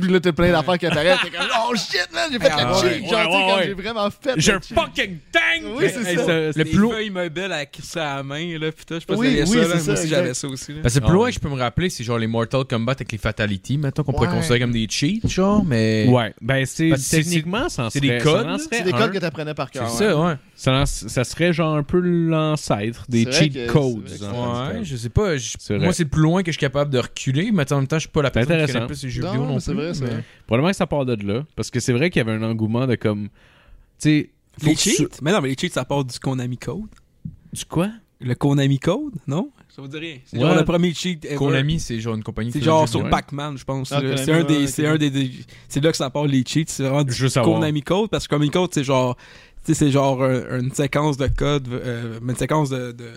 D: Puis là, t'as plein d'affaires qui apparaissent. T'es comme, oh shit, man, j'ai fait
E: Ah,
D: la
E: ouais.
D: cheat. Genre, tu sais,
F: Ouais, ouais,
D: comme
F: ouais.
D: j'ai vraiment fait.
F: J'ai
D: la
F: un
D: cheat.
F: fucking tank!
D: Oui, c'est ça.
E: Le
C: Le
E: plus
C: plus haut-
E: feuilles mobiles à ça à la main, là, putain, je pense
D: Oui,
E: que
D: oui,
E: ça, là.
D: c'est
E: Moi
D: ça,
E: aussi,
D: exact.
E: j'avais ça aussi, là.
C: Parce que le plus
F: Ah
C: loin
F: ouais.
C: que je peux me rappeler, c'est genre les Mortal Kombat avec les Fatalities, maintenant qu'on pourrait
D: Ouais.
C: considérer comme des cheats, genre, mais.
F: Ouais, ben c'est
C: Parce que c'est-
F: techniquement ça en
C: c'est
F: serait-
C: des codes,
F: ça en
C: là.
F: serait
D: C'est des
F: un.
D: codes que t'apprenais par
C: C'est
D: cœur. Ah ouais.
C: ça, ouais.
F: Ça, en- ça serait genre un peu l'ancêtre des
D: C'est vrai
F: cheat
D: que-
F: codes.
D: c'est
F: en
D: vrai
F: fait.
C: Ouais, je sais pas. je-
F: Ah, C'est vrai.
C: moi, c'est le plus loin que je suis capable de reculer, mais en même temps, je suis pas la
F: C'est
C: personne qui
F: intéressant.
C: connaît plus les jeux
D: Non,
C: vidéo non
D: mais
C: plus.
D: c'est vrai, c'est vrai.
F: Probablement que ça part de là, parce que c'est vrai qu'il y avait un engouement de comme, tu sais, faut
E: Les
F: que tu-
E: cheats? Mais non, mais les cheats, ça part du Konami Code.
F: Du quoi
E: Le Konami Code, non? Ça vous dit rien. C'est
F: Ouais.
E: genre le premier cheat ever.
C: Konami, c'est genre une compagnie. qui
E: C'est
C: fait
E: genre
C: des jeux
E: sur
C: vidéo.
E: Pac-Man, je pense.
D: Ah,
E: là.
D: Konami,
E: c'est un des,
D: ouais,
E: c'est
D: ok.
E: un des, des- c'est là que ça part les cheats. C'est vraiment du
F: Je veux savoir.
E: Konami Code parce que Konami Code, c'est genre, tu sais, c'est genre euh, une séquence de code, euh, une séquence de, de,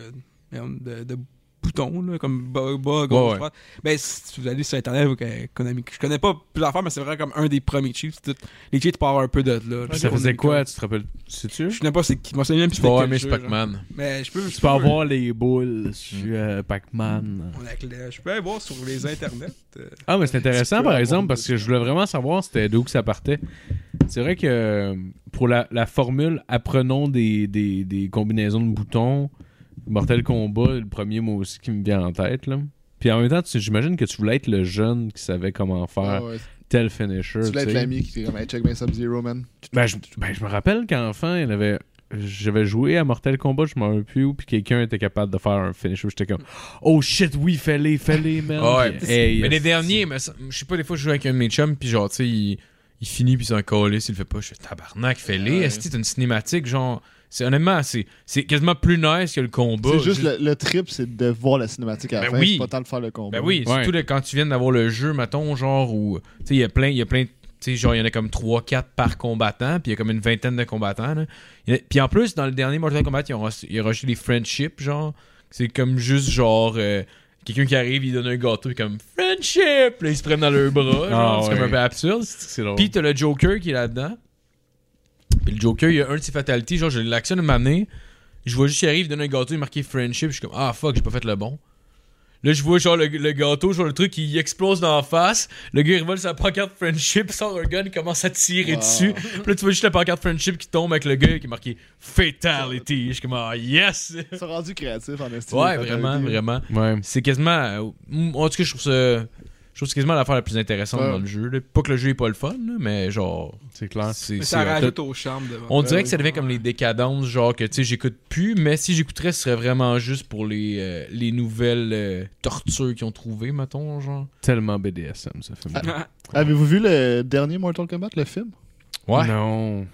E: merde, de- de boutons là, comme bas, bas, gauche,
C: ouais.
E: droite. Ben si vous allez sur internet, vous, euh, Konami, je connais pas plusieurs fois, mais c'est vraiment comme un des premiers cheats. C'est tout- Les cheats partent un peu de là.
F: Puis
E: là.
F: Ça
E: Konami
F: faisait quoi
E: Code.
F: Tu te rappelles Sais-tu
E: Je sais pas, c'est qui. Moi, c'est même
C: Tu vas
E: c'était
C: avoir
E: quel
C: Miss
E: jeu, là.
C: Pac-Man.
E: Mais je peux.
F: Tu peux avoir les boules sur euh, Pac-Man.
E: On a clé- Je peux aller voir sur les internets. euh,
F: Ah, mais c'est intéressant,
D: peux
F: par
D: avoir
F: exemple,
D: des-
F: parce que je voulais vraiment savoir c'était d'où que ça partait. C'est vrai que euh, pour la, la formule, apprenons des, des, des combinaisons de boutons, Mortal Kombat, le premier mot aussi qui me vient en tête. Là. Puis en même temps, tu- j'imagine que tu voulais être le jeune qui savait comment faire
D: Ah ouais.
F: tel finisher.
D: Tu voulais
F: tu
D: être
F: sais.
D: l'ami qui était comme, hey, check bien Sub-Zero, man.
F: Ben, je, ben, je me rappelle qu'enfant, il avait. J'avais joué à Mortal Kombat, je m'en rappelle plus où, puis quelqu'un était capable de faire un finisher. J'étais comme, oh shit, oui, fais-les, fais-les, man.
C: Ouais.
F: Puis, hey,
C: mais les derniers, mais ça- je sais pas, des fois, je joue avec un de mes chums, puis genre, tu sais, il, il finit, puis c'est un calisse, il le fait pas. Je fais tabarnak, fais-les.
D: Ouais.
C: Est-ce que t'as une cinématique, genre. C'est, honnêtement, c'est, c'est quasiment plus nice que le combat.
D: C'est juste le, le trip, c'est de voir la cinématique à la
C: Ben
D: fin.
C: oui.
D: C'est pas tant de faire le combat.
C: Ben oui,
F: Ouais.
C: surtout là, quand tu viens d'avoir le jeu, mettons, genre où. Tu sais, il y a plein. il y a plein tu sais, Tu sais, genre, il y en a comme 3-4 par combattant, puis il y a comme une vingtaine de combattants. là. Il y en a- Puis en plus, dans le dernier Mortal Kombat, ils ont, reçu- ils ont reçu des friendships, genre. C'est comme juste genre. euh, Quelqu'un qui arrive, il donne un gâteau, puis comme Friendship! Là, ils se prennent dans leurs bras. genre,
F: Ah,
C: c'est
F: ouais.
C: comme un peu absurde.
F: C'est drôle.
C: Oh. Puis t'as le Joker qui est là-dedans. Puis le Joker, il y a un de ses fatalities. Genre, je l'actionne de m'amener. Je vois juste qu'il arrive, il donne un gâteau, il est marqué Friendship. Je suis comme, ah fuck, j'ai pas fait le bon. Là, je vois genre le, le gâteau, genre le truc, il explose dans la face. Le gars, il revole sa pancarte Friendship, sort un gun, il commence à tirer
D: Wow.
C: dessus. Puis là, tu vois juste la pancarte Friendship qui tombe avec le gars qui est marqué Fatality. Je suis comme, ah yes!
D: Ils sont rendus créatifs en estime.
C: Ouais,
D: hein.
C: vraiment, vraiment.
F: Ouais.
C: C'est quasiment. euh, En tout cas, je trouve ça. Je trouve que c'est quasiment l'affaire la plus intéressante
D: Ouais.
C: dans le jeu. là. Pas que le jeu est pas le fun, là, mais genre.
F: C'est clair.
C: c'est-
E: Mais
C: c'est-
E: ça rajoute au charme de
C: On dirait que ça devient comme les décadences, genre que tu sais, j'écoute plus, mais si j'écouterais, ce serait vraiment juste pour les, euh, les nouvelles euh, tortures qu'ils ont trouvées, mettons, genre.
F: Tellement BDSM, ce film.
E: Ah,
D: Avez-vous vu le dernier Mortal Kombat, le film
C: Ouais.
F: ah. Non.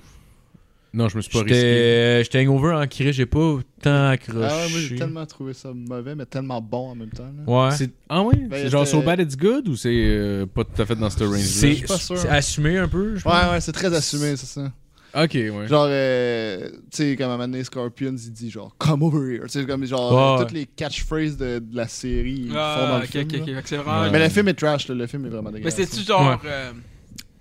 F: Non, je me suis pas risqué.
C: J'étais euh, j'étais hangover en cri, j'ai pas tant accroché.
D: Ah ouais, moi j'ai tellement trouvé ça mauvais, mais tellement bon en même temps. là.
C: Ouais.
F: C'est- Ah ouais?
D: Ben,
F: c'est genre
D: c'était-
F: So Bad It's Good ou c'est euh, pas tout à fait dans ce range-là?
C: C'est
D: suis pas sûr.
C: c'est assumé un peu, je pense.
D: Ouais, ouais, c'est très assumé, c'est ça.
F: Ok, ouais.
D: Genre, euh, tu sais, comme à un moment donné, Scorpions, il dit genre, come over here. Tu sais, comme genre,
C: Ouais,
D: toutes les catchphrases de, de la série, ils font dans
E: Ah,
D: le
E: ok,
D: film.
E: ok, ok.
D: là.
E: Fait que C'est vraiment.
D: Mais le film est trash, là, le film est vraiment
E: Mais
D: dégueulasse.
E: c'était-tu genre. euh,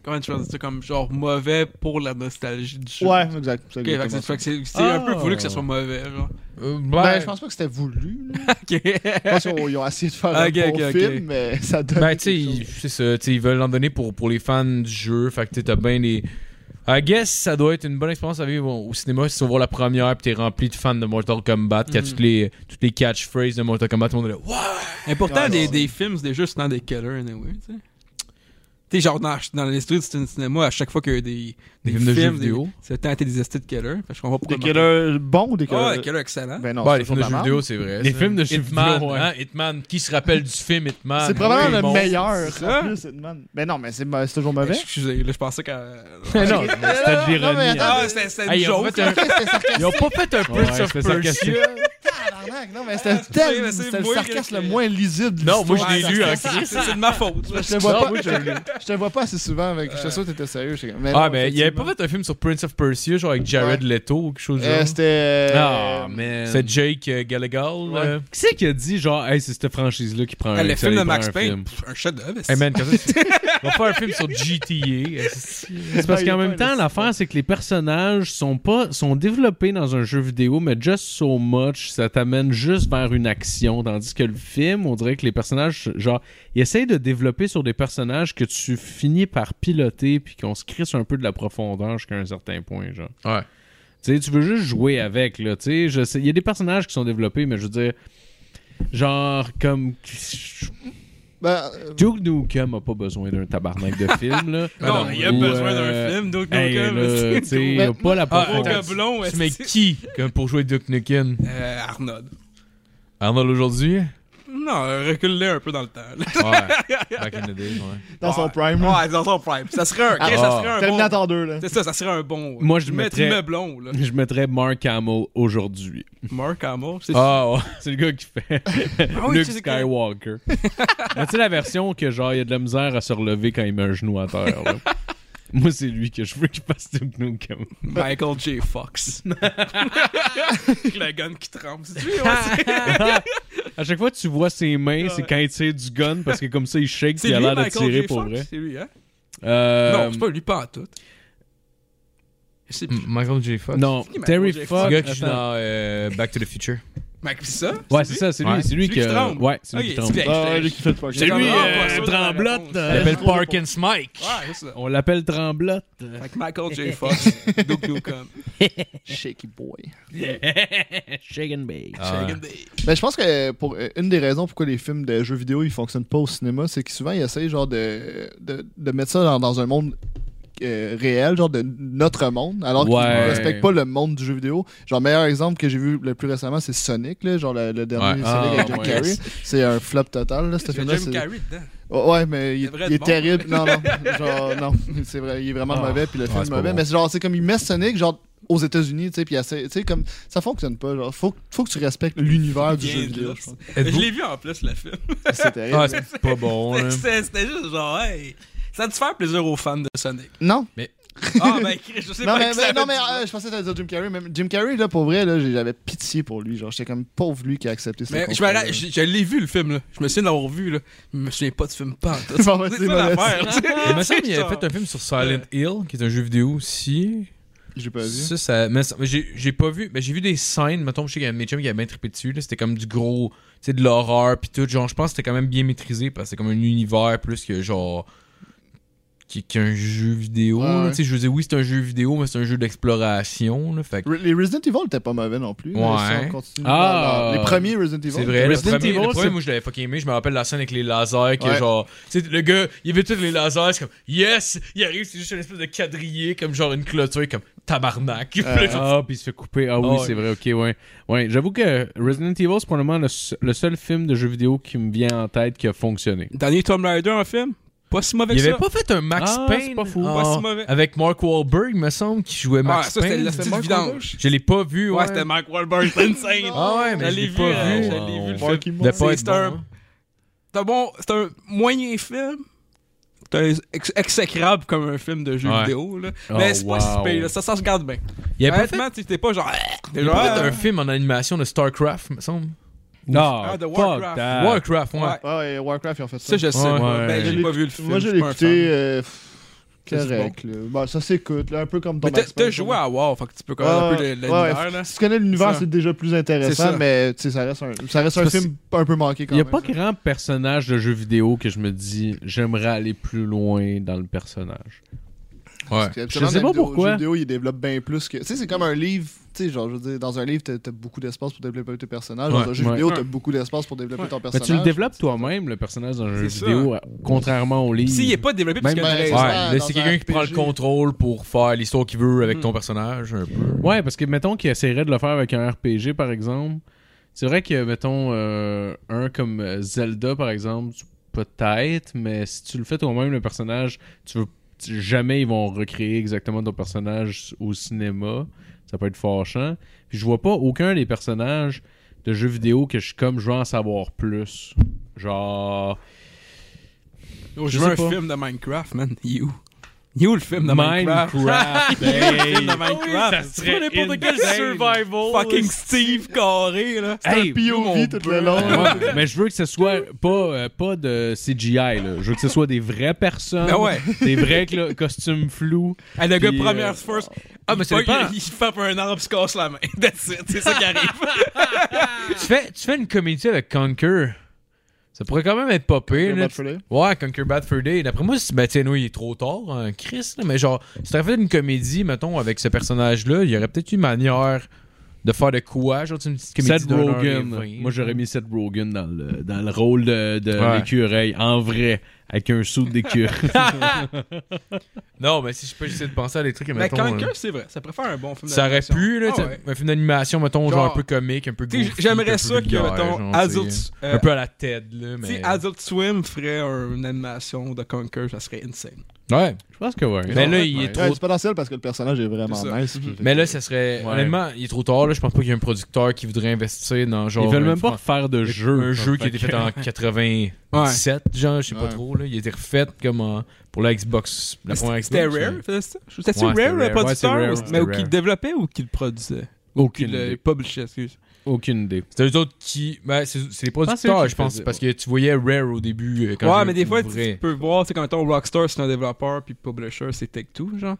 E: Comment tu vas dire ça? Comme genre mauvais pour la nostalgie du jeu.
D: Ouais, exact. c'est
E: Ok, fait que
D: exactement ça.
E: c'est- fait que c'est c'est un peu
C: Ah.
E: voulu que ça soit mauvais, genre.
C: Euh, ouais.
D: Ben, je pense pas que c'était voulu. là.
E: Ok.
D: Je pense qu'ils ont essayé de faire un
E: Ok,
D: bon
E: ok, ok.
D: film, mais ça donne.
C: Ben, tu sais,
D: quelque chose.
C: ils- c'est ça. tu sais, ils veulent en donner pour, pour les fans du jeu. Fait que tu sais, t'as bien les. I guess ça doit être une bonne expérience à vivre au, au cinéma si tu vas voir la première pis t'es rempli de fans de Mortal Kombat. Qu'il y a
E: Mhm.
C: toutes les, toutes les catchphrases de Mortal Kombat. Tout le monde est là. What?
E: Et pourtant,
D: Ouais,
E: des,
D: ouais.
E: des films, c'est déjà souvent des killers, anyway, tu sais. Tu sais, genre dans, dans l'industrie du cin- cinéma, à chaque fois qu'il y a eu des,
C: Des
E: des
C: films de jeux
E: des-
C: vidéo.
E: c'est tenté des estés de killers. Fait que je comprends pourquoi.
D: Des killers bons ou des
E: Oh,
D: killers.
E: des killers excellents.
D: Ben non,
C: Bah,
D: c'est
C: les films de
D: toujours
C: jeux
D: la
C: vidéo,
D: merde.
C: c'est vrai.
F: Les
C: ça.
F: films de jeux
C: Hitman,
F: vidéo, ouais.
C: hein, Hitman. Qui se rappelle du film Hitman?
D: C'est probablement
C: Oui,
D: le
C: bon.
D: meilleur.
E: ça.
D: en plus, Hitman. Ben non, mais c'est c'est toujours
E: Ben,
D: mauvais.
E: Excusez, là, je pensais qu'à.
F: Mais non, c'était de
D: Non, mais
F: l'ironie.
D: attends,
E: Ah, c'était c'était une
C: Hey, ils, ont
E: joke.
C: fait un- ils ont pas fait un Prince
F: Ouais,
C: of
F: c'était
C: Persia.
F: sarcastique.
D: Tabarnak, non, mais c'était
E: Oui, mais
D: tel-
E: c'est
D: c'était le
E: moi
D: sarcasme
E: que-
D: le moins lisible. de
C: Non, moi,
D: l'histoire.
C: je l'ai lu en
E: C'est c'est de ma faute. là.
D: Je te vois
C: Non,
D: pas-
C: moi, je l'ai.
D: je te vois pas assez souvent avec. Je te sûr que t'étais sérieux. j'étais comme,
C: Ah,
D: non,
C: mais il avait pas
D: effectivement.
C: fait un film sur Prince of Persia, genre avec Jared
D: Ouais.
C: Leto ou quelque chose du
D: Euh,
C: genre.
D: C'était. euh,
F: Ah, man.
C: C'est Jake euh, Gyllenhaal.
D: Ouais.
C: euh.
F: Qui c'est qui a dit, genre, hey, c'est cette franchise-là qui prend un
E: Ah, Le
F: qui s'allait
E: film de
F: prendre
E: Max
F: un
E: Payne,
F: film.
E: pff, un chef-d'œuvre.
C: Hey
E: c'est-
C: man, quand ça- on va faire un film sur GTA.
F: C'est parce
D: il est
F: qu'en
D: pas
F: même temps,
D: un
F: l'affaire, c'est que les personnages sont pas sont développés dans un jeu vidéo, mais just so much, ça t'amène juste vers une action. Tandis que le film, on dirait que les personnages, genre, ils essayent de développer sur des personnages que tu finis par piloter, puis qu'on se crisse un peu de la profondeur jusqu'à un certain point, genre.
C: Ouais.
F: Tu sais, tu veux juste jouer avec, là. Tu sais, je sais- il y a des personnages qui sont développés, mais je veux dire, genre, comme.
D: Ben, euh,
F: Duke Nukem a pas besoin d'un tabarnak de film, là.
E: Non, il y a
F: Ou,
E: besoin
F: euh,
E: d'un film, donc, euh,
F: Hey, là,
E: donc,
F: tu sais, y a pas la
C: Ah,
E: Au
F: profondeur.
C: attends,
E: gablon,
C: tu mets
E: est-ce que-
C: qui comme pour jouer Duck Nukem
E: Euh, Arnold.
C: Arnold aujourd'hui
E: Non, recule-le un peu dans le temps. là.
C: Ouais. Back in the days, ouais.
D: dans son
E: Ouais.
D: prime. là.
E: Ouais, dans son prime. Ça serait un,
D: Ah.
E: ça serait un bon.
D: Terminator 2, là.
E: C'est ça, ça serait un bon.
F: Moi, je mettrais-
E: Maître blond, là.
F: Je mettrais Mark Hamill aujourd'hui.
E: Mark Hamill. c'est-
C: Ah, ouais.
F: C'est le gars qui fait
E: Ah oui,
F: Luke
E: tu sais quoi?
F: Skywalker. Mais tu sais la version que genre il y a de la misère à se relever quand il met un genou à terre. là. Moi, c'est lui que je veux qu'il fasse Duke Nukem.
E: Michael J. Fox. Avec le gun qui tremble. C'est lui, ouais, c'est-
F: à chaque fois que tu vois ses mains, c'est quand il tire du gun parce que comme ça il shake
E: C'est
F: puis il a
E: lui,
F: l'air de
E: Michael
F: tirer
E: J.
F: pour
E: Fox?
F: vrai.
E: C'est lui, hein?
F: Euh,
E: Non, c'est pas lui, pas en tout. C'est
C: M- Michael J. Fox.
F: non,
E: C'est qui,
F: Terry
E: Michael J.
C: Le
E: Fox?
F: Fox.
C: gars qui joue
F: attends.
C: dans euh, Back to the Future.
E: Mais c'est ça?
F: Ouais, c'est ça, c'est lui,
C: Ouais.
F: c'est lui
E: C'est lui qui
F: que
E: tremble.
F: ouais, c'est lui
E: Ok,
F: qui tremble.
E: c'est bien.
D: Ah, lui qui fait le podcast.
E: C'est lui,
D: Ah,
E: euh,
D: pas sûr.
E: de la Tremblotte, réponse. euh,
C: Il s'appelle
D: je trouve
C: Parkins Mike.
E: Ouais, c'est ça.
F: On l'appelle Tremblotte.
E: Avec Michael J. Fox, Duke Nukem.
D: Shaky boy.
F: Shake and bake.
C: Ah, ouais.
E: Dragon Day.
D: Ben, je pense que pour euh, une des raisons pourquoi les films de jeux vidéo ils fonctionnent pas au cinéma, c'est que souvent ils essayent genre de, de, de mettre ça dans, dans un monde euh, réel, genre de notre monde, alors
F: Ouais.
D: qu'ils respectent pas le monde du jeu vidéo. Genre meilleur exemple que j'ai vu le plus récemment, c'est Sonic, là, genre le, le dernier
C: Ouais.
D: Sonic
F: Ah,
D: avec Jim
F: ouais.
D: Carrey. C'est un flop total, là, ce
E: J'ai
D: film-là.
E: Jim
D: c'est-
E: Carrey dedans.
D: Oh, ouais, mais il,
E: C'est vrai hein.
D: il est
E: de bon.
D: terrible. Non, non. Genre, non. C'est vrai, il est vraiment
F: Ah.
D: mauvais, puis le film
C: c'est
D: est
C: pas
D: mauvais.
C: bon.
D: Mais c'est genre, c'est comme, il met Sonic, genre, aux États-Unis, tu sais, puis il essaie- tu sais, comme, ça fonctionne pas. Genre, faut, faut que tu respectes l'univers Ah, du
E: Bien
D: jeu
E: de
D: vidéo,
E: là.
D: je pense.
E: Je
C: Êtes-vous-
E: l'ai vu en plus, le film.
D: C'est terrible.
C: Ah, c'est pas bon. là.
E: C'était c'était juste genre, hey, Ça a dû faire plaisir aux fans de Sonic.
D: Non,
E: Ah, ben, je sais
D: non
E: pas
D: mais,
E: que ça
D: mais- non, mais,
E: a
D: euh, je pensais que t'allais dire Jim Carrey. Mais Jim Carrey, là, pour vrai, là, j'ai- j'avais pitié pour lui. Genre, j'étais comme pauvre lui qui a accepté
E: dû-
D: ça.
E: Mais je, me rappelle- je, je l'ai vu le film, là. Je me souviens de l'avoir vu, là. Je me souviens pas du film pas. en tout.
D: Bon, ben,
E: c'est
D: c'est
E: ça
D: mauvais.
E: l'affaire. tu sais.
C: Il me semble qu'il
E: C'est
C: avait fait
E: ça.
C: un film sur Silent Hill, qui est un jeu vidéo aussi.
D: J'ai pas vu.
C: Ça, ça. mais ça- mais j'ai j'ai pas vu. Mais j'ai vu des scènes. Mettons, je sais qu'il y a mes chums qui avaient bien trippé dessus. là. C'était comme du gros. Tu sais, de l'horreur. Puis tout. Genre, je pense que c'était quand même bien maîtrisé. Parce que c'est comme un univers plus que genre. qui- qu'un jeu vidéo.
D: Ouais,
C: là.
D: ouais.
C: Tu sais, je veux dire, oui, c'est un jeu vidéo, mais c'est un jeu d'exploration. là. Fait que
D: Re- Les Resident Evil étaient pas mauvais non plus. mais
C: Ouais.
D: si on continue
F: Ah.
D: dans- dans- les premiers Resident Evil.
C: C'est vrai, le
F: Resident
C: premier,
F: Evil,
C: Oh, le premier,
F: c'est-
C: moi je l'avais fucking aimé, je me rappelle la scène avec les lasers, qui est
D: Ouais.
C: genre, tu sais, le gars, il avait tous les lasers, c'est comme, yes, il arrive, c'est juste une espèce de quadrillé, comme genre une clôture, comme tabarnak. Puis là, genre,
F: Ah, puis il se fait couper. Ah oui,
C: Ah ouais.
F: c'est vrai, ok, ouais. Ouais, j'avoue que Resident Evil, c'est probablement le, se- le seul film de jeu vidéo qui me vient en tête qui a fonctionné.
E: Dernier Tomb Raider, un film. Pas si mauvais
C: il
E: que
C: avait
E: ça.
C: pas fait un Max
F: Ah, c'est
C: Payne
F: pas fou.
C: en-
E: Pas si mauvais.
C: avec Mark Wahlberg, me semble, qui jouait Max
E: Ah, ça, c'était
C: Payne.
E: la
D: C'était
E: petite
D: Mark
E: vidange.
D: Wahlberg?
C: Je l'ai pas vu,
E: Ouais,
C: ouais.
E: c'était Mark Wahlberg, c'était insane.
C: Ah ouais, mais
E: Je
C: je
E: l'ai
C: l'ai
E: vu,
C: pas
E: euh,
C: vu.
E: je l'ai vu, le film.
C: C'était
D: Marky Mark.
C: pas
E: C'est-
C: être
E: c'est
C: bon,
E: un-
C: hein.
E: C'est un bon, c'est un moyen film. C'est un ex- exécrable comme un film de jeu
C: Ouais.
E: vidéo, là.
F: Oh,
E: mais c'est pas si
F: wow.
E: pire, là. Ça, ça se garde bien.
C: Il avait pas fait,
E: Honnêtement, tu sais, t'es pas genre. Ah,
C: il avait pas fait un film en animation de StarCraft, me semble.
F: Non,
E: Ah, de
F: fuck
E: Warcraft.
F: that.
C: Warcraft, ouais.
E: Ouais.
D: Ah, Ouais, et Warcraft, ils ont fait ça.
E: Ça, je sais.
C: Ouais.
E: pas. Ben,
F: Ouais.
E: j'ai pas vu le film.
D: Moi,
E: je
D: j'ai
E: suis pas un
D: écouté.
E: fan.
D: euh, pff,
E: C'est
D: Correct, là. Bon, ça s'écoute, là, un peu comme ton
E: Mais t'as-
D: Max
E: t'as
D: Payne,
E: joué
D: comme-
E: à WoW, fait que tu peux
D: Ouais,
E: connaître un peu
D: ouais,
E: l'univers,
D: ouais.
E: là.
D: Si tu connais l'univers,
E: Ça.
D: c'est déjà plus
E: C'est
D: intéressant,
E: ça.
D: mais tu sais, ça reste un, ça reste
F: C'est
D: un
F: parce-
D: film un peu manqué quand
F: Il n'y a
D: même,
F: pas
D: ça.
F: grand personnage de jeu vidéo que je me dis j'aimerais aller plus loin dans le personnage.
C: Ouais.
D: Parce que
F: Je
D: habituellement,
F: sais
D: dans
F: pas
D: les vidéos-
F: pourquoi.
D: jeux vidéo, il développe bien plus que. Tu sais, c'est comme un livre. Tu sais, genre, je veux dire, dans un livre, t'as t'as beaucoup d'espace pour développer tes personnages.
C: Ouais,
D: dans un jeu
F: ouais.
D: vidéo, t'as beaucoup d'espace pour développer ton
F: Mais
D: personnage.
F: tu le développes toi-même, le personnage dans un jeu
E: C'est ça.
F: vidéo, à- contrairement au livre.
E: S'il est pas développé, parce
F: Même
E: que
D: ben,
E: raison.
C: Ouais,
D: Ouais,
C: là,
D: dans
C: c'est
D: un
C: quelqu'un qui
D: RPG.
C: prend le contrôle pour faire l'histoire qu'il veut
E: Hmm.
C: avec ton personnage, un peu.
F: Ouais, parce que mettons qu'il essaierait de le faire avec un RPG, par exemple. C'est vrai que, mettons, euh, un comme euh, Zelda, par exemple, tu- peut-être, mais si tu le fais toi-même, le personnage, tu veux tu- jamais ils vont recréer exactement ton personnage au cinéma. Ça peut être fâchant. Puis je vois pas aucun des personnages de jeux vidéo que je suis comme je veux en savoir plus. Genre
E: Oh, Je
F: Je
E: veux
F: sais
E: un
F: pas.
E: film de Minecraft, man. Il est où? Il est où le film de Minecraft?
F: Minecraft. hey.
E: film de Minecraft.
F: ça
E: C'est
F: serait
E: pas n'importe quel
F: insane.
E: survival. Fucking Steve Carré, là.
F: Hey,
D: Hey, POV tout le long.
F: Ouais, mais je veux que ce soit pas, euh, pas de CGI. Là. Je veux que ce soit des vraies personnes,
E: Ben ouais.
F: des vrais cla- costumes flous.
E: Hey, Ah, le gars,
F: Puis,
E: première
F: euh,
E: first.
C: ah, mais
E: il
C: ça dépend.
E: fuck- Il frappe un arbre, il se casse la main. That's it. C'est ça qui arrive.
C: tu fais, tu fais une comédie avec Conquer. Ça pourrait quand même être pas pire. là.
D: Bad Fur Day.
C: Ouais, Conquer Bad Fur Day. D'après moi, c'est- ben, tiens, nous, il est trop tard, hein, Chris. là, mais genre, si t'avais fait une comédie, mettons, avec ce personnage-là, il y aurait peut-être une manière de faire de quoi Genre, tu sais, une petite comédie.
F: Seth
C: d'une heure et
F: Rogen.
C: vingt.
F: Moi, j'aurais mis Seth Rogen dans le, dans le rôle de, de
C: Ouais.
F: l'écureuil, en vrai, avec un sou d'écureuil.
C: Non, mais si je peux essayer de penser à des trucs,
E: Mais
C: mettons. hein.
E: Conker,
C: là,
E: c'est vrai. Ça préfère un bon film
C: ça aurait
E: d'animation.
C: pu, là,
E: Ah
C: tu sais,
E: ouais.
C: un film d'animation, mettons, genre,
E: Genre,
C: un peu comique, un peu
E: Tu sais,
C: goofy, un
E: J'aimerais
C: peu
E: ça que,
C: vulgaire,
E: mettons,
C: genre, tu sais.
E: Adult, euh,
C: Un peu à la Ted, là,
E: si
C: mais.
E: Adult Swim ferait un- une animation de Conker, ça serait insane.
C: Ouais.
F: je pense que oui.
C: Mais là, il est
F: Ouais.
C: trop
D: Ouais, c'est potentiel parce que le personnage est vraiment
E: C'est ça.
D: nice.
C: Mais là, ça serait.
F: Ouais.
C: Honnêtement, il est trop tard. Là. Je pense pas qu'il y ait un producteur qui voudrait investir dans genre.
F: Ils veulent
C: un
F: même pas
C: fran-
F: refaire de jeu.
C: Un jeu qui a été
F: Fait
C: fait
F: que-
C: en 97, genre, je sais pas
D: Ouais.
C: trop. Là. Il a été refait comme en- pour la Xbox. La première Xbox.
E: C'était
C: là.
E: Rare, faisait ça? C'était
C: Ouais, c'était
E: Rare, le
C: Rare.
E: producteur?
F: Ouais,
E: ou-
F: c'était Rare.
C: C'était
E: mais ou qui le
C: Rare.
E: développait ou qui le produisait? Qui
F: Aucune
E: le
F: idée.
E: publishait, excuse.
F: Aucune idée.
C: C'était eux autres qui. Ben, c'est c'est les
F: c'est eux
C: producteurs,
F: qui
C: je pense.
F: faisaient,
C: Parce que tu voyais Rare au début. euh, Quand
E: ouais,
C: je
E: mais des fois, tu,
C: l'ouvrais.
E: tu peux voir, tu sais, quand mettons Rockstar, c'est un développeur, puis publisher, c'est Take-Two, genre.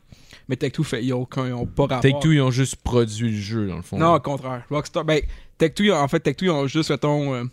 E: Mais Take-Two, fait, ils ont, quand ils ont pas rapport.
C: Take-Two, ils ont juste produit le jeu, dans le fond.
E: Non, au contraire. Rockstar, ben, Take-Two, ils ont- en fait, Take-Two, ils ont juste, mettons, euh,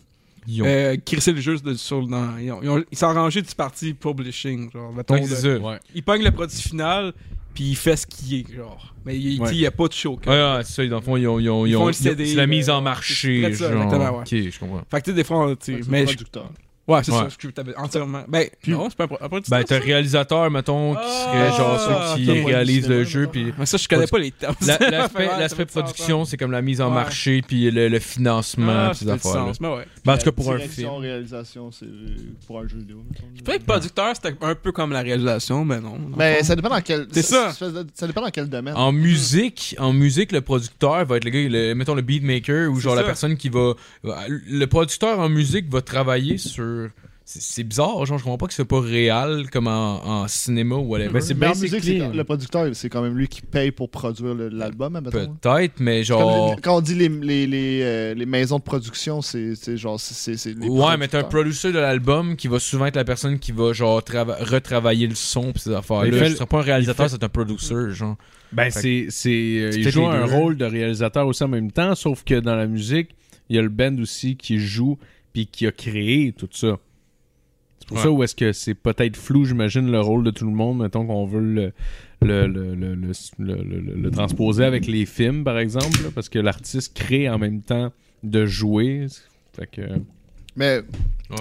C: ils ont.
E: euh, crissé le jeu de- sur le. dans- Ils ont- ils ont- ils sont rangés du parti publishing, genre, mettons.
C: Ouais,
E: de-
C: c'est ça. Ouais,
F: Ouais.
E: il pogne le produit final, puis il fait ce qu'il est, genre. Mais il,
F: Ouais.
E: il y a pas de show. quand-
C: ouais, Ah, c'est ça. Dans le fond, ils ont. Ils ont,
E: Ils
C: ils
E: font
C: ont-
E: le
C: ils ont-
E: CD,
C: c'est la mise
E: euh,
C: en marché.
E: c'est ça,
C: genre.
E: exactement, ouais.
C: Ok, je comprends.
E: Fait que, tu sais, des fois,
D: C'est
E: tu sais,
D: le
E: mais. je-
D: producteur.
E: Ouais, c'est
C: Ouais.
E: ça, ce que je t'avais entièrement. Ben, non, c'est pas un pro- un producteur,
C: Ben, t'as
E: ça?
C: réalisateur, mettons, qui serait genre
E: Ah,
C: ceux qui
E: ok.
C: réalisent le jeu, puis
E: Mais ça, je connais pas les termes.
C: La-
E: Ça
C: L'aspect
E: fait mal,
C: l'aspect
E: ça fait du sens,
C: production, c'est comme la mise en
E: Ouais.
C: marché, puis le, le financement,
E: Ah,
C: puis ces
E: ça fait du
C: affaires-là.
E: sens, mais ouais.
C: Ben, en tout cas, pour un
D: Direction,
C: film.
D: réalisation, c'est euh, pour un jeu vidéo. mettons.
E: Je dirais que producteur, c'était un peu comme la réalisation, mais non.
C: Ben,
D: Mais ça dépend dans quel.
E: C'est ça.
D: Ça dépend dans quel domaine.
C: En musique, en musique, le producteur va être le gars, le- mettons le beatmaker ou
E: C'est
C: genre la
E: ça.
C: personne qui va. Le producteur en musique va travailler sur c'est- c'est bizarre, genre, je comprends pas que c'est pas réel comme en, en cinéma ou whatever.
F: Ben, c'est
D: Mais en
F: basically-
D: musique, c'est quand- le producteur, c'est quand même lui qui paye pour produire le- l'album, admettons.
C: Peut-être, Oh. mais
D: Comme
C: genre.
D: les- Quand on dit les, les, les, euh, les maisons de production, c'est c'est genre. c'est- c'est- c'est les
C: Ouais, mais t'es un
D: producteurs.
C: producer de l'album qui va souvent être la personne qui va genre trava- retravailler le son pis ces affaires-là.
F: Il fait-
C: Ce serait pas un réalisateur,
F: il
C: c'est un producer, genre. Fait
F: Ben, c'est. c'est euh,
C: c'est
F: il
C: peut-être
F: joue
C: les
F: un
C: deux.
F: rôle de réalisateur aussi en même temps, sauf que dans la musique, il y a le band aussi qui joue puis qui a créé tout ça. C'est pour
C: Ouais.
F: ça où est-ce que c'est peut-être flou, j'imagine, le rôle de tout le monde. Mettons qu'on veut le, le, le, le, le, le- le- le- le transposer avec les films, par exemple, là, parce que l'artiste crée en même temps de jouer. Fait que.
D: Mais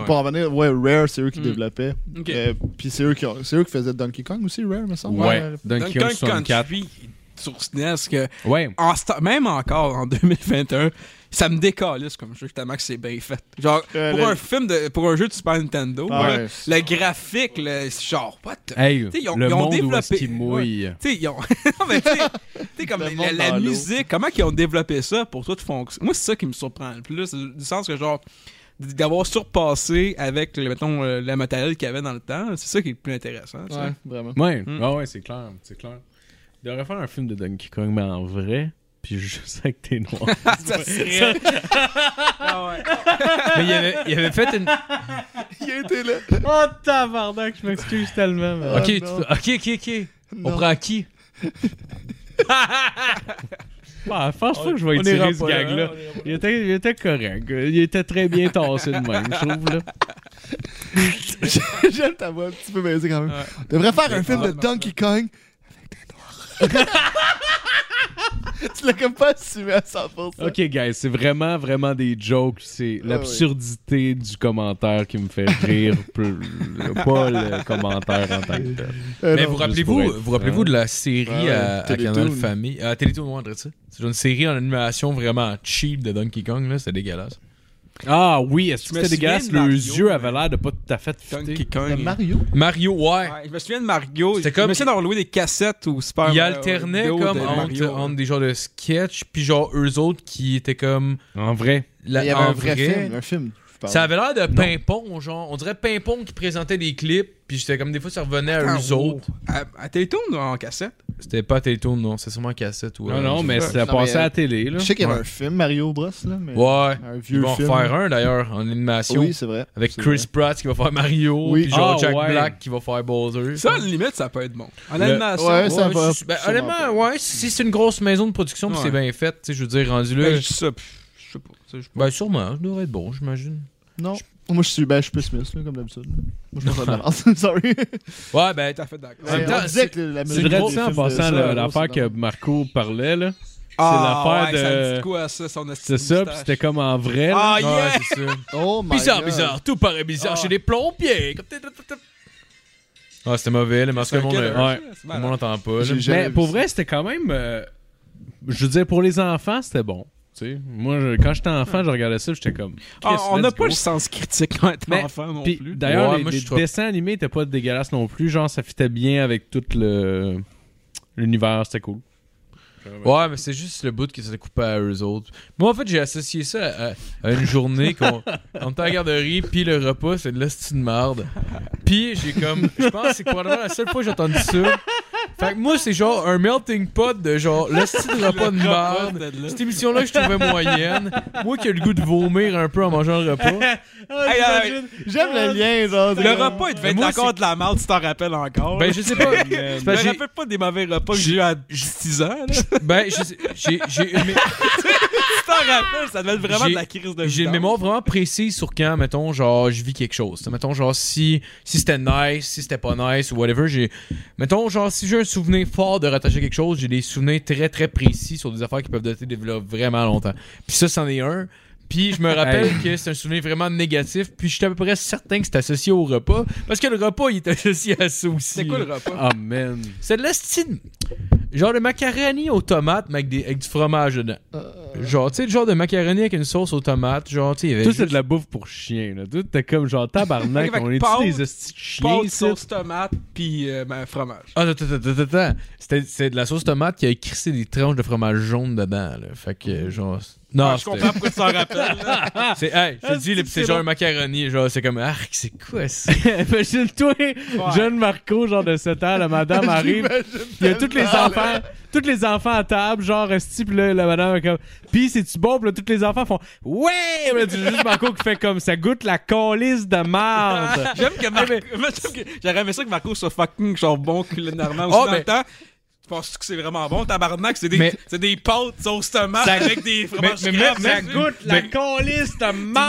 D: pour en venir, ouais, Rare, c'est eux qui
E: Mm.
D: développaient.
E: Ok.
D: Euh, Puis c'est eux, qui ont- c'est eux qui faisaient Donkey Kong aussi, Rare, me semble.
F: Ouais.
D: Euh,
F: Donkey Kong 64.
E: Country sur SNES que
F: Ouais.
E: en sta- même encore en 2021, ça me décalisse comme jeu tellement que c'est bien fait. Genre
D: Euh,
E: pour
D: le-
E: un film de pour un jeu de Super Nintendo,
D: Ah
E: là,
D: ouais.
E: le graphique le c'est genre what the
F: Hey,
E: T'sais, ils ont-
F: le
E: ils ont
F: monde où
E: développé-
F: est-ce qu'il mouille.
E: Tu sais, ils ont. non, mais tu sais- tu sais, comme
D: Le
E: la-
D: monde
E: la,
D: dans l'eau.
E: musique, comment qu'ils ont développé ça pour toi de fonctionner. Moi, c'est ça qui me surprend le plus. Du sens que, genre, d'avoir surpassé avec, le- mettons, euh, le matériel qu'il y avait dans le temps, c'est ça qui est le plus intéressant. tu sais.
D: Ouais, vraiment.
F: Ouais,
E: Mm.
F: ah ouais, c'est clair, c'est clair. Il devrait faire un film de Donkey Kong, mais en vrai, puis juste avec tes noirs.
E: ça serait. ah ouais.
C: Mais il avait, il avait fait une.
D: Il était là.
F: oh, tabarnak, je m'excuse tellement.
C: Ok,
D: Ah,
C: tu-
D: non.
C: ok, ok, ok. On
D: Non.
C: prend qui
F: je pense pas que je vais
C: On
F: étirer
C: ira
F: ce
C: pas là,
F: gag-là.
C: hein, on ira
F: Il était, il était correct. euh, Il était très bien tassé de même, je trouve, là.
D: J'aime ta voix un petit peu baisée quand même.
E: Ouais.
D: On devrait faire un film de
E: vraiment.
D: Donkey Kong avec des noirs. tu l'as comme pas assumé à 100%.
F: Ok, guys, c'est vraiment, vraiment des jokes. C'est
D: Ah,
F: l'absurdité du commentaire qui me fait rire, plus- pas le commentaire en tant que tel.
D: Euh,
C: Mais
D: non.
C: vous
F: juste
C: rappelez-vous,
F: pour être-
C: vous rappelez-vous de la série
D: Ouais, ouais,
C: à, à
D: Télétoon.
C: Canal Famille À Télétoon, on dirait ça. C'est une série en animation vraiment cheap de Donkey Kong, là. C'était dégueulasse.
F: Ah oui, est-ce que
E: Je me
F: c'était dégueulasse?
E: souviens de
F: Leurs
E: Mario,
F: yeux avaient
E: mais-
F: l'air de pas tout à fait fitter.
E: Donkey
D: Le
E: Kong.
D: Mario.
C: Mario, ouais.
E: Ouais, je me souviens de Mario.
C: C'était
E: Je
C: comme-
E: me souviens d'avoir loué des cassettes au Super
C: Ils
E: euh,
C: alternaient
E: vidéo
C: comme
E: de
C: entre,
E: Mario.
C: entre des genres de sketch, puis genre eux autres qui étaient comme.
F: En vrai.
C: la-
D: Il y avait
C: en
D: un vrai, film. Un film. je parle.
C: Ça avait l'air de Pimpon, genre. On dirait Pimpon qui présentait des clips, puis j'étais comme des fois ça revenait à
E: Attends,
C: eux
D: oh.
C: autres.
E: À, à Télétoon ou en cassette
C: C'était pas Télétoon, non, c'est sûrement cassette ou.
F: Non,
C: euh,
F: non, mais
D: pas.
F: ça
D: Non, mais,
F: passait à la
D: euh,
F: télé, là.
D: Je sais qu'il y avait
C: Ouais.
D: un film Mario Bros. Là, mais...
C: Ouais.
D: Un vieux
C: Ils vont en
D: film.
C: faire un d'ailleurs en animation.
D: Oui, c'est vrai.
C: Avec
D: C'est
C: Chris Pratt qui va faire Mario,
D: Oui.
C: puis genre
F: Ah,
C: Jack
F: ouais.
C: Black qui va faire Bowser.
E: Ça, à la limite, ça peut être bon. En
F: Le-
E: animation.
D: Ouais,
C: Ouais,
D: ça va.
C: je- ben,
D: sûrement
C: honnêtement,
D: pas.
C: ouais, si c'est une grosse maison de production, puis
E: Ouais.
C: c'est bien fait, tu sais, je veux dire, rendu là.
E: Ben, je dis ça, puis je sais pas. tu sais, je-
C: Ben, sûrement, ça devrait être bon, j'imagine.
D: Non. Moi, je suis, ben, je suis pessimiste, là, comme d'habitude. là. Moi, je pense à la balance. Sorry.
C: Ouais, ben,
E: Tout à fait d'accord.
C: En même
D: Ouais,
C: temps,
D: on disait
C: c'est-
D: que la
F: C'est
D: musique
F: vrai
D: des
F: de ça, en
D: films de
F: passant,
D: ça,
F: le-
D: gros,
F: l'affaire
D: c'est
F: que
D: dans-
F: Marco parlait, là.
E: Ah,
F: c'est l'affaire
E: ouais,
F: de-
E: Ça dit quoi, ça, son
F: C'est ça, puis c'était comme en vrai. là.
E: Ah,
C: ouais,
E: yeah!
C: c'est ça.
D: Oh my
C: Bizarre,
D: God.
C: bizarre, tout paraît bizarre
E: Ah.
C: chez les plombiers. Comme- Ah, c'était mauvais, là, mais en tout cas, le monde
E: Quel-
C: le-
F: ouais.
E: c'est
C: le
E: malade.
C: monde l'entend pas. là.
D: J'ai jamais
F: Mais
D: vu
F: pour
D: ça.
F: vrai, c'était quand même. euh, je veux dire, pour les enfants, c'était bon. tu sais. Moi, je- quand j'étais enfant, je regardais ça, j'étais comme.
E: Ah,
F: Chris,
E: on n'a
F: let's
E: pas
F: go.
E: le sens critique quand
F: Mais-
E: t'es enfant non
F: Puis,
E: plus.
F: D'ailleurs,
C: Ouais,
F: les,
C: moi,
F: les
C: je trouve-
F: dessins animés étaient pas dégueulasses non plus. Genre, ça fitait bien avec tout le l'univers, c'était cool.
C: Ouais, mais c'est juste le bout qui s'est coupé à eux autres. Moi, en fait, j'ai associé ça à, à une journée qu'on on était à la garderie, puis le repas, c'est de l'hostie de marde. Puis j'ai comme. Je pense que c'est probablement la seule fois que j'ai entendu ça. Fait que moi, c'est genre un melting pot de genre l'hostie de repas de marde. Cette émission-là que je trouvais moyenne. Moi qui ai le goût de vomir un peu en mangeant le repas.
E: Hey, hey, hey,
D: J'aime le lien, genre.
E: le
D: c'est-
E: repas, il devait être
C: Moi,
E: encore de la merde, tu t'en rappelles encore.
C: Ben, je sais pas.
E: je
C: C'est
E: me
C: parce que j'ai-
E: rappelle pas des mauvais repas que j'ai eu à 6 ans. là.
C: Ben, je sais- j'ai j'ai une mé-
E: tu t'en rappelles, ça devait être vraiment
C: J'ai-
E: de la crise de
C: j'ai une
E: vidange.
C: mémoire vraiment précise sur quand, mettons, genre, je vis quelque chose. Mettons, genre, si, si c'était nice, si c'était pas nice, ou whatever, j'ai. Mettons, genre, si j'ai un souvenir fort de rattacher quelque chose, j'ai des souvenirs très, très précis sur des affaires qui peuvent dater de là vraiment longtemps. Puis ça, c'en est un. Puis je me rappelle que c'est un souvenir vraiment négatif. Puis j'étais à peu près certain que c'était associé au repas. Parce que le repas, il est associé à ça aussi.
E: C'était quoi le repas?
F: Ah, man.
C: C'est de la style. Genre de macaroni aux tomates, mais avec, des, avec du fromage dedans.
F: Euh.
C: Genre, tu sais, le genre de macaroni avec une sauce aux tomates. Genre, tu sais, il y avait
F: Tout,
C: Ben, juste-
F: c'est de la bouffe pour chien, là. Tout, t'es comme genre tabarnak,
E: Ok, fait que
F: on est
E: pâte,
F: tous des hosties de chiens,
E: Pâte,
F: ici?
E: sauce tomate, puis euh, ben, fromage.
C: Ah, attends, attends, attends,
F: Mm.
C: attends. C'était- C'est de la sauce tomate qui a crissé des tranches de fromage jaune dedans, là. Fait que, genre. c'est- Non,
E: Ah, je comprends pourquoi tu t'en rappelles. là.
C: c'est, hey, je te
F: Ah,
C: dis,
F: c'est-
C: là, pis c'est
F: c'est
C: genre
F: bon.
C: un macaroni, genre, c'est comme, arc, c'est quoi ça?
F: Imagine-toi, jeune Marco, genre de 7 ans, la madame arrive, il y a tous les enfants, tous les enfants à table, genre, esti, pis là, la madame est comme, pis c'est-tu bon? Pis là, tous les enfants font, ouais! Mais c'est juste Marco qui fait comme, ça goûte la colisse de
C: Ah,
F: merde!
E: J'aime que Marco. j'aime que- J'aurais aimé ça que Marco soit fucking genre bon culinairement aussi
C: Oh,
E: dans
C: mais-
E: le temps. Tu penses que c'est vraiment bon, tabarnak? C'est des,
C: Mais-
E: c'est des pâtes sauce tomate
C: Ça-
E: avec des fromages
C: mais- mais-
E: crêpes.
C: mais-
F: ça goûte la
C: Ben-
F: colisse de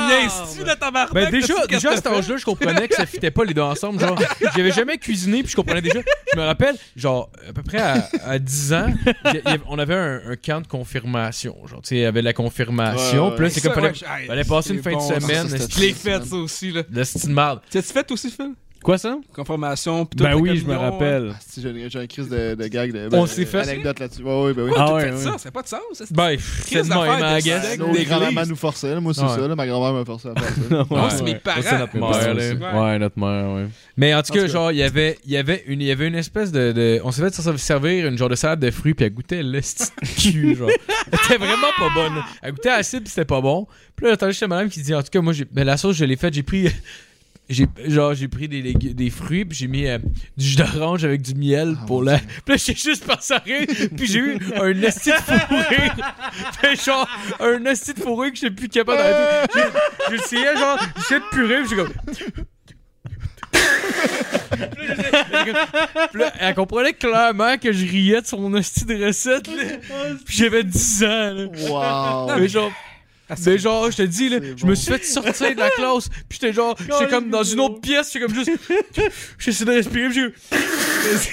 E: Niaises-tu,
F: merde!
E: le tabarnak?
C: Ben déjà,
E: Qu'est-ce que
C: déjà à
E: t'as
C: cet
E: fait?
C: âge-là, je comprenais que ça fitait pas les deux ensemble. Genre, j'avais jamais cuisiné, puis je comprenais déjà. Je me rappelle, genre, à peu près à, à 10 ans, il y- il y avait- on avait un, un camp de confirmation. Genre, tu sais, il y avait la confirmation.
D: Ouais, ouais.
C: Puis là, c'est
E: Ça,
C: comme, fallait,
E: ouais, je- hey,
C: fallait passer une
E: c'est
C: fin
E: bon,
C: de
E: ça.
C: semaine.
D: ça, c'était
E: Je l'ai fait, ça aussi, là.
C: Le style marde.
E: T'as-tu fait aussi, Phil?
F: Quoi ça?
E: Confirmation, pis tout.
F: Ben
E: le
F: oui, je me
E: communion, hein.
F: rappelle.
D: Ah, si, j'ai, j'ai un crise de, de gag, de
C: On
D: ben,
C: s'est fait-
D: anecdote là-dessus. Ouais, ouais, ben oui.
E: Pourquoi
F: Ah
E: t'as
F: ouais,
E: fait
F: ouais.
E: ça? Ça fait pas de sens. ça, c'est-
C: Ben, pff, c'est de
E: d'affaires
C: même,
E: de
C: I guess.
E: sexe.
D: Nos grands-mamans
E: l'église.
D: nous forçaient, là. moi c'est
C: Ah, Ouais.
D: ça, là, ma grand-mère m'a forcé à faire ça.
E: Non,
C: Ouais,
E: c'est
C: ouais.
E: mes
C: Ça,
E: parents.
C: c'est notre mère,
E: Ouais,
C: là.
E: c'est-
F: Ouais, ouais, notre mère, ouais.
C: Mais en tout
D: En
C: cas,
D: tout cas.
C: genre, il y avait, il y avait une, il y avait une espèce de, de- on s'est fait ser- servir une genre de salade de fruits puis elle goûtait le petit cul, genre. Elle était vraiment pas bonne. Elle goûtait acide puis c'était pas bon. Puis là, j'entendais juste la madame qui dit, en tout cas, moi, j'ai, ben, la sauce, je l'ai faite, j'ai pris, j'ai, genre, j'ai pris des, légu- des fruits puis j'ai mis euh, du jus d'orange avec du miel
D: Ah,
C: pour
D: mon
C: la. Puis là, j'ai juste pensé à rire puis j'ai eu un esti de fourré. Fait genre, un esti de fourré que j'étais plus capable d'arrêter. J'ai- J'essayais, genre, j'essayais de purer puis j'ai comme. Puis là, elle comprenait clairement que je riais de son hostie de recette. là. Puis j'avais 10 ans. Là.
D: Wow!
C: Ah, Mais genre, mais genre, je te dis, là,
D: C'est
C: je
D: bon.
C: me suis fait sortir de la classe. Puis j'étais genre, j'étais comme dans une autre pièce. J'étais comme juste. J'essayais de respirer. Puis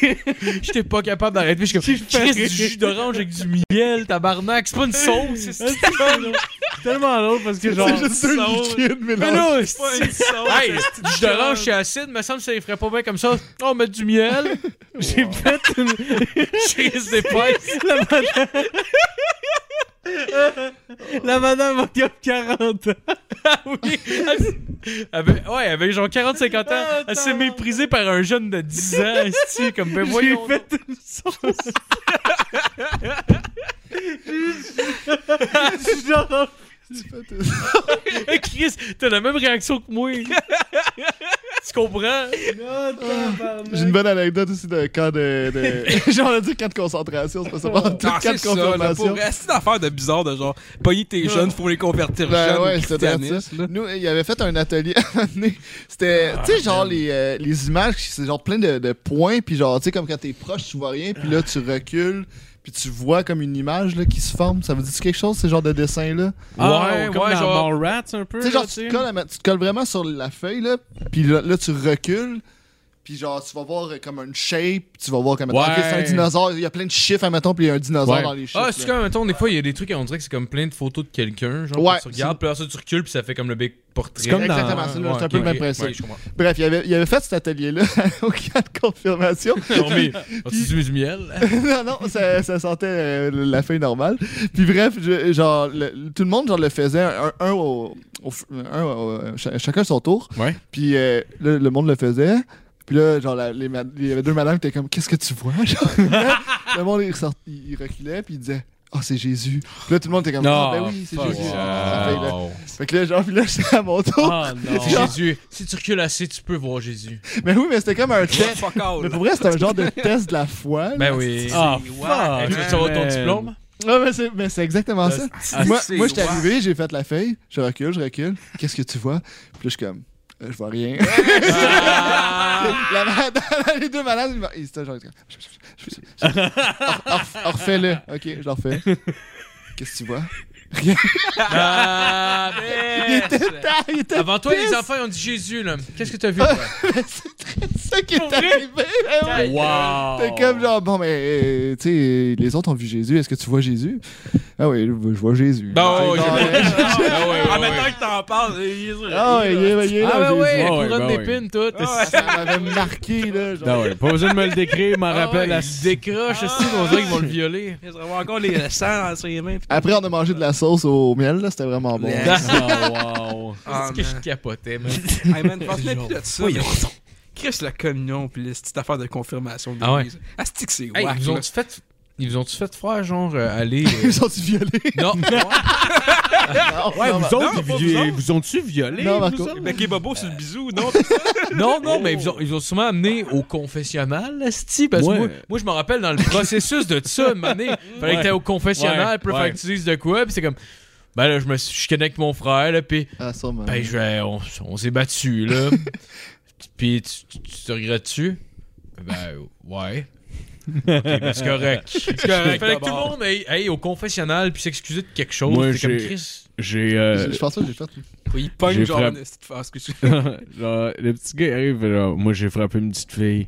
C: j'ai- j'étais pas capable d'arrêter. Puis j'étais comme, Chris, du jus d'orange avec du miel, tabarnak. C'est pas une sauce. c'est- c'est-
F: C'est tellement drôle parce que genre.
D: C'est juste deux
E: sauce.
D: liquides
C: Mais
D: mélangés.
C: là,
E: C'est pas une sauce.
C: Hey, du
F: Ah,
C: jus d'orange, c'est acide, me semble que ça les ferait pas bien comme ça. On met du miel. J'ai fait une. Cheese des pêches.
F: La madame va dire 40 ans.
C: Ah oui. Elle s- avec- ouais, avec genre 40-50
F: Ah,
C: ans, elle s'est méprisée par un jeune de 10 ans, esti, comme ben
F: J'ai
C: voyons.
F: fait une sauce. J'ai juste- genre,
C: donc. Chris, t'as la même réaction que moi. tu comprends?
D: J'ai une bonne anecdote aussi de cas de. de... genre, on a dit 4 concentrations, c'est pas ça. pendant tout
E: Ah,
D: quatre
E: c'est ça, là, pour
D: confirmations.
E: vrai. C'est une affaire de bizarre de genre, pogner tes jeunes, faut les convertir
D: Ben
E: jeunes.
D: ouais,
E: au
D: c'était
E: christianisme,
D: ça.
E: là.
D: Nous, il avait fait un atelier à un moment donné. C'était, tu sais, genre les, euh, les images, c'est genre plein de, de points, puis genre, tu sais, comme quand t'es proche, tu vois rien, puis là, tu recules, puis tu vois comme une image là, qui se forme. Ça vous dit quelque chose, ce genre de dessin-là?
F: Ah,
C: Ouais,
F: comme
C: ouais,
F: dans
C: genre-
F: Mallrats, un peu.
D: Tu sais, genre,
F: là,
D: tu te, colles à ma- tu te colles vraiment sur la feuille, là, puis là, là, tu recules, puis genre, tu vas voir euh, comme une shape, tu vas voir comme, mettons,
F: Ouais.
D: ok, c'est un dinosaure, il y a plein de chiffres, admettons, puis il y a un dinosaure
F: Ouais.
D: dans les chiffres.
C: Ah, c'est
D: là.
C: comme, mettons, des fois, il y a des trucs, on dirait que c'est comme plein de photos de quelqu'un. Genre,
D: Ouais,
C: tu regardes, puis là, ça, tu recules, puis ça fait comme le big portrait.
F: C'est comme dans-
D: Exactement, c'est là, c'est un peu le même principe.
C: Ouais, je comprends.
D: Bref, il avait, il avait fait cet atelier-là aux quatre confirmations.
C: Non, mais, as-tu du miel?
D: non, non, ça, ça sentait euh, la feuille normale. Puis bref, je- genre, le- tout le monde genre, le faisait un, un au, au- un au- ch- chacun son tour.
F: Ouais.
D: Puis euh, le, le monde le faisait. Puis là, genre, la- les ma- il y avait deux madames qui étaient comme, qu'est-ce que tu vois? Genre, le monde, il, ressort- il- il reculait, puis il disait, ah, c'est Jésus. Puis là, tout le monde était comme, ah, ben oui, c'est
F: fuck
C: Oh,
D: Jésus.
F: wow.
D: La feuille, là. Fait que là, genre, puis là, j'étais à mon tour.
F: Ah
C: C'est
F: non.
C: Jésus. Ah, ben, Oh. Si tu recules assez, tu peux voir Jésus.
D: Mais oui, mais c'était comme un
E: Ouais,
D: test.
E: fuck all,
D: Mais
E: là.
D: pour vrai, c'était un genre de test de la foi. là.
C: Ben oui. ben.
F: Ah,
E: C'est
F: fuck.
E: wack,
C: tu veux savoir ton diplôme?
D: Ouais, mais c'est- mais c'est exactement ça.
E: Ah,
D: moi,
E: c'est
D: moi j'étais
E: wack.
D: arrivé, j'ai fait la feuille, je recule, je recule. Qu'est-ce que tu vois? Puis là, je suis comme, Euh, je vois rien. La madame- les deux malades, ils me- ils étaient genre, je- je- je- je- Or- or- or- refais-le. Ok, je le refais. Qu'est-ce que tu vois?
C: Ah,
D: Il
C: merde.
D: était tard, il était
C: Avant toi, les
D: pisse.
C: enfants, ils ont dit Jésus, là. Qu'est-ce que t'as vu, toi?
D: C'est très ça qui
C: Pour
D: est
C: vrai?
D: arrivé. ben ouais.
F: Wow.
D: T'es comme genre, bon, mais euh, tu sais, les autres ont vu Jésus, est-ce que tu vois Jésus? Ah oui, je vois Jésus.
C: Ben ouais,
D: Ah,
C: j'ai-
D: ouais.
C: Ah ouais,
E: Ah,
C: ouais, ouais.
E: maintenant que t'en parles, il est sur-
D: Ah ouais, il est, il est là,
C: Ah, ben
D: Jésus.
C: ouais,
F: Ouais,
C: couronne
F: ben
C: d'épines, tout.
E: Ah
D: Ça m'avait marqué, là. Genre.
F: Non, Ben ouais, pas besoin de me le décrire, Ah, il m'en rappelle à
C: Il décroche,
E: Ah,
C: aussi, on dirait qu'ils vont le violer.
E: Il se revoit encore les sangs dans ses mains.
D: Après, on a mangé de la sauce au miel, là, c'était vraiment bon.
E: Yeah.
F: Ah, wow.
E: Ah,
C: C'est que je capotais, man.
E: Hey man, pensez plus de ça.
C: Voyons
E: mais- Chris, la communion, pis les petites affaires de confirmation de
C: Ah ouais.
E: l'église. Asti que c'est
C: Hey,
E: wack,
C: ils nous
E: là.
C: ont-tu fait... Ils nous ont-tu fait faire, genre, euh, aller... euh,
D: Ils sont violés.
C: Non.
F: Ouais, vous
D: non,
F: autres,
E: non,
F: ils
E: pas
F: vi-
E: vous autres.
F: vous ont-tu violé?
D: Non,
F: vous
D: Marco.
F: autres?
E: Ben, Kebabo, c'est le bisou, non?
C: Non, non, mais ils ont, ils ont sûrement amené au confessionnal, esti, parce
F: Ouais.
C: que moi, moi, je me rappelle dans le processus de ça, une année, fallait que t'ailles au
F: Ouais.
C: confessionnal, puis là, fallait
F: Ouais.
C: que tu dises de quoi, puis c'est comme, ben là, je me suis- je connecte mon frère, là, puis
D: Ah, sûrement.
C: ben, je vais- on, on s'est battu, là, puis tu, tu, tu te regrettes-tu? Ben, ouais. ok, ben c'est correct. C'est correct. Fallait que tout le monde aille, aille au confessionnal puis s'excuser de quelque chose.
F: Moi,
C: C'est comme
F: j'ai-
C: Chris.
F: J'ai. euh,
D: Je pense que j'ai fait.
E: Il pogne,
F: J'ai
E: genre,
F: frappé.
E: une petite face que tu-
F: genre, le petit gars il arrive, genre, moi j'ai frappé une petite fille.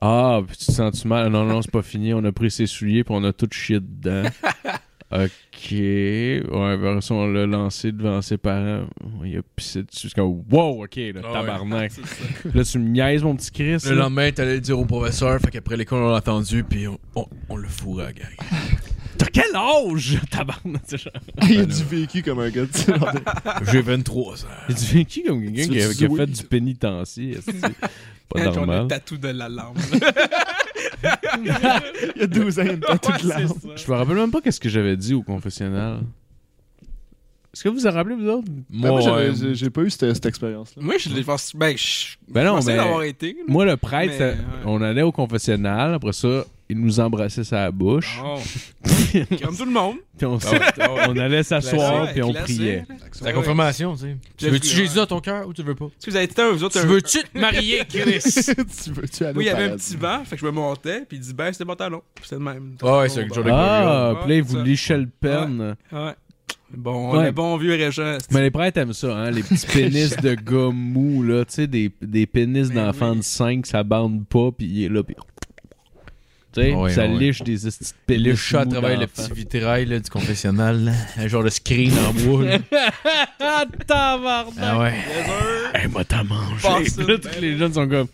F: Ah, puis tu te sens-tu mal? Non, non, c'est pas fini. On a pris ses souliers puis on a tout chié dedans. ok. Ouais, ben ça, on l'a lancé devant ses parents. Il a pissé dessus. C'est comme, wow, ok, là,
C: Ah ouais.
F: tabarnak. là, tu me niaises, mon petit Chris.
C: Le
F: là?
C: lendemain, t'allais le dire au professeur, fait qu'après l'école, on l'a entendu, puis on, on, on le fourrait à la gang.
F: T'as quel âge? Tabarnak, c'est genre.
D: Ah, Il a du vécu comme un gars. tu sais, genre de-
C: J'ai 23 ans.
F: Il est vécu comme quelqu'un
D: Tu
F: qui, a- qui a
D: zouilles.
F: fait du pénitencier. est-ce que c'est Pas
E: Genre,
F: normal.
E: le tatou de la lampe.
D: Il a 12 ans, il a une tatou de
E: Ouais,
D: l'arme.
E: c'est ça.
F: Je me rappelle même pas qu'est-ce que j'avais dit au confessionnal. Est-ce que vous vous en rappelez, vous autres?
D: Ben, Moi,
C: ouais.
D: j'avais- j'ai- j'ai pas eu cette, cette expérience-là.
E: Moi, je l'ai pensé. Ben, je
F: Ben non,
E: pensais
F: mais-
E: l'avoir été. là.
F: Moi, le prêtre,
E: Mais,
F: ça-
E: ouais.
F: on allait au confessionnal. Après ça, il nous embrassait sa bouche.
E: Non. Comme tout le monde. Ben,
F: Puis on, s-
E: ah
F: on allait s'asseoir,
E: Classé,
F: Ben, puis on
E: classé.
F: priait.
C: C'est la confirmation, tu sais. Tu
E: Je-
C: veux-tu
E: ouais.
C: Jésus dans ton cœur ou tu veux pas?
E: Est-ce que vous avez été un, vous autres,
C: Tu
E: un-
C: veux-tu te marier, Chris?
D: tu veux-tu aller
E: Moi, il y
D: au
E: avait un
D: paradis?
E: petit vent, fait que je me montais, puis il dit, ben, c'est des pantalons. Puis C'était le même.
C: Ouais, c'est le genre de-
F: Ah,
E: Ouais,
F: puis là, il vous
E: ça.
F: lichait le perne.
E: Ouais. Bon,
F: Ouais.
E: le bon vieux régent. c'est-
F: Mais les prêtres aiment ça, hein, les petits pénis de gars mous, là, tu sais, des, des pénis
E: Ben
F: d'enfants
E: oui.
F: de 5, ça bande pas, puis il est là, puis... Tu sais,
C: Ouais,
F: ça
C: ouais.
F: liche des estis de pénis
C: Il le chat à
F: mous
C: travers le
F: d'enfants.
C: petit vitrail là, du confessionnal, là. un genre de screen en bois. là.
F: Ah, tabarnak!
C: Ah ouais.
F: Eh, moi, t'as mangé!
E: Passe
F: Puis
E: ça.
F: là, tous les jeunes sont comme,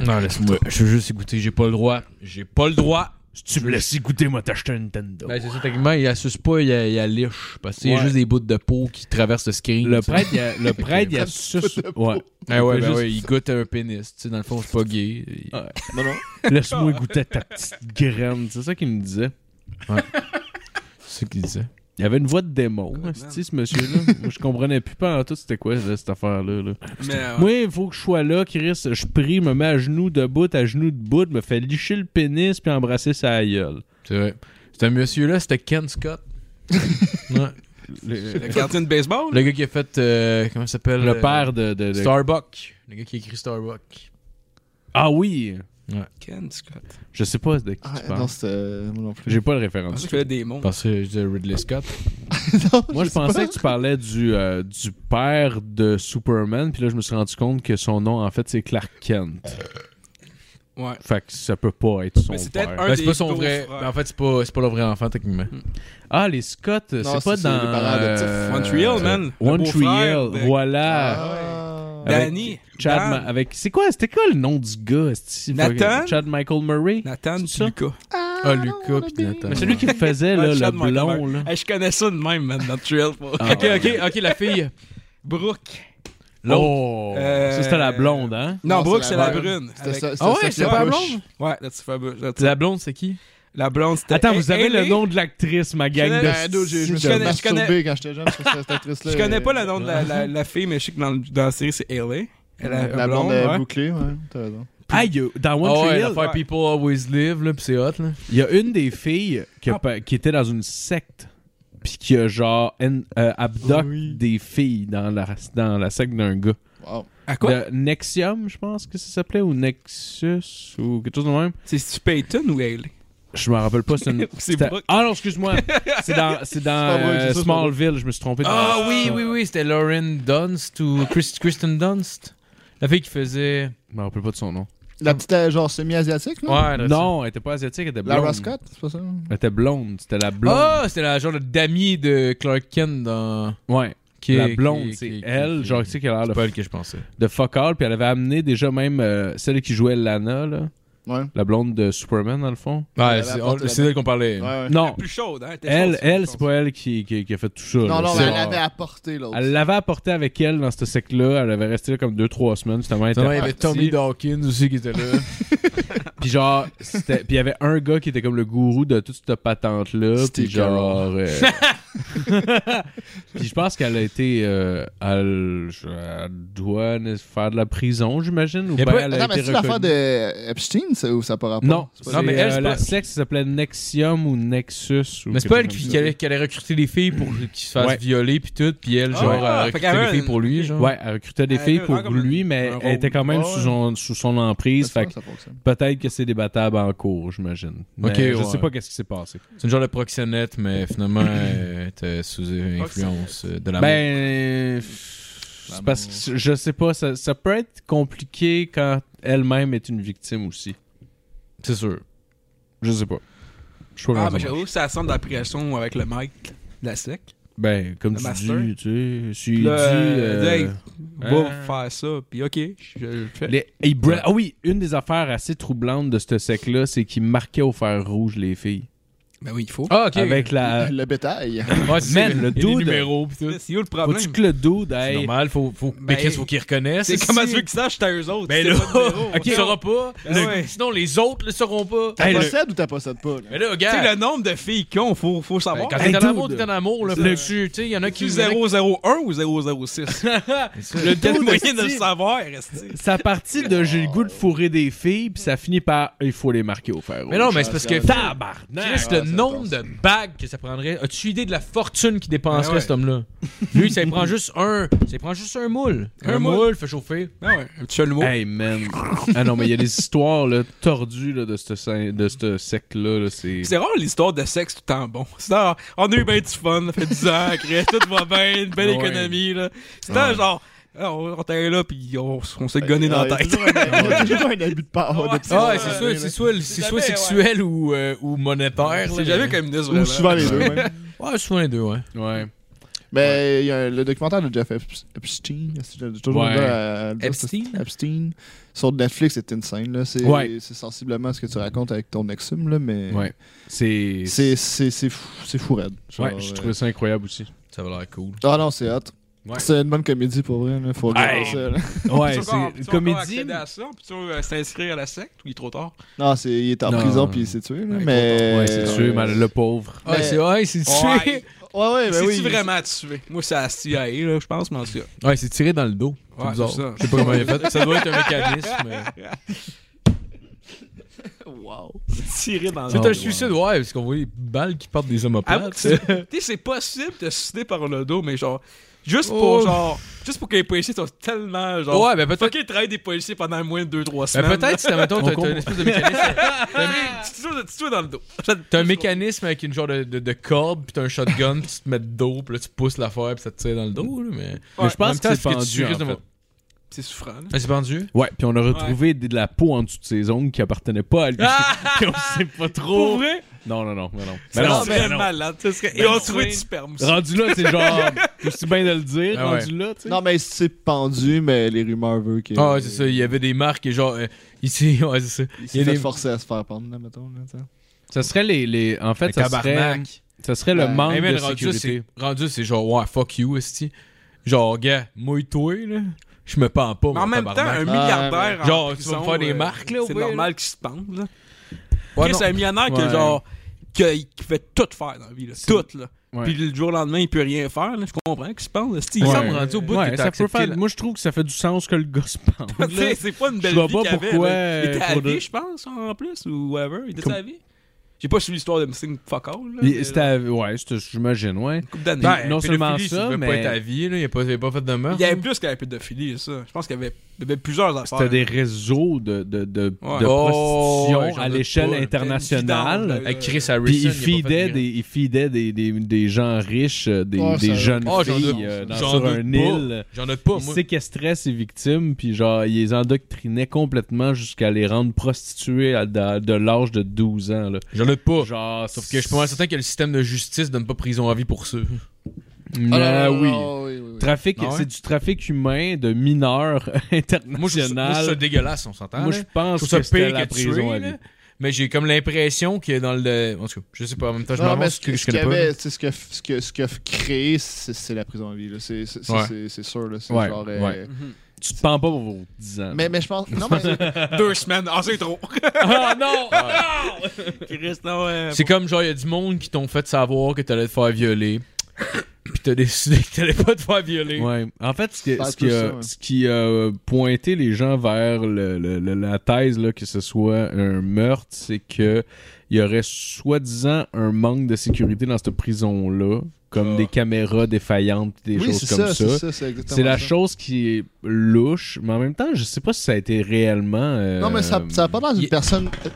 C: Non, laisse-moi. Je veux juste écouter, j'ai pas le droit. J'ai pas le droit.
F: si tu me laisses écouter, moi, t'achètes un Nintendo.
C: Ben, c'est ça, techniquement, il assuce pas, il, il a liche. Parce que c'est
F: Ouais.
C: juste des bouts de peau qui traversent le screen.
F: le
C: tu sais.
F: prêtre, il a, le prêtre, il a sus- Ouais.
C: Ah ouais, ben
F: Il fait juste-
C: ouais, il goûte à un pénis. Tu sais, dans le fond, c'est pas gay. Il-
F: Ah.
D: Non, non.
F: Laisse-moi goûter à ta petite graine. C'est ça qu'il me disait.
C: C'est ce qu'il disait.
F: Il avait une voix de démon,
E: Comment?
F: esti, ce monsieur-là. Moi, je comprenais plus pas en tout c'était quoi là, cette affaire-là. là.
E: Mais, euh,
F: Moi, il faut que je sois là, Chris. Je prie, me mets à genoux debout, à genoux debout, me fait licher le pénis puis embrasser sa gueule.
C: C'est vrai. C'était un monsieur-là, c'était Ken Scott. ouais.
E: le quartier de baseball.
C: Le gars qui a fait. euh, comment il s'appelle
F: Le
C: euh,
F: père de. de- de-
C: Starbuck. Le gars qui a écrit Starbuck.
F: Ah oui!
E: Ken Scott. Je
F: Je sais pas de qui
D: Ah,
F: tu
D: non,
F: parles.
D: c'était. euh, Moi non plus.
F: J'ai pas le
E: pensais
F: référence.
E: qu'il fallait des
F: Ah.
E: mondes.
C: Parce que je disais Ridley Scott.
D: Non,
F: Moi, je
D: sais
F: pensais
D: pas.
F: que tu parlais du, euh, du père de Superman, puis là, je me suis rendu compte que son nom, en fait, c'est Clark Kent.
E: Ouais.
F: Fait que ça peut pas être son
E: Mais c'est peut-être
F: père.
E: un
C: Ben,
E: des
C: c'est pas son
E: beaux
C: vrai.
E: frères.
C: ben, en fait, c'est pas, c'est pas le vrai enfant, techniquement.
F: Ah, les Scott, c'est
D: Non,
F: pas
D: c'est
F: dans... euh,
D: les parents adoptifs.
E: One Tree Hill, man. Le
F: One Tree
E: beau-frère
F: Hill,
E: de-
F: voilà.
D: Ah,
F: Avec
E: Danny.
F: Chad,
E: Dan,
F: Ma- avec... C'est quoi, c'était quoi le nom du gars? esti?
E: Nathan?
F: Chad Michael Murray?
E: Nathan
F: C'est
E: puis
F: ça?
E: Lucas.
C: Ah, Lucas, pis Nathan.
F: Mais celui qui le faisait, là,
E: Ouais,
F: le
E: Chad Michael
F: blond,
E: Murray.
F: là.
E: Hey, je connais ça de même, man, dans Trail. pour-
F: Ah,
C: Ok, Oh. ok, ok, la fille.
E: Brooke.
F: Oh!
E: Euh,
F: Ça, c'était la blonde, hein?
E: Non,
D: Non,
E: Brooke,
D: c'est
E: c'est
D: la
E: la
D: brune.
E: brune.
D: C'était
E: Avec-
D: ça.
C: Ah ouais, c'est pas
D: Bush.
C: blonde?
E: Ouais, that's Fabulous. That's-
C: La blonde, c'est qui
E: La blonde, c'était.
F: Attends, vous avez le
E: Hailey.
F: nom de l'actrice, ma gang
E: connais-
F: de...
D: Ben, dude, j'ai- je me
E: Je
D: suis
E: connais- je
D: masturbé quand j'étais jeune sur cette actrice-là.
E: Je connais pas le nom de la, la, la fille, mais je sais que dans, le- dans la série, c'est Hailey. Elle a-
D: La blonde euh,
E: ouais.
D: bouclée, ouais. T'as raison.
F: Ah, il y a- dans One
C: Ah
F: Tree
C: ouais,
F: Hill,
C: l'affaire
E: ouais.
C: People Always Live, là, pis c'est hot, là.
F: Il y a une des filles qui, a pa- qui était dans une secte puis qui a genre en- euh, abduct
D: Oui.
F: des filles dans la, dans la secte d'un gars.
D: Wow.
E: À quoi
F: Le Nexium, je pense que ça s'appelait, ou Nexus, ou quelque chose de même.
E: C'est Stu Payton ou Hailey
F: Je me rappelle pas. C'est une...
E: C'est
F: c'était-
E: Brooke.
F: Ah non, excuse-moi. C'est dans, c'est
D: C'est
F: dans
D: pas Brooke,
F: euh,
D: c'est ça, c'est pas Brooke.
F: Smallville, je me suis trompé. de-
C: Ah oui, oui, oui, c'était Lauren Dunst ou Chris- Kristen Dunst. La fille qui faisait.
F: Je me rappelle pas de son nom.
D: La petite, euh, genre, semi-asiatique, là.
C: Ouais, Ah, là,
F: Non, elle était pas asiatique, elle était blonde.
D: Lara Scott, c'est pas ça? hein?
F: Elle était blonde, c'était la
C: c'est-
F: blonde.
C: Ah, c'était la genre de Damie de Clark Kent dans.
F: ouais.
C: Qui
F: la
C: est-
F: blonde,
C: qui-
F: c'est
C: qui- qui-
F: elle,
C: qui-
F: genre, tu sais, qui a l'air
C: C'est
F: de,
C: pas elle que je pensais.
F: de fuck all, puis elle avait amené déjà même euh, celle qui jouait Lana, là.
D: Ouais.
F: La blonde de Superman, dans le fond.
C: Ouais,
D: Elle
C: c'est
D: avait apporté
C: on- c'est d'elle qu'on parlait.
D: Ouais, ouais.
F: Non,
E: Plus chaude, hein
F: elle, elle c'est pas elle qui, qui, qui a fait tout ça. là.
D: Non, non,
F: C'est-
D: mais elle avait apporté l'autre.
F: Elle l'avait apporté avec elle dans ce secte-là. Elle avait resté là comme 2-3 semaines. Finalement, elle était
C: Finalement, il y avait
F: partie.
C: Tommy Dawkins aussi qui était là.
F: Puis genre, c'était- puis il y avait un gars qui était comme le gourou de toute cette patente-là. Puis
D: Steve
F: genre. euh, Puis je pense qu'elle a été. euh, elle, je- elle doit faire de la prison, j'imagine. Ou
C: Mais
F: ben,
C: pas-
F: elle a
D: Attends, mais
F: été
D: c'est l'affaire
F: reconnue.
D: de Epstein, ça, ou ça par rapport?
F: Non,
D: C'est pas-
C: Non, mais
F: mais
C: elle, c'est
F: euh, la
C: pas-
F: secte s'appelait Nexium ou Nexus. Ou
C: Mais c'est
F: quelque
C: pas elle
F: chose
C: qui,
F: comme
C: qui allait, qui allait recruter des filles pour qu'ils se fassent
F: Ouais.
C: violer puis tout, puis elle, genre, a
E: Ah, fait
C: recruté
E: qu'elle
C: des
E: avait
C: filles
E: une-
C: pour lui,
F: ça.
C: genre.
F: Ouais, elle recrutait des
E: Elle
F: filles
E: avait
F: pour
E: vraiment comme
F: lui, mais
E: un
F: elle était quand même
D: rôle.
F: sous son, sous son emprise.
D: Ça,
F: Fait que
D: ça fonctionne.
F: peut-être que c'est débattable en cours, j'imagine. Mais
C: Ok,
F: je
C: ouais.
F: sais pas qu'est-ce qui s'est passé.
C: C'est une genre de proxénète, mais finalement, euh, était sous euh, influence euh, de la mort.
F: Ben, euh, c'est parce que je sais pas, ça, ça peut être compliqué quand elle-même est une victime aussi.
C: C'est sûr.
F: Je sais pas. Je sais pas
E: Ah,
F: comment
E: mais
F: ça marche.
E: j'avoue que ça sent de la pression avec le mic de la sec.
F: Ben, comme
E: Le
F: tu
E: master.
F: dis, tu sais, si
E: Puis
F: il dit...
E: là, euh,
F: euh,
E: hey, va
F: hein.
E: faire ça. Puis ok, je je le fais.
F: les- hey, Brad- Ah oui, une des affaires assez troublantes de ce sec-là, c'est qu'il marquait au fer rouge les filles.
E: Ben oui, il faut.
C: Ah, ok.
F: Avec la...
D: Le bétail.
C: Ouais, c'est-
F: Man, le
C: il y a
F: dude.
C: des numéros pis tout.
E: C'est où le problème?
F: Faut-tu que le dude
C: C'est
F: aille...
C: normal, faut, faut, mais
E: Ben,
C: Chris, faut qu'ils reconnaissent.
E: C'est comment tu veux qu'ils sachent que t'as eux autres?
C: Ben
E: c'est
C: là,
E: pas le numéro.
C: ok, tu sauras pas.
E: Ah
C: Le-
E: ouais. Ben,
C: Sinon, les autres le sauront pas.
D: T'as
F: Hey, le-
D: possèdes ou t'as possèdes pas? là?
C: Mais là,
E: Tu sais,
C: gars,
E: le nombre de filles qu'on faut, faut savoir.
C: Ben, quand
F: Hey,
C: t'es en amour,
F: dude.
C: t'es en amour. Là,
F: Le-
C: faut- tu sais, il y en a qui.
E: Tu 001 ou 006?
C: Le
E: Quel
F: dude,
E: moyen de le
F: esti.
E: savoir, esti?
F: Ça partit de j'ai le goût de fourrer des filles, puis ça finit par il faut les marquer au fer rouge.
C: Mais non, mais c'est parce que.
F: Tabarnak!
C: Chris, le
D: ça
C: nombre
D: passe.
C: de bagues que ça prendrait. As-tu idée de la fortune qu'il dépenserait,
E: Ah ouais.
C: cet homme-là? Lui, ça lui prend juste un. Ça lui prend juste un moule.
E: Un
C: Un,
E: moule.
C: moule. fait chauffer.
E: Ah ouais, tu fais le mot.
F: Hey man. ah non, mais il y a des histoires là, tordues là, de ce sein- de ce secte-là. là, c'est...
E: C'est rare l'histoire de sexe tout le temps bon. C'est rare. on a eu bien du fun, ça fait 10 ans, Chris, tout va bien, une belle
F: Ouais.
E: économie. là. C'est un genre, ah, on on était là, puis on, s- on s'est gonné dans
D: Ah,
E: la
D: il y a
E: tête.
D: toujours un- Il y a toujours un abus de power.
E: Ouais,
D: de-
E: c'est
C: Ah,
E: vrai,
C: ouais, c'est
E: ouais,
C: soit,
E: ouais,
C: c'est soit, c'est
E: jamais,
C: soit
E: ouais.
C: sexuel ou, euh, ou monétaire. là,
E: C'est jamais
C: mais-
E: communiste,
D: Ou
E: vraiment.
D: souvent les deux, même.
C: Ouais, souvent les deux, ouais.
F: Ouais.
D: Mais il y a un- le documentaire de Jeff Ep- Epstein, est-ce que j'ai toujours
F: Ouais.
D: le nom à- à le dire,
C: Epstein?
D: c'est- Epstein, sur Netflix, c'est insane. là. C'est
F: Ouais.
D: c'est sensiblement ce que tu racontes avec ton exum, là, mais
F: Ouais. C'est.
D: c'est c'est- c'est fou, c'est fou raide. Genre,
F: Ouais, je
D: euh,
F: trouvais ça incroyable aussi.
C: Ça va l'air cool.
D: Ah non, c'est hot.
F: Ouais.
D: C'est une bonne comédie pour vrai, là. faut regarder
F: Hey.
D: ça. là.
F: Ouais,
E: Tu peux encore-
F: c'est
E: tu
F: une
E: peux encore
F: comédie.
E: accéder à ça, puis tu veux euh, s'inscrire à la secte ou il est trop tard?
D: Non, c'est- il est en
F: Non.
D: prison puis il s'est tué, là,
E: Ouais,
D: mais...
F: Ouais, c'est sûr, mais le pauvre.
D: Mais-
C: Ouais, c'est ouais, c'est
E: Ouais,
C: tiré.
D: Ouais, ouais, ben
E: C'est-tu
D: oui.
E: vraiment tué? Moi, c'est à la CIA, là, je pense, mais en tout cas.
C: Ouais, c'est tiré dans le dos. C'est
E: Ouais,
C: bizarre.
E: c'est ça.
C: Je sais pas comment il a fait. Ça doit être un mécanisme. euh.
D: Wow.
E: Tiré dans
C: C'est un suicide, ouais, parce qu'on voit des balles qui partent des
E: Avoue
C: omoplates.
E: que c'est- t'sais, c'est possible de se suicider par le dos, mais genre, juste pour
C: Oh.
E: genre, juste pour que les policiers soient tellement genre.
C: Ouais, ben
E: Faut
C: peut-être.
E: qu'ils travaillent des policiers pendant moins de 2-3
C: ben,
E: semaines.
C: peut-être si, mettons, t'as
F: On
C: t'as une espèce de mécanisme.
E: là. Tu te tues- tu te tues dans le dos.
C: T'as un mécanisme avec une genre de, de, de corde, pis t'as un shotgun, pis tu te mets dedans, pis là tu pousses l'affaire, pis ça te tire dans le dos. Là, mais
F: Mais je
C: En même
F: pense
C: temps,
F: que
C: est-ce
F: c'est
C: que tu
F: pendu.
C: risques de
F: en
C: me-
F: fait.
E: C'est souffrant, là.
C: Ah, c'est pendu?
F: Ouais, puis on a retrouvé de de la peau en dessous de ses ongles qui appartenait pas à lui. Puis on sait pas
E: Ah, Pour
F: trop.
E: vrai?
F: Non, non, non, mais non.
E: Ça
F: Mais non,
E: serait
F: mais non.
E: malade. Ben ça serait- Et on trouvé du sperme. ça.
F: Rendu là, c'est genre. Juste bien de le dire,
C: Ah ouais.
F: rendu là, tu sais.
D: Non, mais c'est pendu, mais les rumeurs veulent qu'il
C: Ah, ouais, c'est ça, il y avait des marques, et genre, euh, ici, ouais, c'est ça. il
D: il
C: y
D: s'est
C: a
D: fait
C: des-
D: forcer à se faire pendre, là, mettons. Là, t'sais.
F: Ça serait les. les... En fait, ça serait. Ça serait le
D: Ben,
F: manque
C: Hey, man,
F: de
C: rendu, là,
F: sécurité.
C: c'est- rendu, c'est genre, ouais, fuck you, esti. Genre, gars, mouille-toi, là. Je me pends pas,
E: Mais
C: mon
E: en même temps, un
C: tabarnak.
E: milliardaire. en
C: Genre, tu vas
E: prison,
C: me faire des
E: euh,
C: marques, là, au
E: C'est
C: pire,
E: normal qu'il se pende, là.
C: Ouais,
E: Chris,
C: non.
E: c'est un millionnaire que
C: Ouais.
E: genre. que- Qui fait tout faire dans la vie, là. Tout, là.
F: Ouais.
E: Puis le jour au lendemain, il peut rien faire, là. Je comprends qu'il se pende, là.
C: Il
F: Ouais.
C: semble rendu au bout
F: Ouais,
C: de
F: ça peut faire- Moi, je trouve que ça fait du sens que le gars se pende.
E: Tu sais,
F: là.
E: c'est pas une
F: Je
E: belle
F: vois
E: vie
F: pas
E: qu'il avait,
F: pourquoi,
E: là. Il était
F: euh,
E: à
F: pour
E: vie,
F: de-
E: je pense, en plus, ou whatever. Il était
F: Comme-
E: à vie. J'ai pas suivi l'histoire de Missing Fuck All, là.
F: Il-
E: mais
F: C'était, à- ouais, c'était- j'imagine, ouais.
E: une couple d'années.
F: Ben, non seulement
C: pédophilie,
F: ça,
C: veut
F: mais-
C: pas être à vie, là. Il a pas, il a pas fait de meurtre.
E: il y avait plus qu'à la pédophilie, ça. Je pense qu'il y avait, il y avait plusieurs affaires.
F: C'était des réseaux de, de, de,
E: Ouais.
F: de
C: Oh,
F: prostitution
C: ouais, j'en
F: à
C: doute
F: l'échelle
C: pas.
E: Une
F: internationale.
E: vidange,
C: Avec Chris Harrison.
F: Puis il
C: a pas fait de
F: feedait,
C: rien.
F: des, il feedait des, des, des gens riches, euh, des,
D: Ouais,
F: des
D: ça-
F: jeunes
C: Oh, j'en doute-
F: filles euh, dans-
C: j'en
F: sur
C: doute
F: un
C: pas.
F: île.
C: J'en doute pas,
F: il
C: moi.
F: séquestrait ses victimes, puis genre, il les endoctrinait complètement jusqu'à les rendre prostituées à, de, de l'âge de 12 ans. Là.
C: J'en doute pas.
F: Genre,
C: Oh. Sauf que je suis pas mal certain que le système de justice donne pas prison à vie pour ça.
F: Ah, oui.
D: oui, oui, oui.
F: Trafic,
C: Ah ouais?
F: c'est du trafic humain de mineurs
C: Moi, je trouve ça- moi, je trouve ça
F: international.
C: dégueulasse, on s'entend.
F: Moi,
C: là.
F: je pense
C: trouve
F: que
C: ça
F: c'était
C: pire
F: la
C: que tuer,
F: prison à
C: là.
F: vie.
C: Mais j'ai comme l'impression que dans le. En tout cas, je sais pas, en même temps, je
D: Non, mais
C: m'avance
D: ce
C: que
D: que-
C: je
D: ce qu'il
C: connais
D: y
C: pas.
D: avait,
C: là.
D: tu sais, ce que ce que ce qu'il a créé, c'est c'est la prison à vie. là. C'est c'est- c'est-
C: Ouais.
D: c'est- c'est sûr. là. C'est
F: Ouais,
D: genre, euh,
F: ouais.
E: Mhm.
F: Tu te pends pas pour vos 10 ans.
D: Mais, mais je pense. Non, mais.
E: Deux semaines. Ah, c'est trop.
F: Ah non!
E: Chris, non, ouais.
C: C'est comme genre, il y a du monde qui t'ont fait savoir que t'allais te faire violer. Puis t'as décidé que t'allais pas te faire violer.
F: Ouais. En fait, ce, que-
D: Faire
F: ce qui,
D: tout
F: a,
D: ça, ouais.
F: ce qui a pointé les gens vers le- le- le- la thèse là, que ce soit un meurtre, c'est que il y aurait soi-disant un manque de sécurité dans cette prison-là, comme
C: Ah.
F: des caméras défaillantes, des
D: oui,
F: choses
D: c'est
F: comme
D: ça, c'est ça, c'est exactement
F: C'est la
D: ça.
F: chose qui est louche, mais en même temps, je sais pas si ça a été réellement. euh,
D: Non, mais ça n'a pas l'air d'une
C: il-
D: personne euh,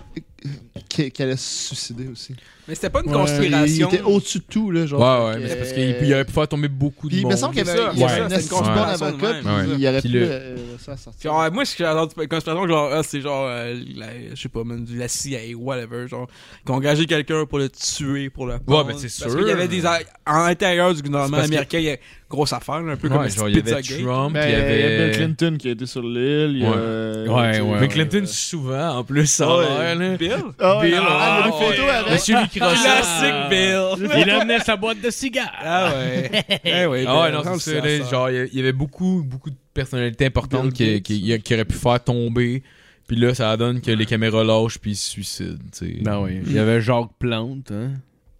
D: euh, qui, qui allait se suicider aussi.
E: Mais c'était pas une
D: Ouais,
E: conspiration.
D: Il était au-dessus de tout, là. Genre,
C: Ouais, ouais,
D: Fait
C: mais
D: que,
C: c'est parce
D: euh,
C: qu'il y aurait pu faire tomber beaucoup de
D: Puis il me
C: monde.
D: semble qu'il y
E: C'est
D: avait,
E: ça,
D: il y avait
C: ouais,
D: un
C: c'est une
D: assez bon
E: conspiration
D: avocat,
E: de même.
D: puis
C: Ouais.
D: il y aurait
C: Puis
D: pu
C: le-
D: euh, ça sortir.
E: Genre, moi, ce que j'ai entendu une conspiration, genre, ah, c'est genre, euh, la- je sais pas, man, la CIA, whatever, genre, qui ont engagé quelqu'un pour le tuer, pour le prendre.
C: ben, c'est
E: Parce
C: sûr.
E: qu'il y avait des. a- En l'intérieur du gouvernement
C: C'est parce que-
E: américain, il y a une grosse affaire, là, un peu
C: Ouais,
E: comme un
C: genre, il y avait
D: Ben,
C: Trump, il y avait.
D: Clinton qui a euh, été sur l'île.
C: Ouais.
F: Ouais, ouais,
C: Mais Clinton, souvent, en plus, ça
D: Ouais.
C: a l'air, là.
E: Bill?
D: Ah, ouais,
C: Bill,
D: ah, il y a
C: ouais.
D: une photo avec.
C: Monsieur Microsoft.
E: Classique Bill!
F: Il amenait sa boîte de cigares.
E: Ah ouais. ah ouais,
C: Ah ouais,
E: ben,
C: non,
E: on
C: c'est ça,
E: le sait,
C: là,
E: ça.
C: genre, il y a- il y avait beaucoup, beaucoup de personnalités importantes qui,
D: Bill
C: qui, qui auraient pu faire tomber. Puis là, ça donne que les caméras lâchent puis ils se suicident, tu sais.
F: Non, Ben oui. Il y avait Jacques Plante, hein.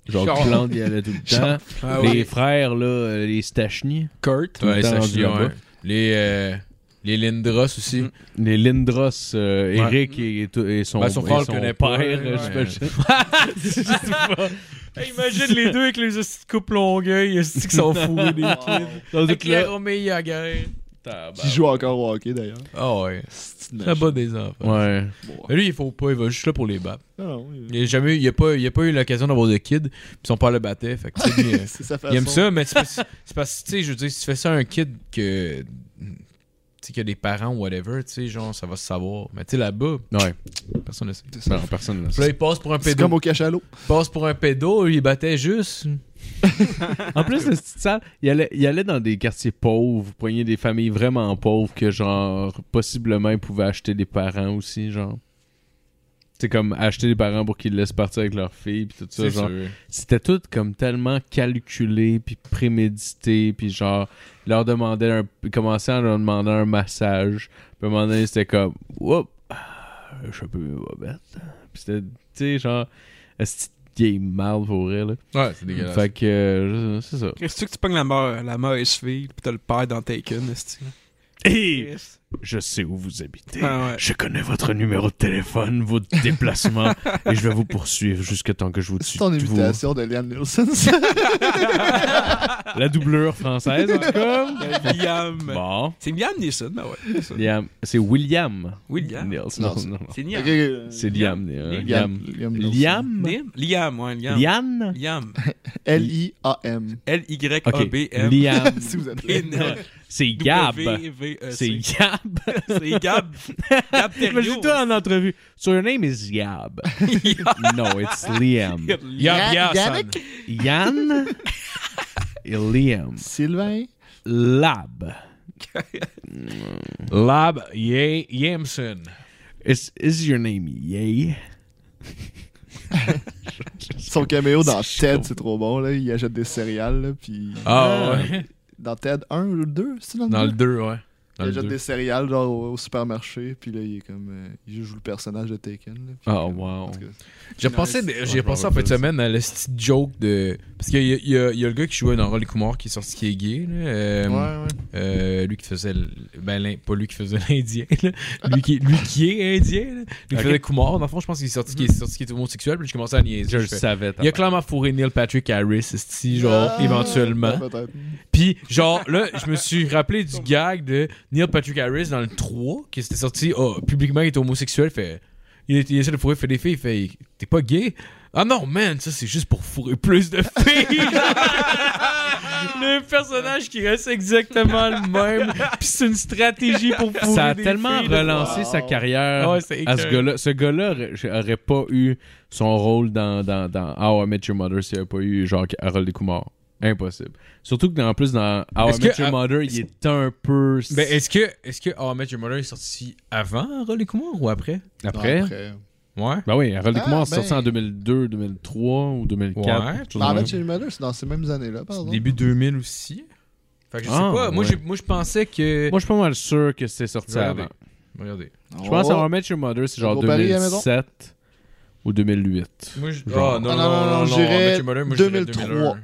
F: Jacques
C: Jacques-
F: Plante, il y allait tout le temps.
E: Ah
F: les
E: ouais.
F: frères, là, euh, les Stachny,
E: Kurt.
F: le
C: Ouais,
F: temps
C: ça
F: rendu
C: chie,
F: là-bas.
C: ouais. Les, euh, les Lindros aussi.
E: Mm.
F: les Lindros, euh,
C: Ouais.
F: Eric et, et tout- et son,
C: Ben, son
F: et
C: frère le connaît pas,
F: père,
C: ouais.
F: j'imagine.
C: Imagine les deux avec les coupes longueuil, ils qui sont fous, des kids.
F: Dans
C: Avec
F: tout là.
C: la Roméo Yaguerre.
D: Qui joue encore au hockey, d'ailleurs.
C: Ah ouais.
D: C'est une
C: Ça bat des enfants.
F: Ouais.
C: Mais lui, il faut pas, il va juste là pour les battre.
D: Ah, oui.
C: Il a jamais, il a pas, il a pas eu l'occasion d'avoir de kid, puis son père le battait, fait que tu sais, lui, euh,
D: C'est sa
C: il aime
D: façon.
C: ça, mais c'est parce c'est parce que, tu sais, je veux dire, si tu fais ça à un kid que, tu sais, qu'il a des parents ou whatever, tu sais, genre, ça va se savoir. Mais tu sais, là-bas,
F: Ouais.
C: personne ne sait. Puis
F: Non, personne ne le
C: là,
F: sait.
C: il passe pour un
D: C'est
C: pédo.
D: comme au cachalot.
C: Il passe pour un pédo, il battait juste.
F: En plus, de cette petite salle, il allait, il allait dans des quartiers pauvres, vous preniez des familles vraiment pauvres que, genre, possiblement, ils pouvaient acheter des parents aussi, genre. C'est comme acheter des parents pour qu'ils laissent partir avec leur fille, puis tout ça, genre.
C: sûr.
F: c'était tout comme tellement calculé puis prémédité puis genre ils leur demandait un ils commençaient à leur demander un massage puis à un moment donné c'était comme Oups, ah, je suis un peu bête puis c'était tu sais genre est-ce vieille mal pour elle là.
C: Ouais, c'est dégueulasse.
F: fait que euh, je- c'est ça
E: Qu'est-ce que tu pognes la mort, la mauvaise fille, pis t'as le père dans Taken, est
F: et je sais où vous habitez
E: Ah ouais.
F: je connais votre numéro de téléphone votre déplacement et je vais vous poursuivre jusqu'à temps que je vous tue
D: C'est ton
F: tous.
D: invitation de Liam Nielsen.
F: la doublure française en tout cas
E: William.
F: bon
E: Euh, C'est William Neeson, ben ouais. c'est ça.
F: Liam- c'est William
E: William.
F: Niels.
D: Non,
F: Non,
D: c'est-
F: non, non.
E: C'est Liam.
F: C'est
D: C'est
F: Liam. euh,
D: Liam. Liam
F: Liam.
D: Nielsen.
F: Liam.
E: Liam? Liam, ouais, Liam.
F: Liam.
E: Liam.
D: L-I-A-M.
F: Ok.
E: L-Y-A-B-M.
F: Liam.
D: Si vous êtes
E: N-
F: C'est Gab. C'est
E: W-V-E-C.
F: Gab.
E: E C'est Gab. Gab Thériault.
F: Imagine-toi en entrevue. So your name is Gab. no, it's Liam.
C: Yab,
D: Ya-
C: yab, son.
D: Yannick?
F: Yann. Et Liam.
D: Sylvain.
F: Lab.
C: Lab Ye- Yamson.
F: Is, is your name Yay?
D: Son caméo dans Ted, c'est trop bon. Là. Il achète des céréales. Là, puis...
C: Ah ouais.
D: Dans Ted 1 ou 2, c'est dans le
C: Dans le
D: deux?
C: 2, ouais. Dans
D: Il
C: le
D: achète
C: deux.
D: des céréales genre au, au supermarché. Puis là, il est comme. euh, il joue le personnage de Taken. là, puis
F: Oh,
D: comme-
F: wow.
D: en tout cas,
C: J'ai
D: Non,
C: pensé,
D: c'est-
C: de-
F: je
C: j'ai
F: m'en
C: pensé en fin
F: rappelle
C: de semaine à la petite joke de. Parce qu'il y, a- il y a- il y a le gars qui jouait dans Rolly Kumar qui est sorti qui est gay. Là, euh,
D: ouais, ouais.
C: euh, lui qui faisait. le- Ben, l'in- pas lui qui faisait l'Indien. là. Lui, qui, lui qui est Indien. là. Lui qui
F: Ok. Mhm.
C: faisait Kumar. Dans le fond, je pense qu'il est sorti qui est, sorti qu'il est homosexuel. Puis je commençais à niaiser.
F: Je le
C: Je fais,
F: savais.
C: Il a
F: tabarnak.
C: clairement fourré Neil Patrick Harris, esti, genre,
D: Ah,
C: éventuellement.
D: ouais, peut-être.
C: Puis, genre, là, je me suis rappelé du gag de Neil Patrick Harris dans le 3, qui s'était sorti, oh, publiquement, il était homosexuel, fait. Il, est- il essaie de fourrer, il fait des filles, il fait, t'es pas gay? Ah non, man, ça c'est juste pour fourrer plus de filles! le personnage qui reste exactement le même, puis c'est une stratégie pour fourrer.
F: Ça a
C: des
F: tellement
C: filles, là.
F: relancé
D: Wow.
F: sa carrière
C: Ah ouais, c'est
F: à ce
C: écœurant.
F: gars-là. Ce gars-là aurait- aurait pas eu son rôle dans, dans, dans How I Met Your Mother s'il n'y avait pas eu genre Harold Descoumar. Impossible. Surtout que, dans, en plus, dans How I
C: Est-ce
F: Met
C: que-
F: Your
C: ah,
F: Mother, il est un peu...
C: Ben, est-ce que, est-ce que Oh, I Met Your Mother est sorti avant Rolly Kumar ou après?
F: Après?
C: Ouais.
F: Ben oui, Harold Descoumar
D: Ah,
F: c'est sorti
D: ben.
F: en 2002, 2003 ou 2004.
C: Ouais.
F: quelque chose
D: Bah,
F: de
D: en
F: même.
D: fait, Jerry Miller, c'est dans ces mêmes années-là, par exemple.
C: Début 2000 aussi. Fait que je sais
F: Ah,
C: pas. Moi,
F: ouais.
C: j'ai- moi, je pensais que.
F: Moi, je suis pas mal sûr que c'est sorti
C: Regardez.
F: avant.
C: Regardez.
F: Je pense
D: Oh.
F: que How I Met Your Mother, c'est genre
D: Pour Paris, à la maison.
F: 2007 ou 2008.
C: Moi, je...
F: Genre.
C: Ah, non,
D: Ah,
C: non, non, non, non,
D: j'irais
C: Mathieu Muller, moi, je dirais
D: 2003.
C: 2001.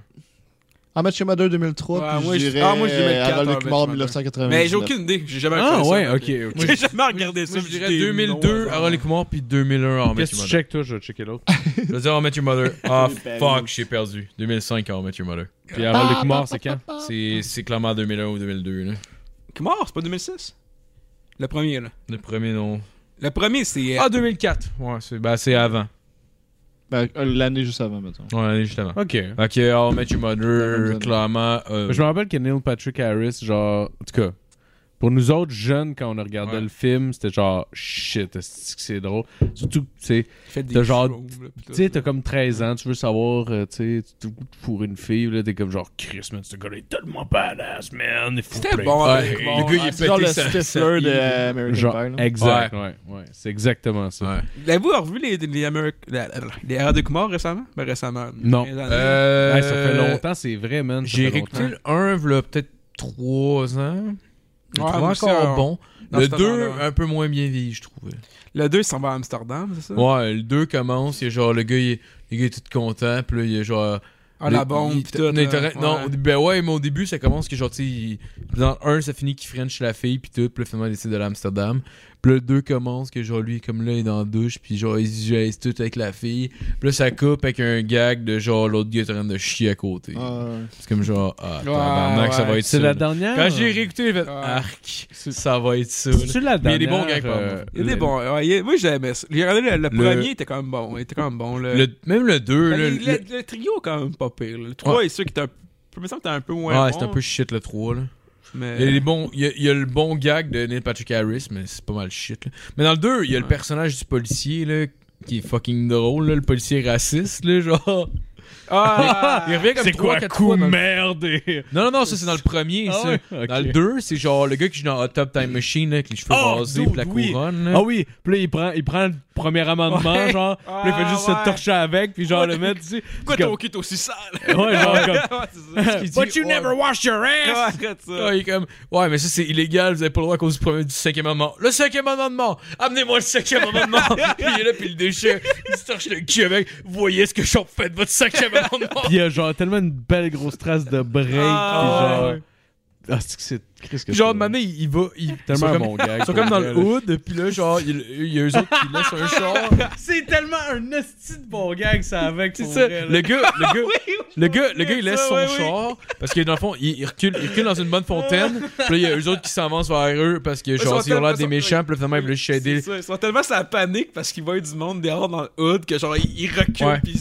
D: Ah, En Match 2 2003,
E: Ouais,
D: puis
E: moi,
D: je
E: je-
D: dirais
E: ah, moi, je dis
D: euh,
E: 2004,
D: Harold
E: How I Met Your
D: Kumar
E: Mother.
D: 1980.
E: Mais j'ai aucune idée. J'ai jamais
F: Ah
E: regardé ça.
F: ouais,
E: donc,
F: ok.
E: euh,
F: ok.
E: J'ai jamais regardé ça.
C: Moi, je
E: puis
C: dirais
E: des
C: 2002,
E: noms,
C: Harold et Kumar, puis 2001, How I Met Your
F: Qu'est-ce que tu
C: Mother.
F: checkes, toi Je vais checker l'autre.
C: Je veux dire, How I Met Your Mother. Ah,
A: Ben,
C: fuck,
A: oui.
C: j'ai perdu. 2005, How I Met Your Mother.
F: Puis Harold
C: Ah,
F: et Kumar, c'est quand
C: oh, C'est c'est clairement 2001 ou 2002, là.
E: Kumar, c'est pas 2006 Le premier, là.
C: Le premier nom.
E: Le premier, c'est. euh,
C: Ah, 2004. Ouais, c'est bah, c'est avant.
D: Ben, euh, L'année juste avant, mettons.
C: Ouais, justement.
F: Ok.
C: Ok, How I Met Your
D: même
C: Mother,
D: zone.
C: clairement. euh,
F: Je me rappelle que Neil Patrick Harris, genre, en tout cas, pour nous autres jeunes, quand on regardait
C: Ouais.
F: le film, c'était genre shit, esti que c'est drôle. Surtout, tu sais,
E: fait des
F: de genre-
E: shows, là, puis tout.
F: tu sais, t'as comme 13 ans, tu veux savoir, euh, tu sais, tu te goûtes pour une fille, là, t'es comme genre, Chris, man, ce gars-là est tellement badass, man. il faut
E: C'était
F: plein-
E: bon.
C: Ouais,
E: avec Kumar.
C: le gars, il est
D: C'est genre le
C: pété ça.
D: Stifler de euh,
F: Genre,
D: American Pie. là.
F: exact, ouais, ouais, c'est exactement ça.
C: Ouais.
E: L'avez-vous revu les, les, Ameri- la- la- les Harold et Kumar récemment Ben, récemment.
F: Non.
E: Les années.
C: Euh,
F: Ouais, ça fait longtemps, c'est vrai, man. ça
C: J'ai
F: fait longtemps.
C: réécouté le 1, voilà, peut-être 3 ans. Je
E: Ouais,
C: le trouvais
E: moi aussi,
C: encore
E: on-
C: bon.
E: dans
C: le
E: ce
C: 2,
E: temps-là.
C: un peu moins bien vieilli, je trouvais.
E: Le 2, il s'en va à Amsterdam, c'est ça
C: Ouais, le 2 commence, il y a genre le gars, il est, le gars est tout content, puis là, il y a genre.
E: Ah,
C: le-
E: la bombe,
C: il-
E: pis tout.
C: Non, il
E: là.
C: t'arrête- non,
E: Ouais.
C: au début- ben ouais, mais au début, ça commence que genre, tu sais, il- dans le 1, ça finit qu'il French la fille, puis tout, puis là, finalement, il décide de l'Amsterdam. Puis le 2 commence que genre, lui, comme là, il est dans la douche, puis genre, il se gèse tout avec la fille. Puis là, ça coupe avec un gag de genre, l'autre gars est en train de chier à côté.
D: Ah,
C: C'est comme genre, ah,
E: Ouais,
C: tabarnak, ça
E: ouais.
C: va être
F: C'est
C: ça.
F: la
C: là.
F: dernière.
C: Quand j'ai réécouté, j'ai fait,
E: Ah.
C: arc, ça va être ça. là.
F: C'est la dernière.
C: Mais il y a des bons gags, par
F: euh,
C: contre.
E: Il était bon. Ouais, il est- Moi, j'aimais ça. J'ai regardé le, le premier, il était quand même bon. Il était quand même bon. Le,
C: Le- même le 2,
E: Ben,
C: là,
E: il-
C: le-
E: le- le trio, est quand même pas pire. là. Le 3 est sûr qu'il était un peu. Il me semble que t'es un peu moins.
C: ouais,
E: bon,
C: Ah, c'est un peu shit le 3. Là. Il, y a
E: Mais...
C: les bons, il, y a, il y a le bon gag de Neil Patrick Harris, mais c'est pas mal shit. là. Mais dans le 2, il y a le
E: Ouais.
C: personnage du policier là, qui est fucking drôle, là, le policier raciste. Là, genre.
E: Ah,
C: il revient comme
F: C'est
C: trois,
F: quoi,
C: quatre
F: coup
C: fois dans le-
F: merde? et-
C: Non, non, non, ça c'est dans le premier.
F: Ah
C: ça.
F: ouais?
C: Dans
F: Ok.
C: le 2, c'est genre le gars qui joue dans Hot Top Time Machine là, avec les cheveux
F: Oh,
C: rasés
F: dude,
C: pis la
F: oui.
C: couronne. là.
F: Ah oui, puis là, il prend, il prend le premier amendement,
E: Ouais.
F: genre, puis là, il fait
E: Ah,
F: juste
E: ouais.
F: se torcher avec, puis genre, le
E: Ouais.
F: mettre, tu sais.
E: Pourquoi
F: c'est
E: ton cul est aussi sale
F: comme- Ouais, genre, comme.
E: Ouais, c'est ça.
C: qu'il dit, oh,
F: But you
C: ouais.
F: never wash your
E: Ouais,
F: ass!
E: arrête ça.
C: Ah, il est comme, ouais, mais ça c'est illégal, vous avez pas le droit à cause du, premier, du cinquième amendement. Le cinquième amendement! Amenez-moi le cinquième amendement! Puis il est là, puis il le déchire, il se torche le cul avec, voyez ce que j'en fais de votre cinquième amendement!
F: Pis il y a genre tellement une belle grosse trace de break, pis
E: Ah,
F: genre.
E: ouais.
F: Ah, c'est que c'est. Qu'est-ce que
C: Puis genre,
F: c'est?
C: de manière, il il va. Il, ils
F: Tellement
C: sont
F: un
C: comme,
F: bon gag.
C: ils sont comme dans le hood, puis là, genre, il, il y a eux autres qui laissent un char.
F: C'est tellement un esti de bon gag, ça, avec.
C: C'est ça. Le gars, le gars, le gars, le gars, il laisse
E: ça,
C: son
E: ouais, oui.
C: char parce que dans le fond, il, il recule, il recule dans une bonne fontaine. Puis là, il y a eux autres qui s'avancent vers eux parce que genre,
E: sont
C: ils ont l'air
E: tellement-
C: des méchants. Puis là, finalement, ils veulent juste aider.
E: C'est ça, Ils sont tellement sur la panique parce qu'ils voient du monde dehors dans le hood que genre ils ils
C: Ouais.
E: reculent puis ils-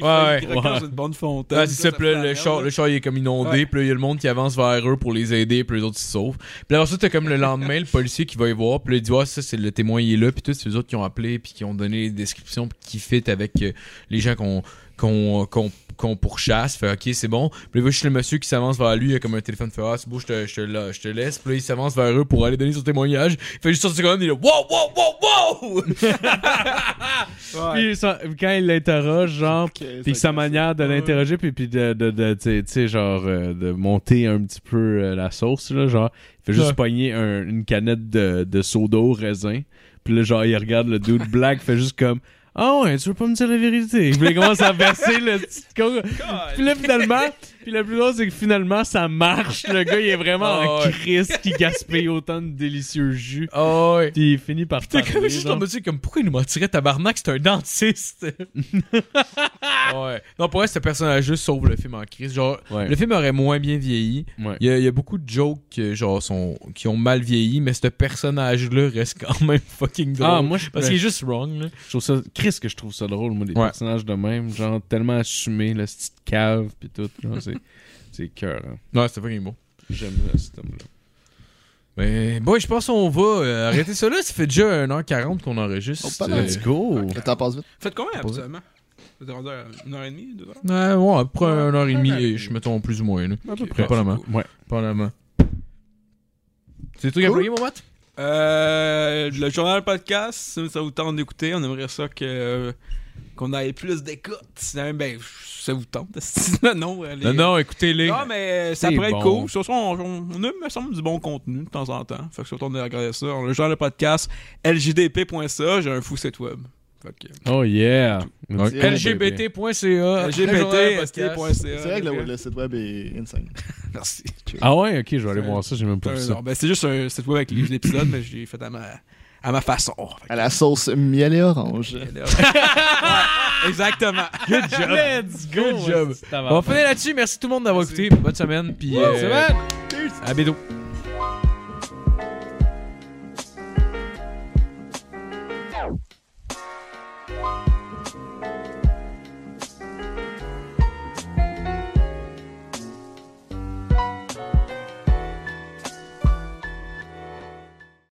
C: Ouais,
E: là ils ils reculent
F: ouais.
E: dans une bonne fontaine.
C: Ah, c'est ça, puis là, le char, le char, il est comme inondé,
E: Ouais.
C: puis là, il y a le monde qui avance vers eux pour les aider, puis les autres, ils se sauvent. Puis là, ensuite, t'as comme le lendemain, le policier qui va y voir, puis là, il dit, ouais, ça, c'est le témoin, il est là, puis tout, c'est les autres qui ont appelé, puis qui ont donné les descriptions, puis qui fit avec euh, les gens qu'on qu'on qu'on qu'on pourchasse, fait ok c'est bon. Puis là, il voit juste le monsieur qui s'avance vers lui, il a comme un téléphone, fait ah c'est beau, je te, je te, la- je te laisse. Puis là, il s'avance vers eux pour aller donner son témoignage. Il fait juste 30 secondes, il est là, wow, wow, wow, wow!
F: Puis ça- quand il l'interroge, genre,
D: ok,
F: Puis
D: ça-
F: sa manière de l'interroger, puis, puis de, de, de- tu sais- tu sais, genre, euh, de monter un petit peu euh, la sauce, là, genre, il fait juste
C: Ouais.
F: pogner un- une canette de, de seau d'eau raisin. Puis là, genre, il regarde le dude black, fait juste comme, ah ouais, tu veux pas me dire la vérité? Puis là, il commence à verser le petit con.
E: Oh,
F: Puis là, finalement, puis le plus drôle, c'est que finalement, ça marche. Le gars, il est vraiment
C: Ah
F: en
C: ouais.
F: crise qui gaspille autant de délicieux jus.
C: Oh, ouais.
F: Puis il finit par
C: T'es
F: parler,
C: comme juste
F: genre.
C: en mode, tu sais, comme pourquoi il nous mentirait tabarnak, c'est un dentiste. ouais. Non, pour vrai, ce personnage-là sauve le film en crise. Genre,
F: Ouais.
C: le film aurait moins bien vieilli.
F: Ouais.
C: Il y, a, il y a beaucoup de jokes que, genre, sont, qui ont mal vieilli, mais ce personnage-là reste quand même fucking drôle.
F: Ah, moi, je
C: Parce qu'il est juste wrong, là.
F: Je trouve ça. Chris, que je trouve ça drôle, moi, des
C: Ouais.
F: personnages de même. Genre, tellement assumé, le petite cave, pis tout. Genre, c'est. C'est cœur, hein.
C: Non, c'était fucking beau.
F: J'aime là, ce thème-là.
C: Mais, bon, je pense qu'on va euh, arrêter ça là. Ça fait déjà 1h40 qu'on enregistre.
D: Oh, pas mal.
C: Euh,
F: go!
D: Le temps passe vite.
E: Faites combien
C: Posé.
E: habituellement Vous êtes rendu à une heure et demie, deux heures
C: Ouais, ouais, à peu près 1h30, je me tombe plus ou moins, là.
E: À peu
C: près. Pas la main.
F: Ouais.
C: Pas la main. C'est tout, employé, mon Matt?
E: Euh, le journal podcast, si ça vous tente d'écouter, on aimerait ça que euh, qu'on ait plus d'écoute. Sinon, ben, ça vous tente. Sinon, non, allez.
C: Non, non, écoutez-les.
E: Non, mais euh, ça
F: C'est
E: pourrait être
F: bon.
E: cool. Sur ça, on, on, on a, me semble, du bon contenu de temps en temps. Fait que surtout, on a regardé ça. On a le genre de podcast ljdp.ca. J'ai un fou site web. Fait que-
C: Oh yeah.
F: Donc,
D: C'est- Ah,
F: LGBT.ca.
E: LGBT,
F: Podcast.
E: ST.ca.
D: C'est vrai que le, le site web est insane.
E: Merci.
C: Ah ouais, ok, je vais aller voir ça, j'ai même pas vu
E: Euh,
C: ça.
E: non, ben, c'est juste un site web avec les épisodes, mais j'ai fait à ma, à ma façon. Fait que-
D: À la sauce miel et orange.
E: Ouais, Exactement.
F: Good job. Let's go.
C: Good job.
F: On finit là-dessus. Merci tout le monde d'avoir écouté. Bonne semaine. Puis euh, à bientôt.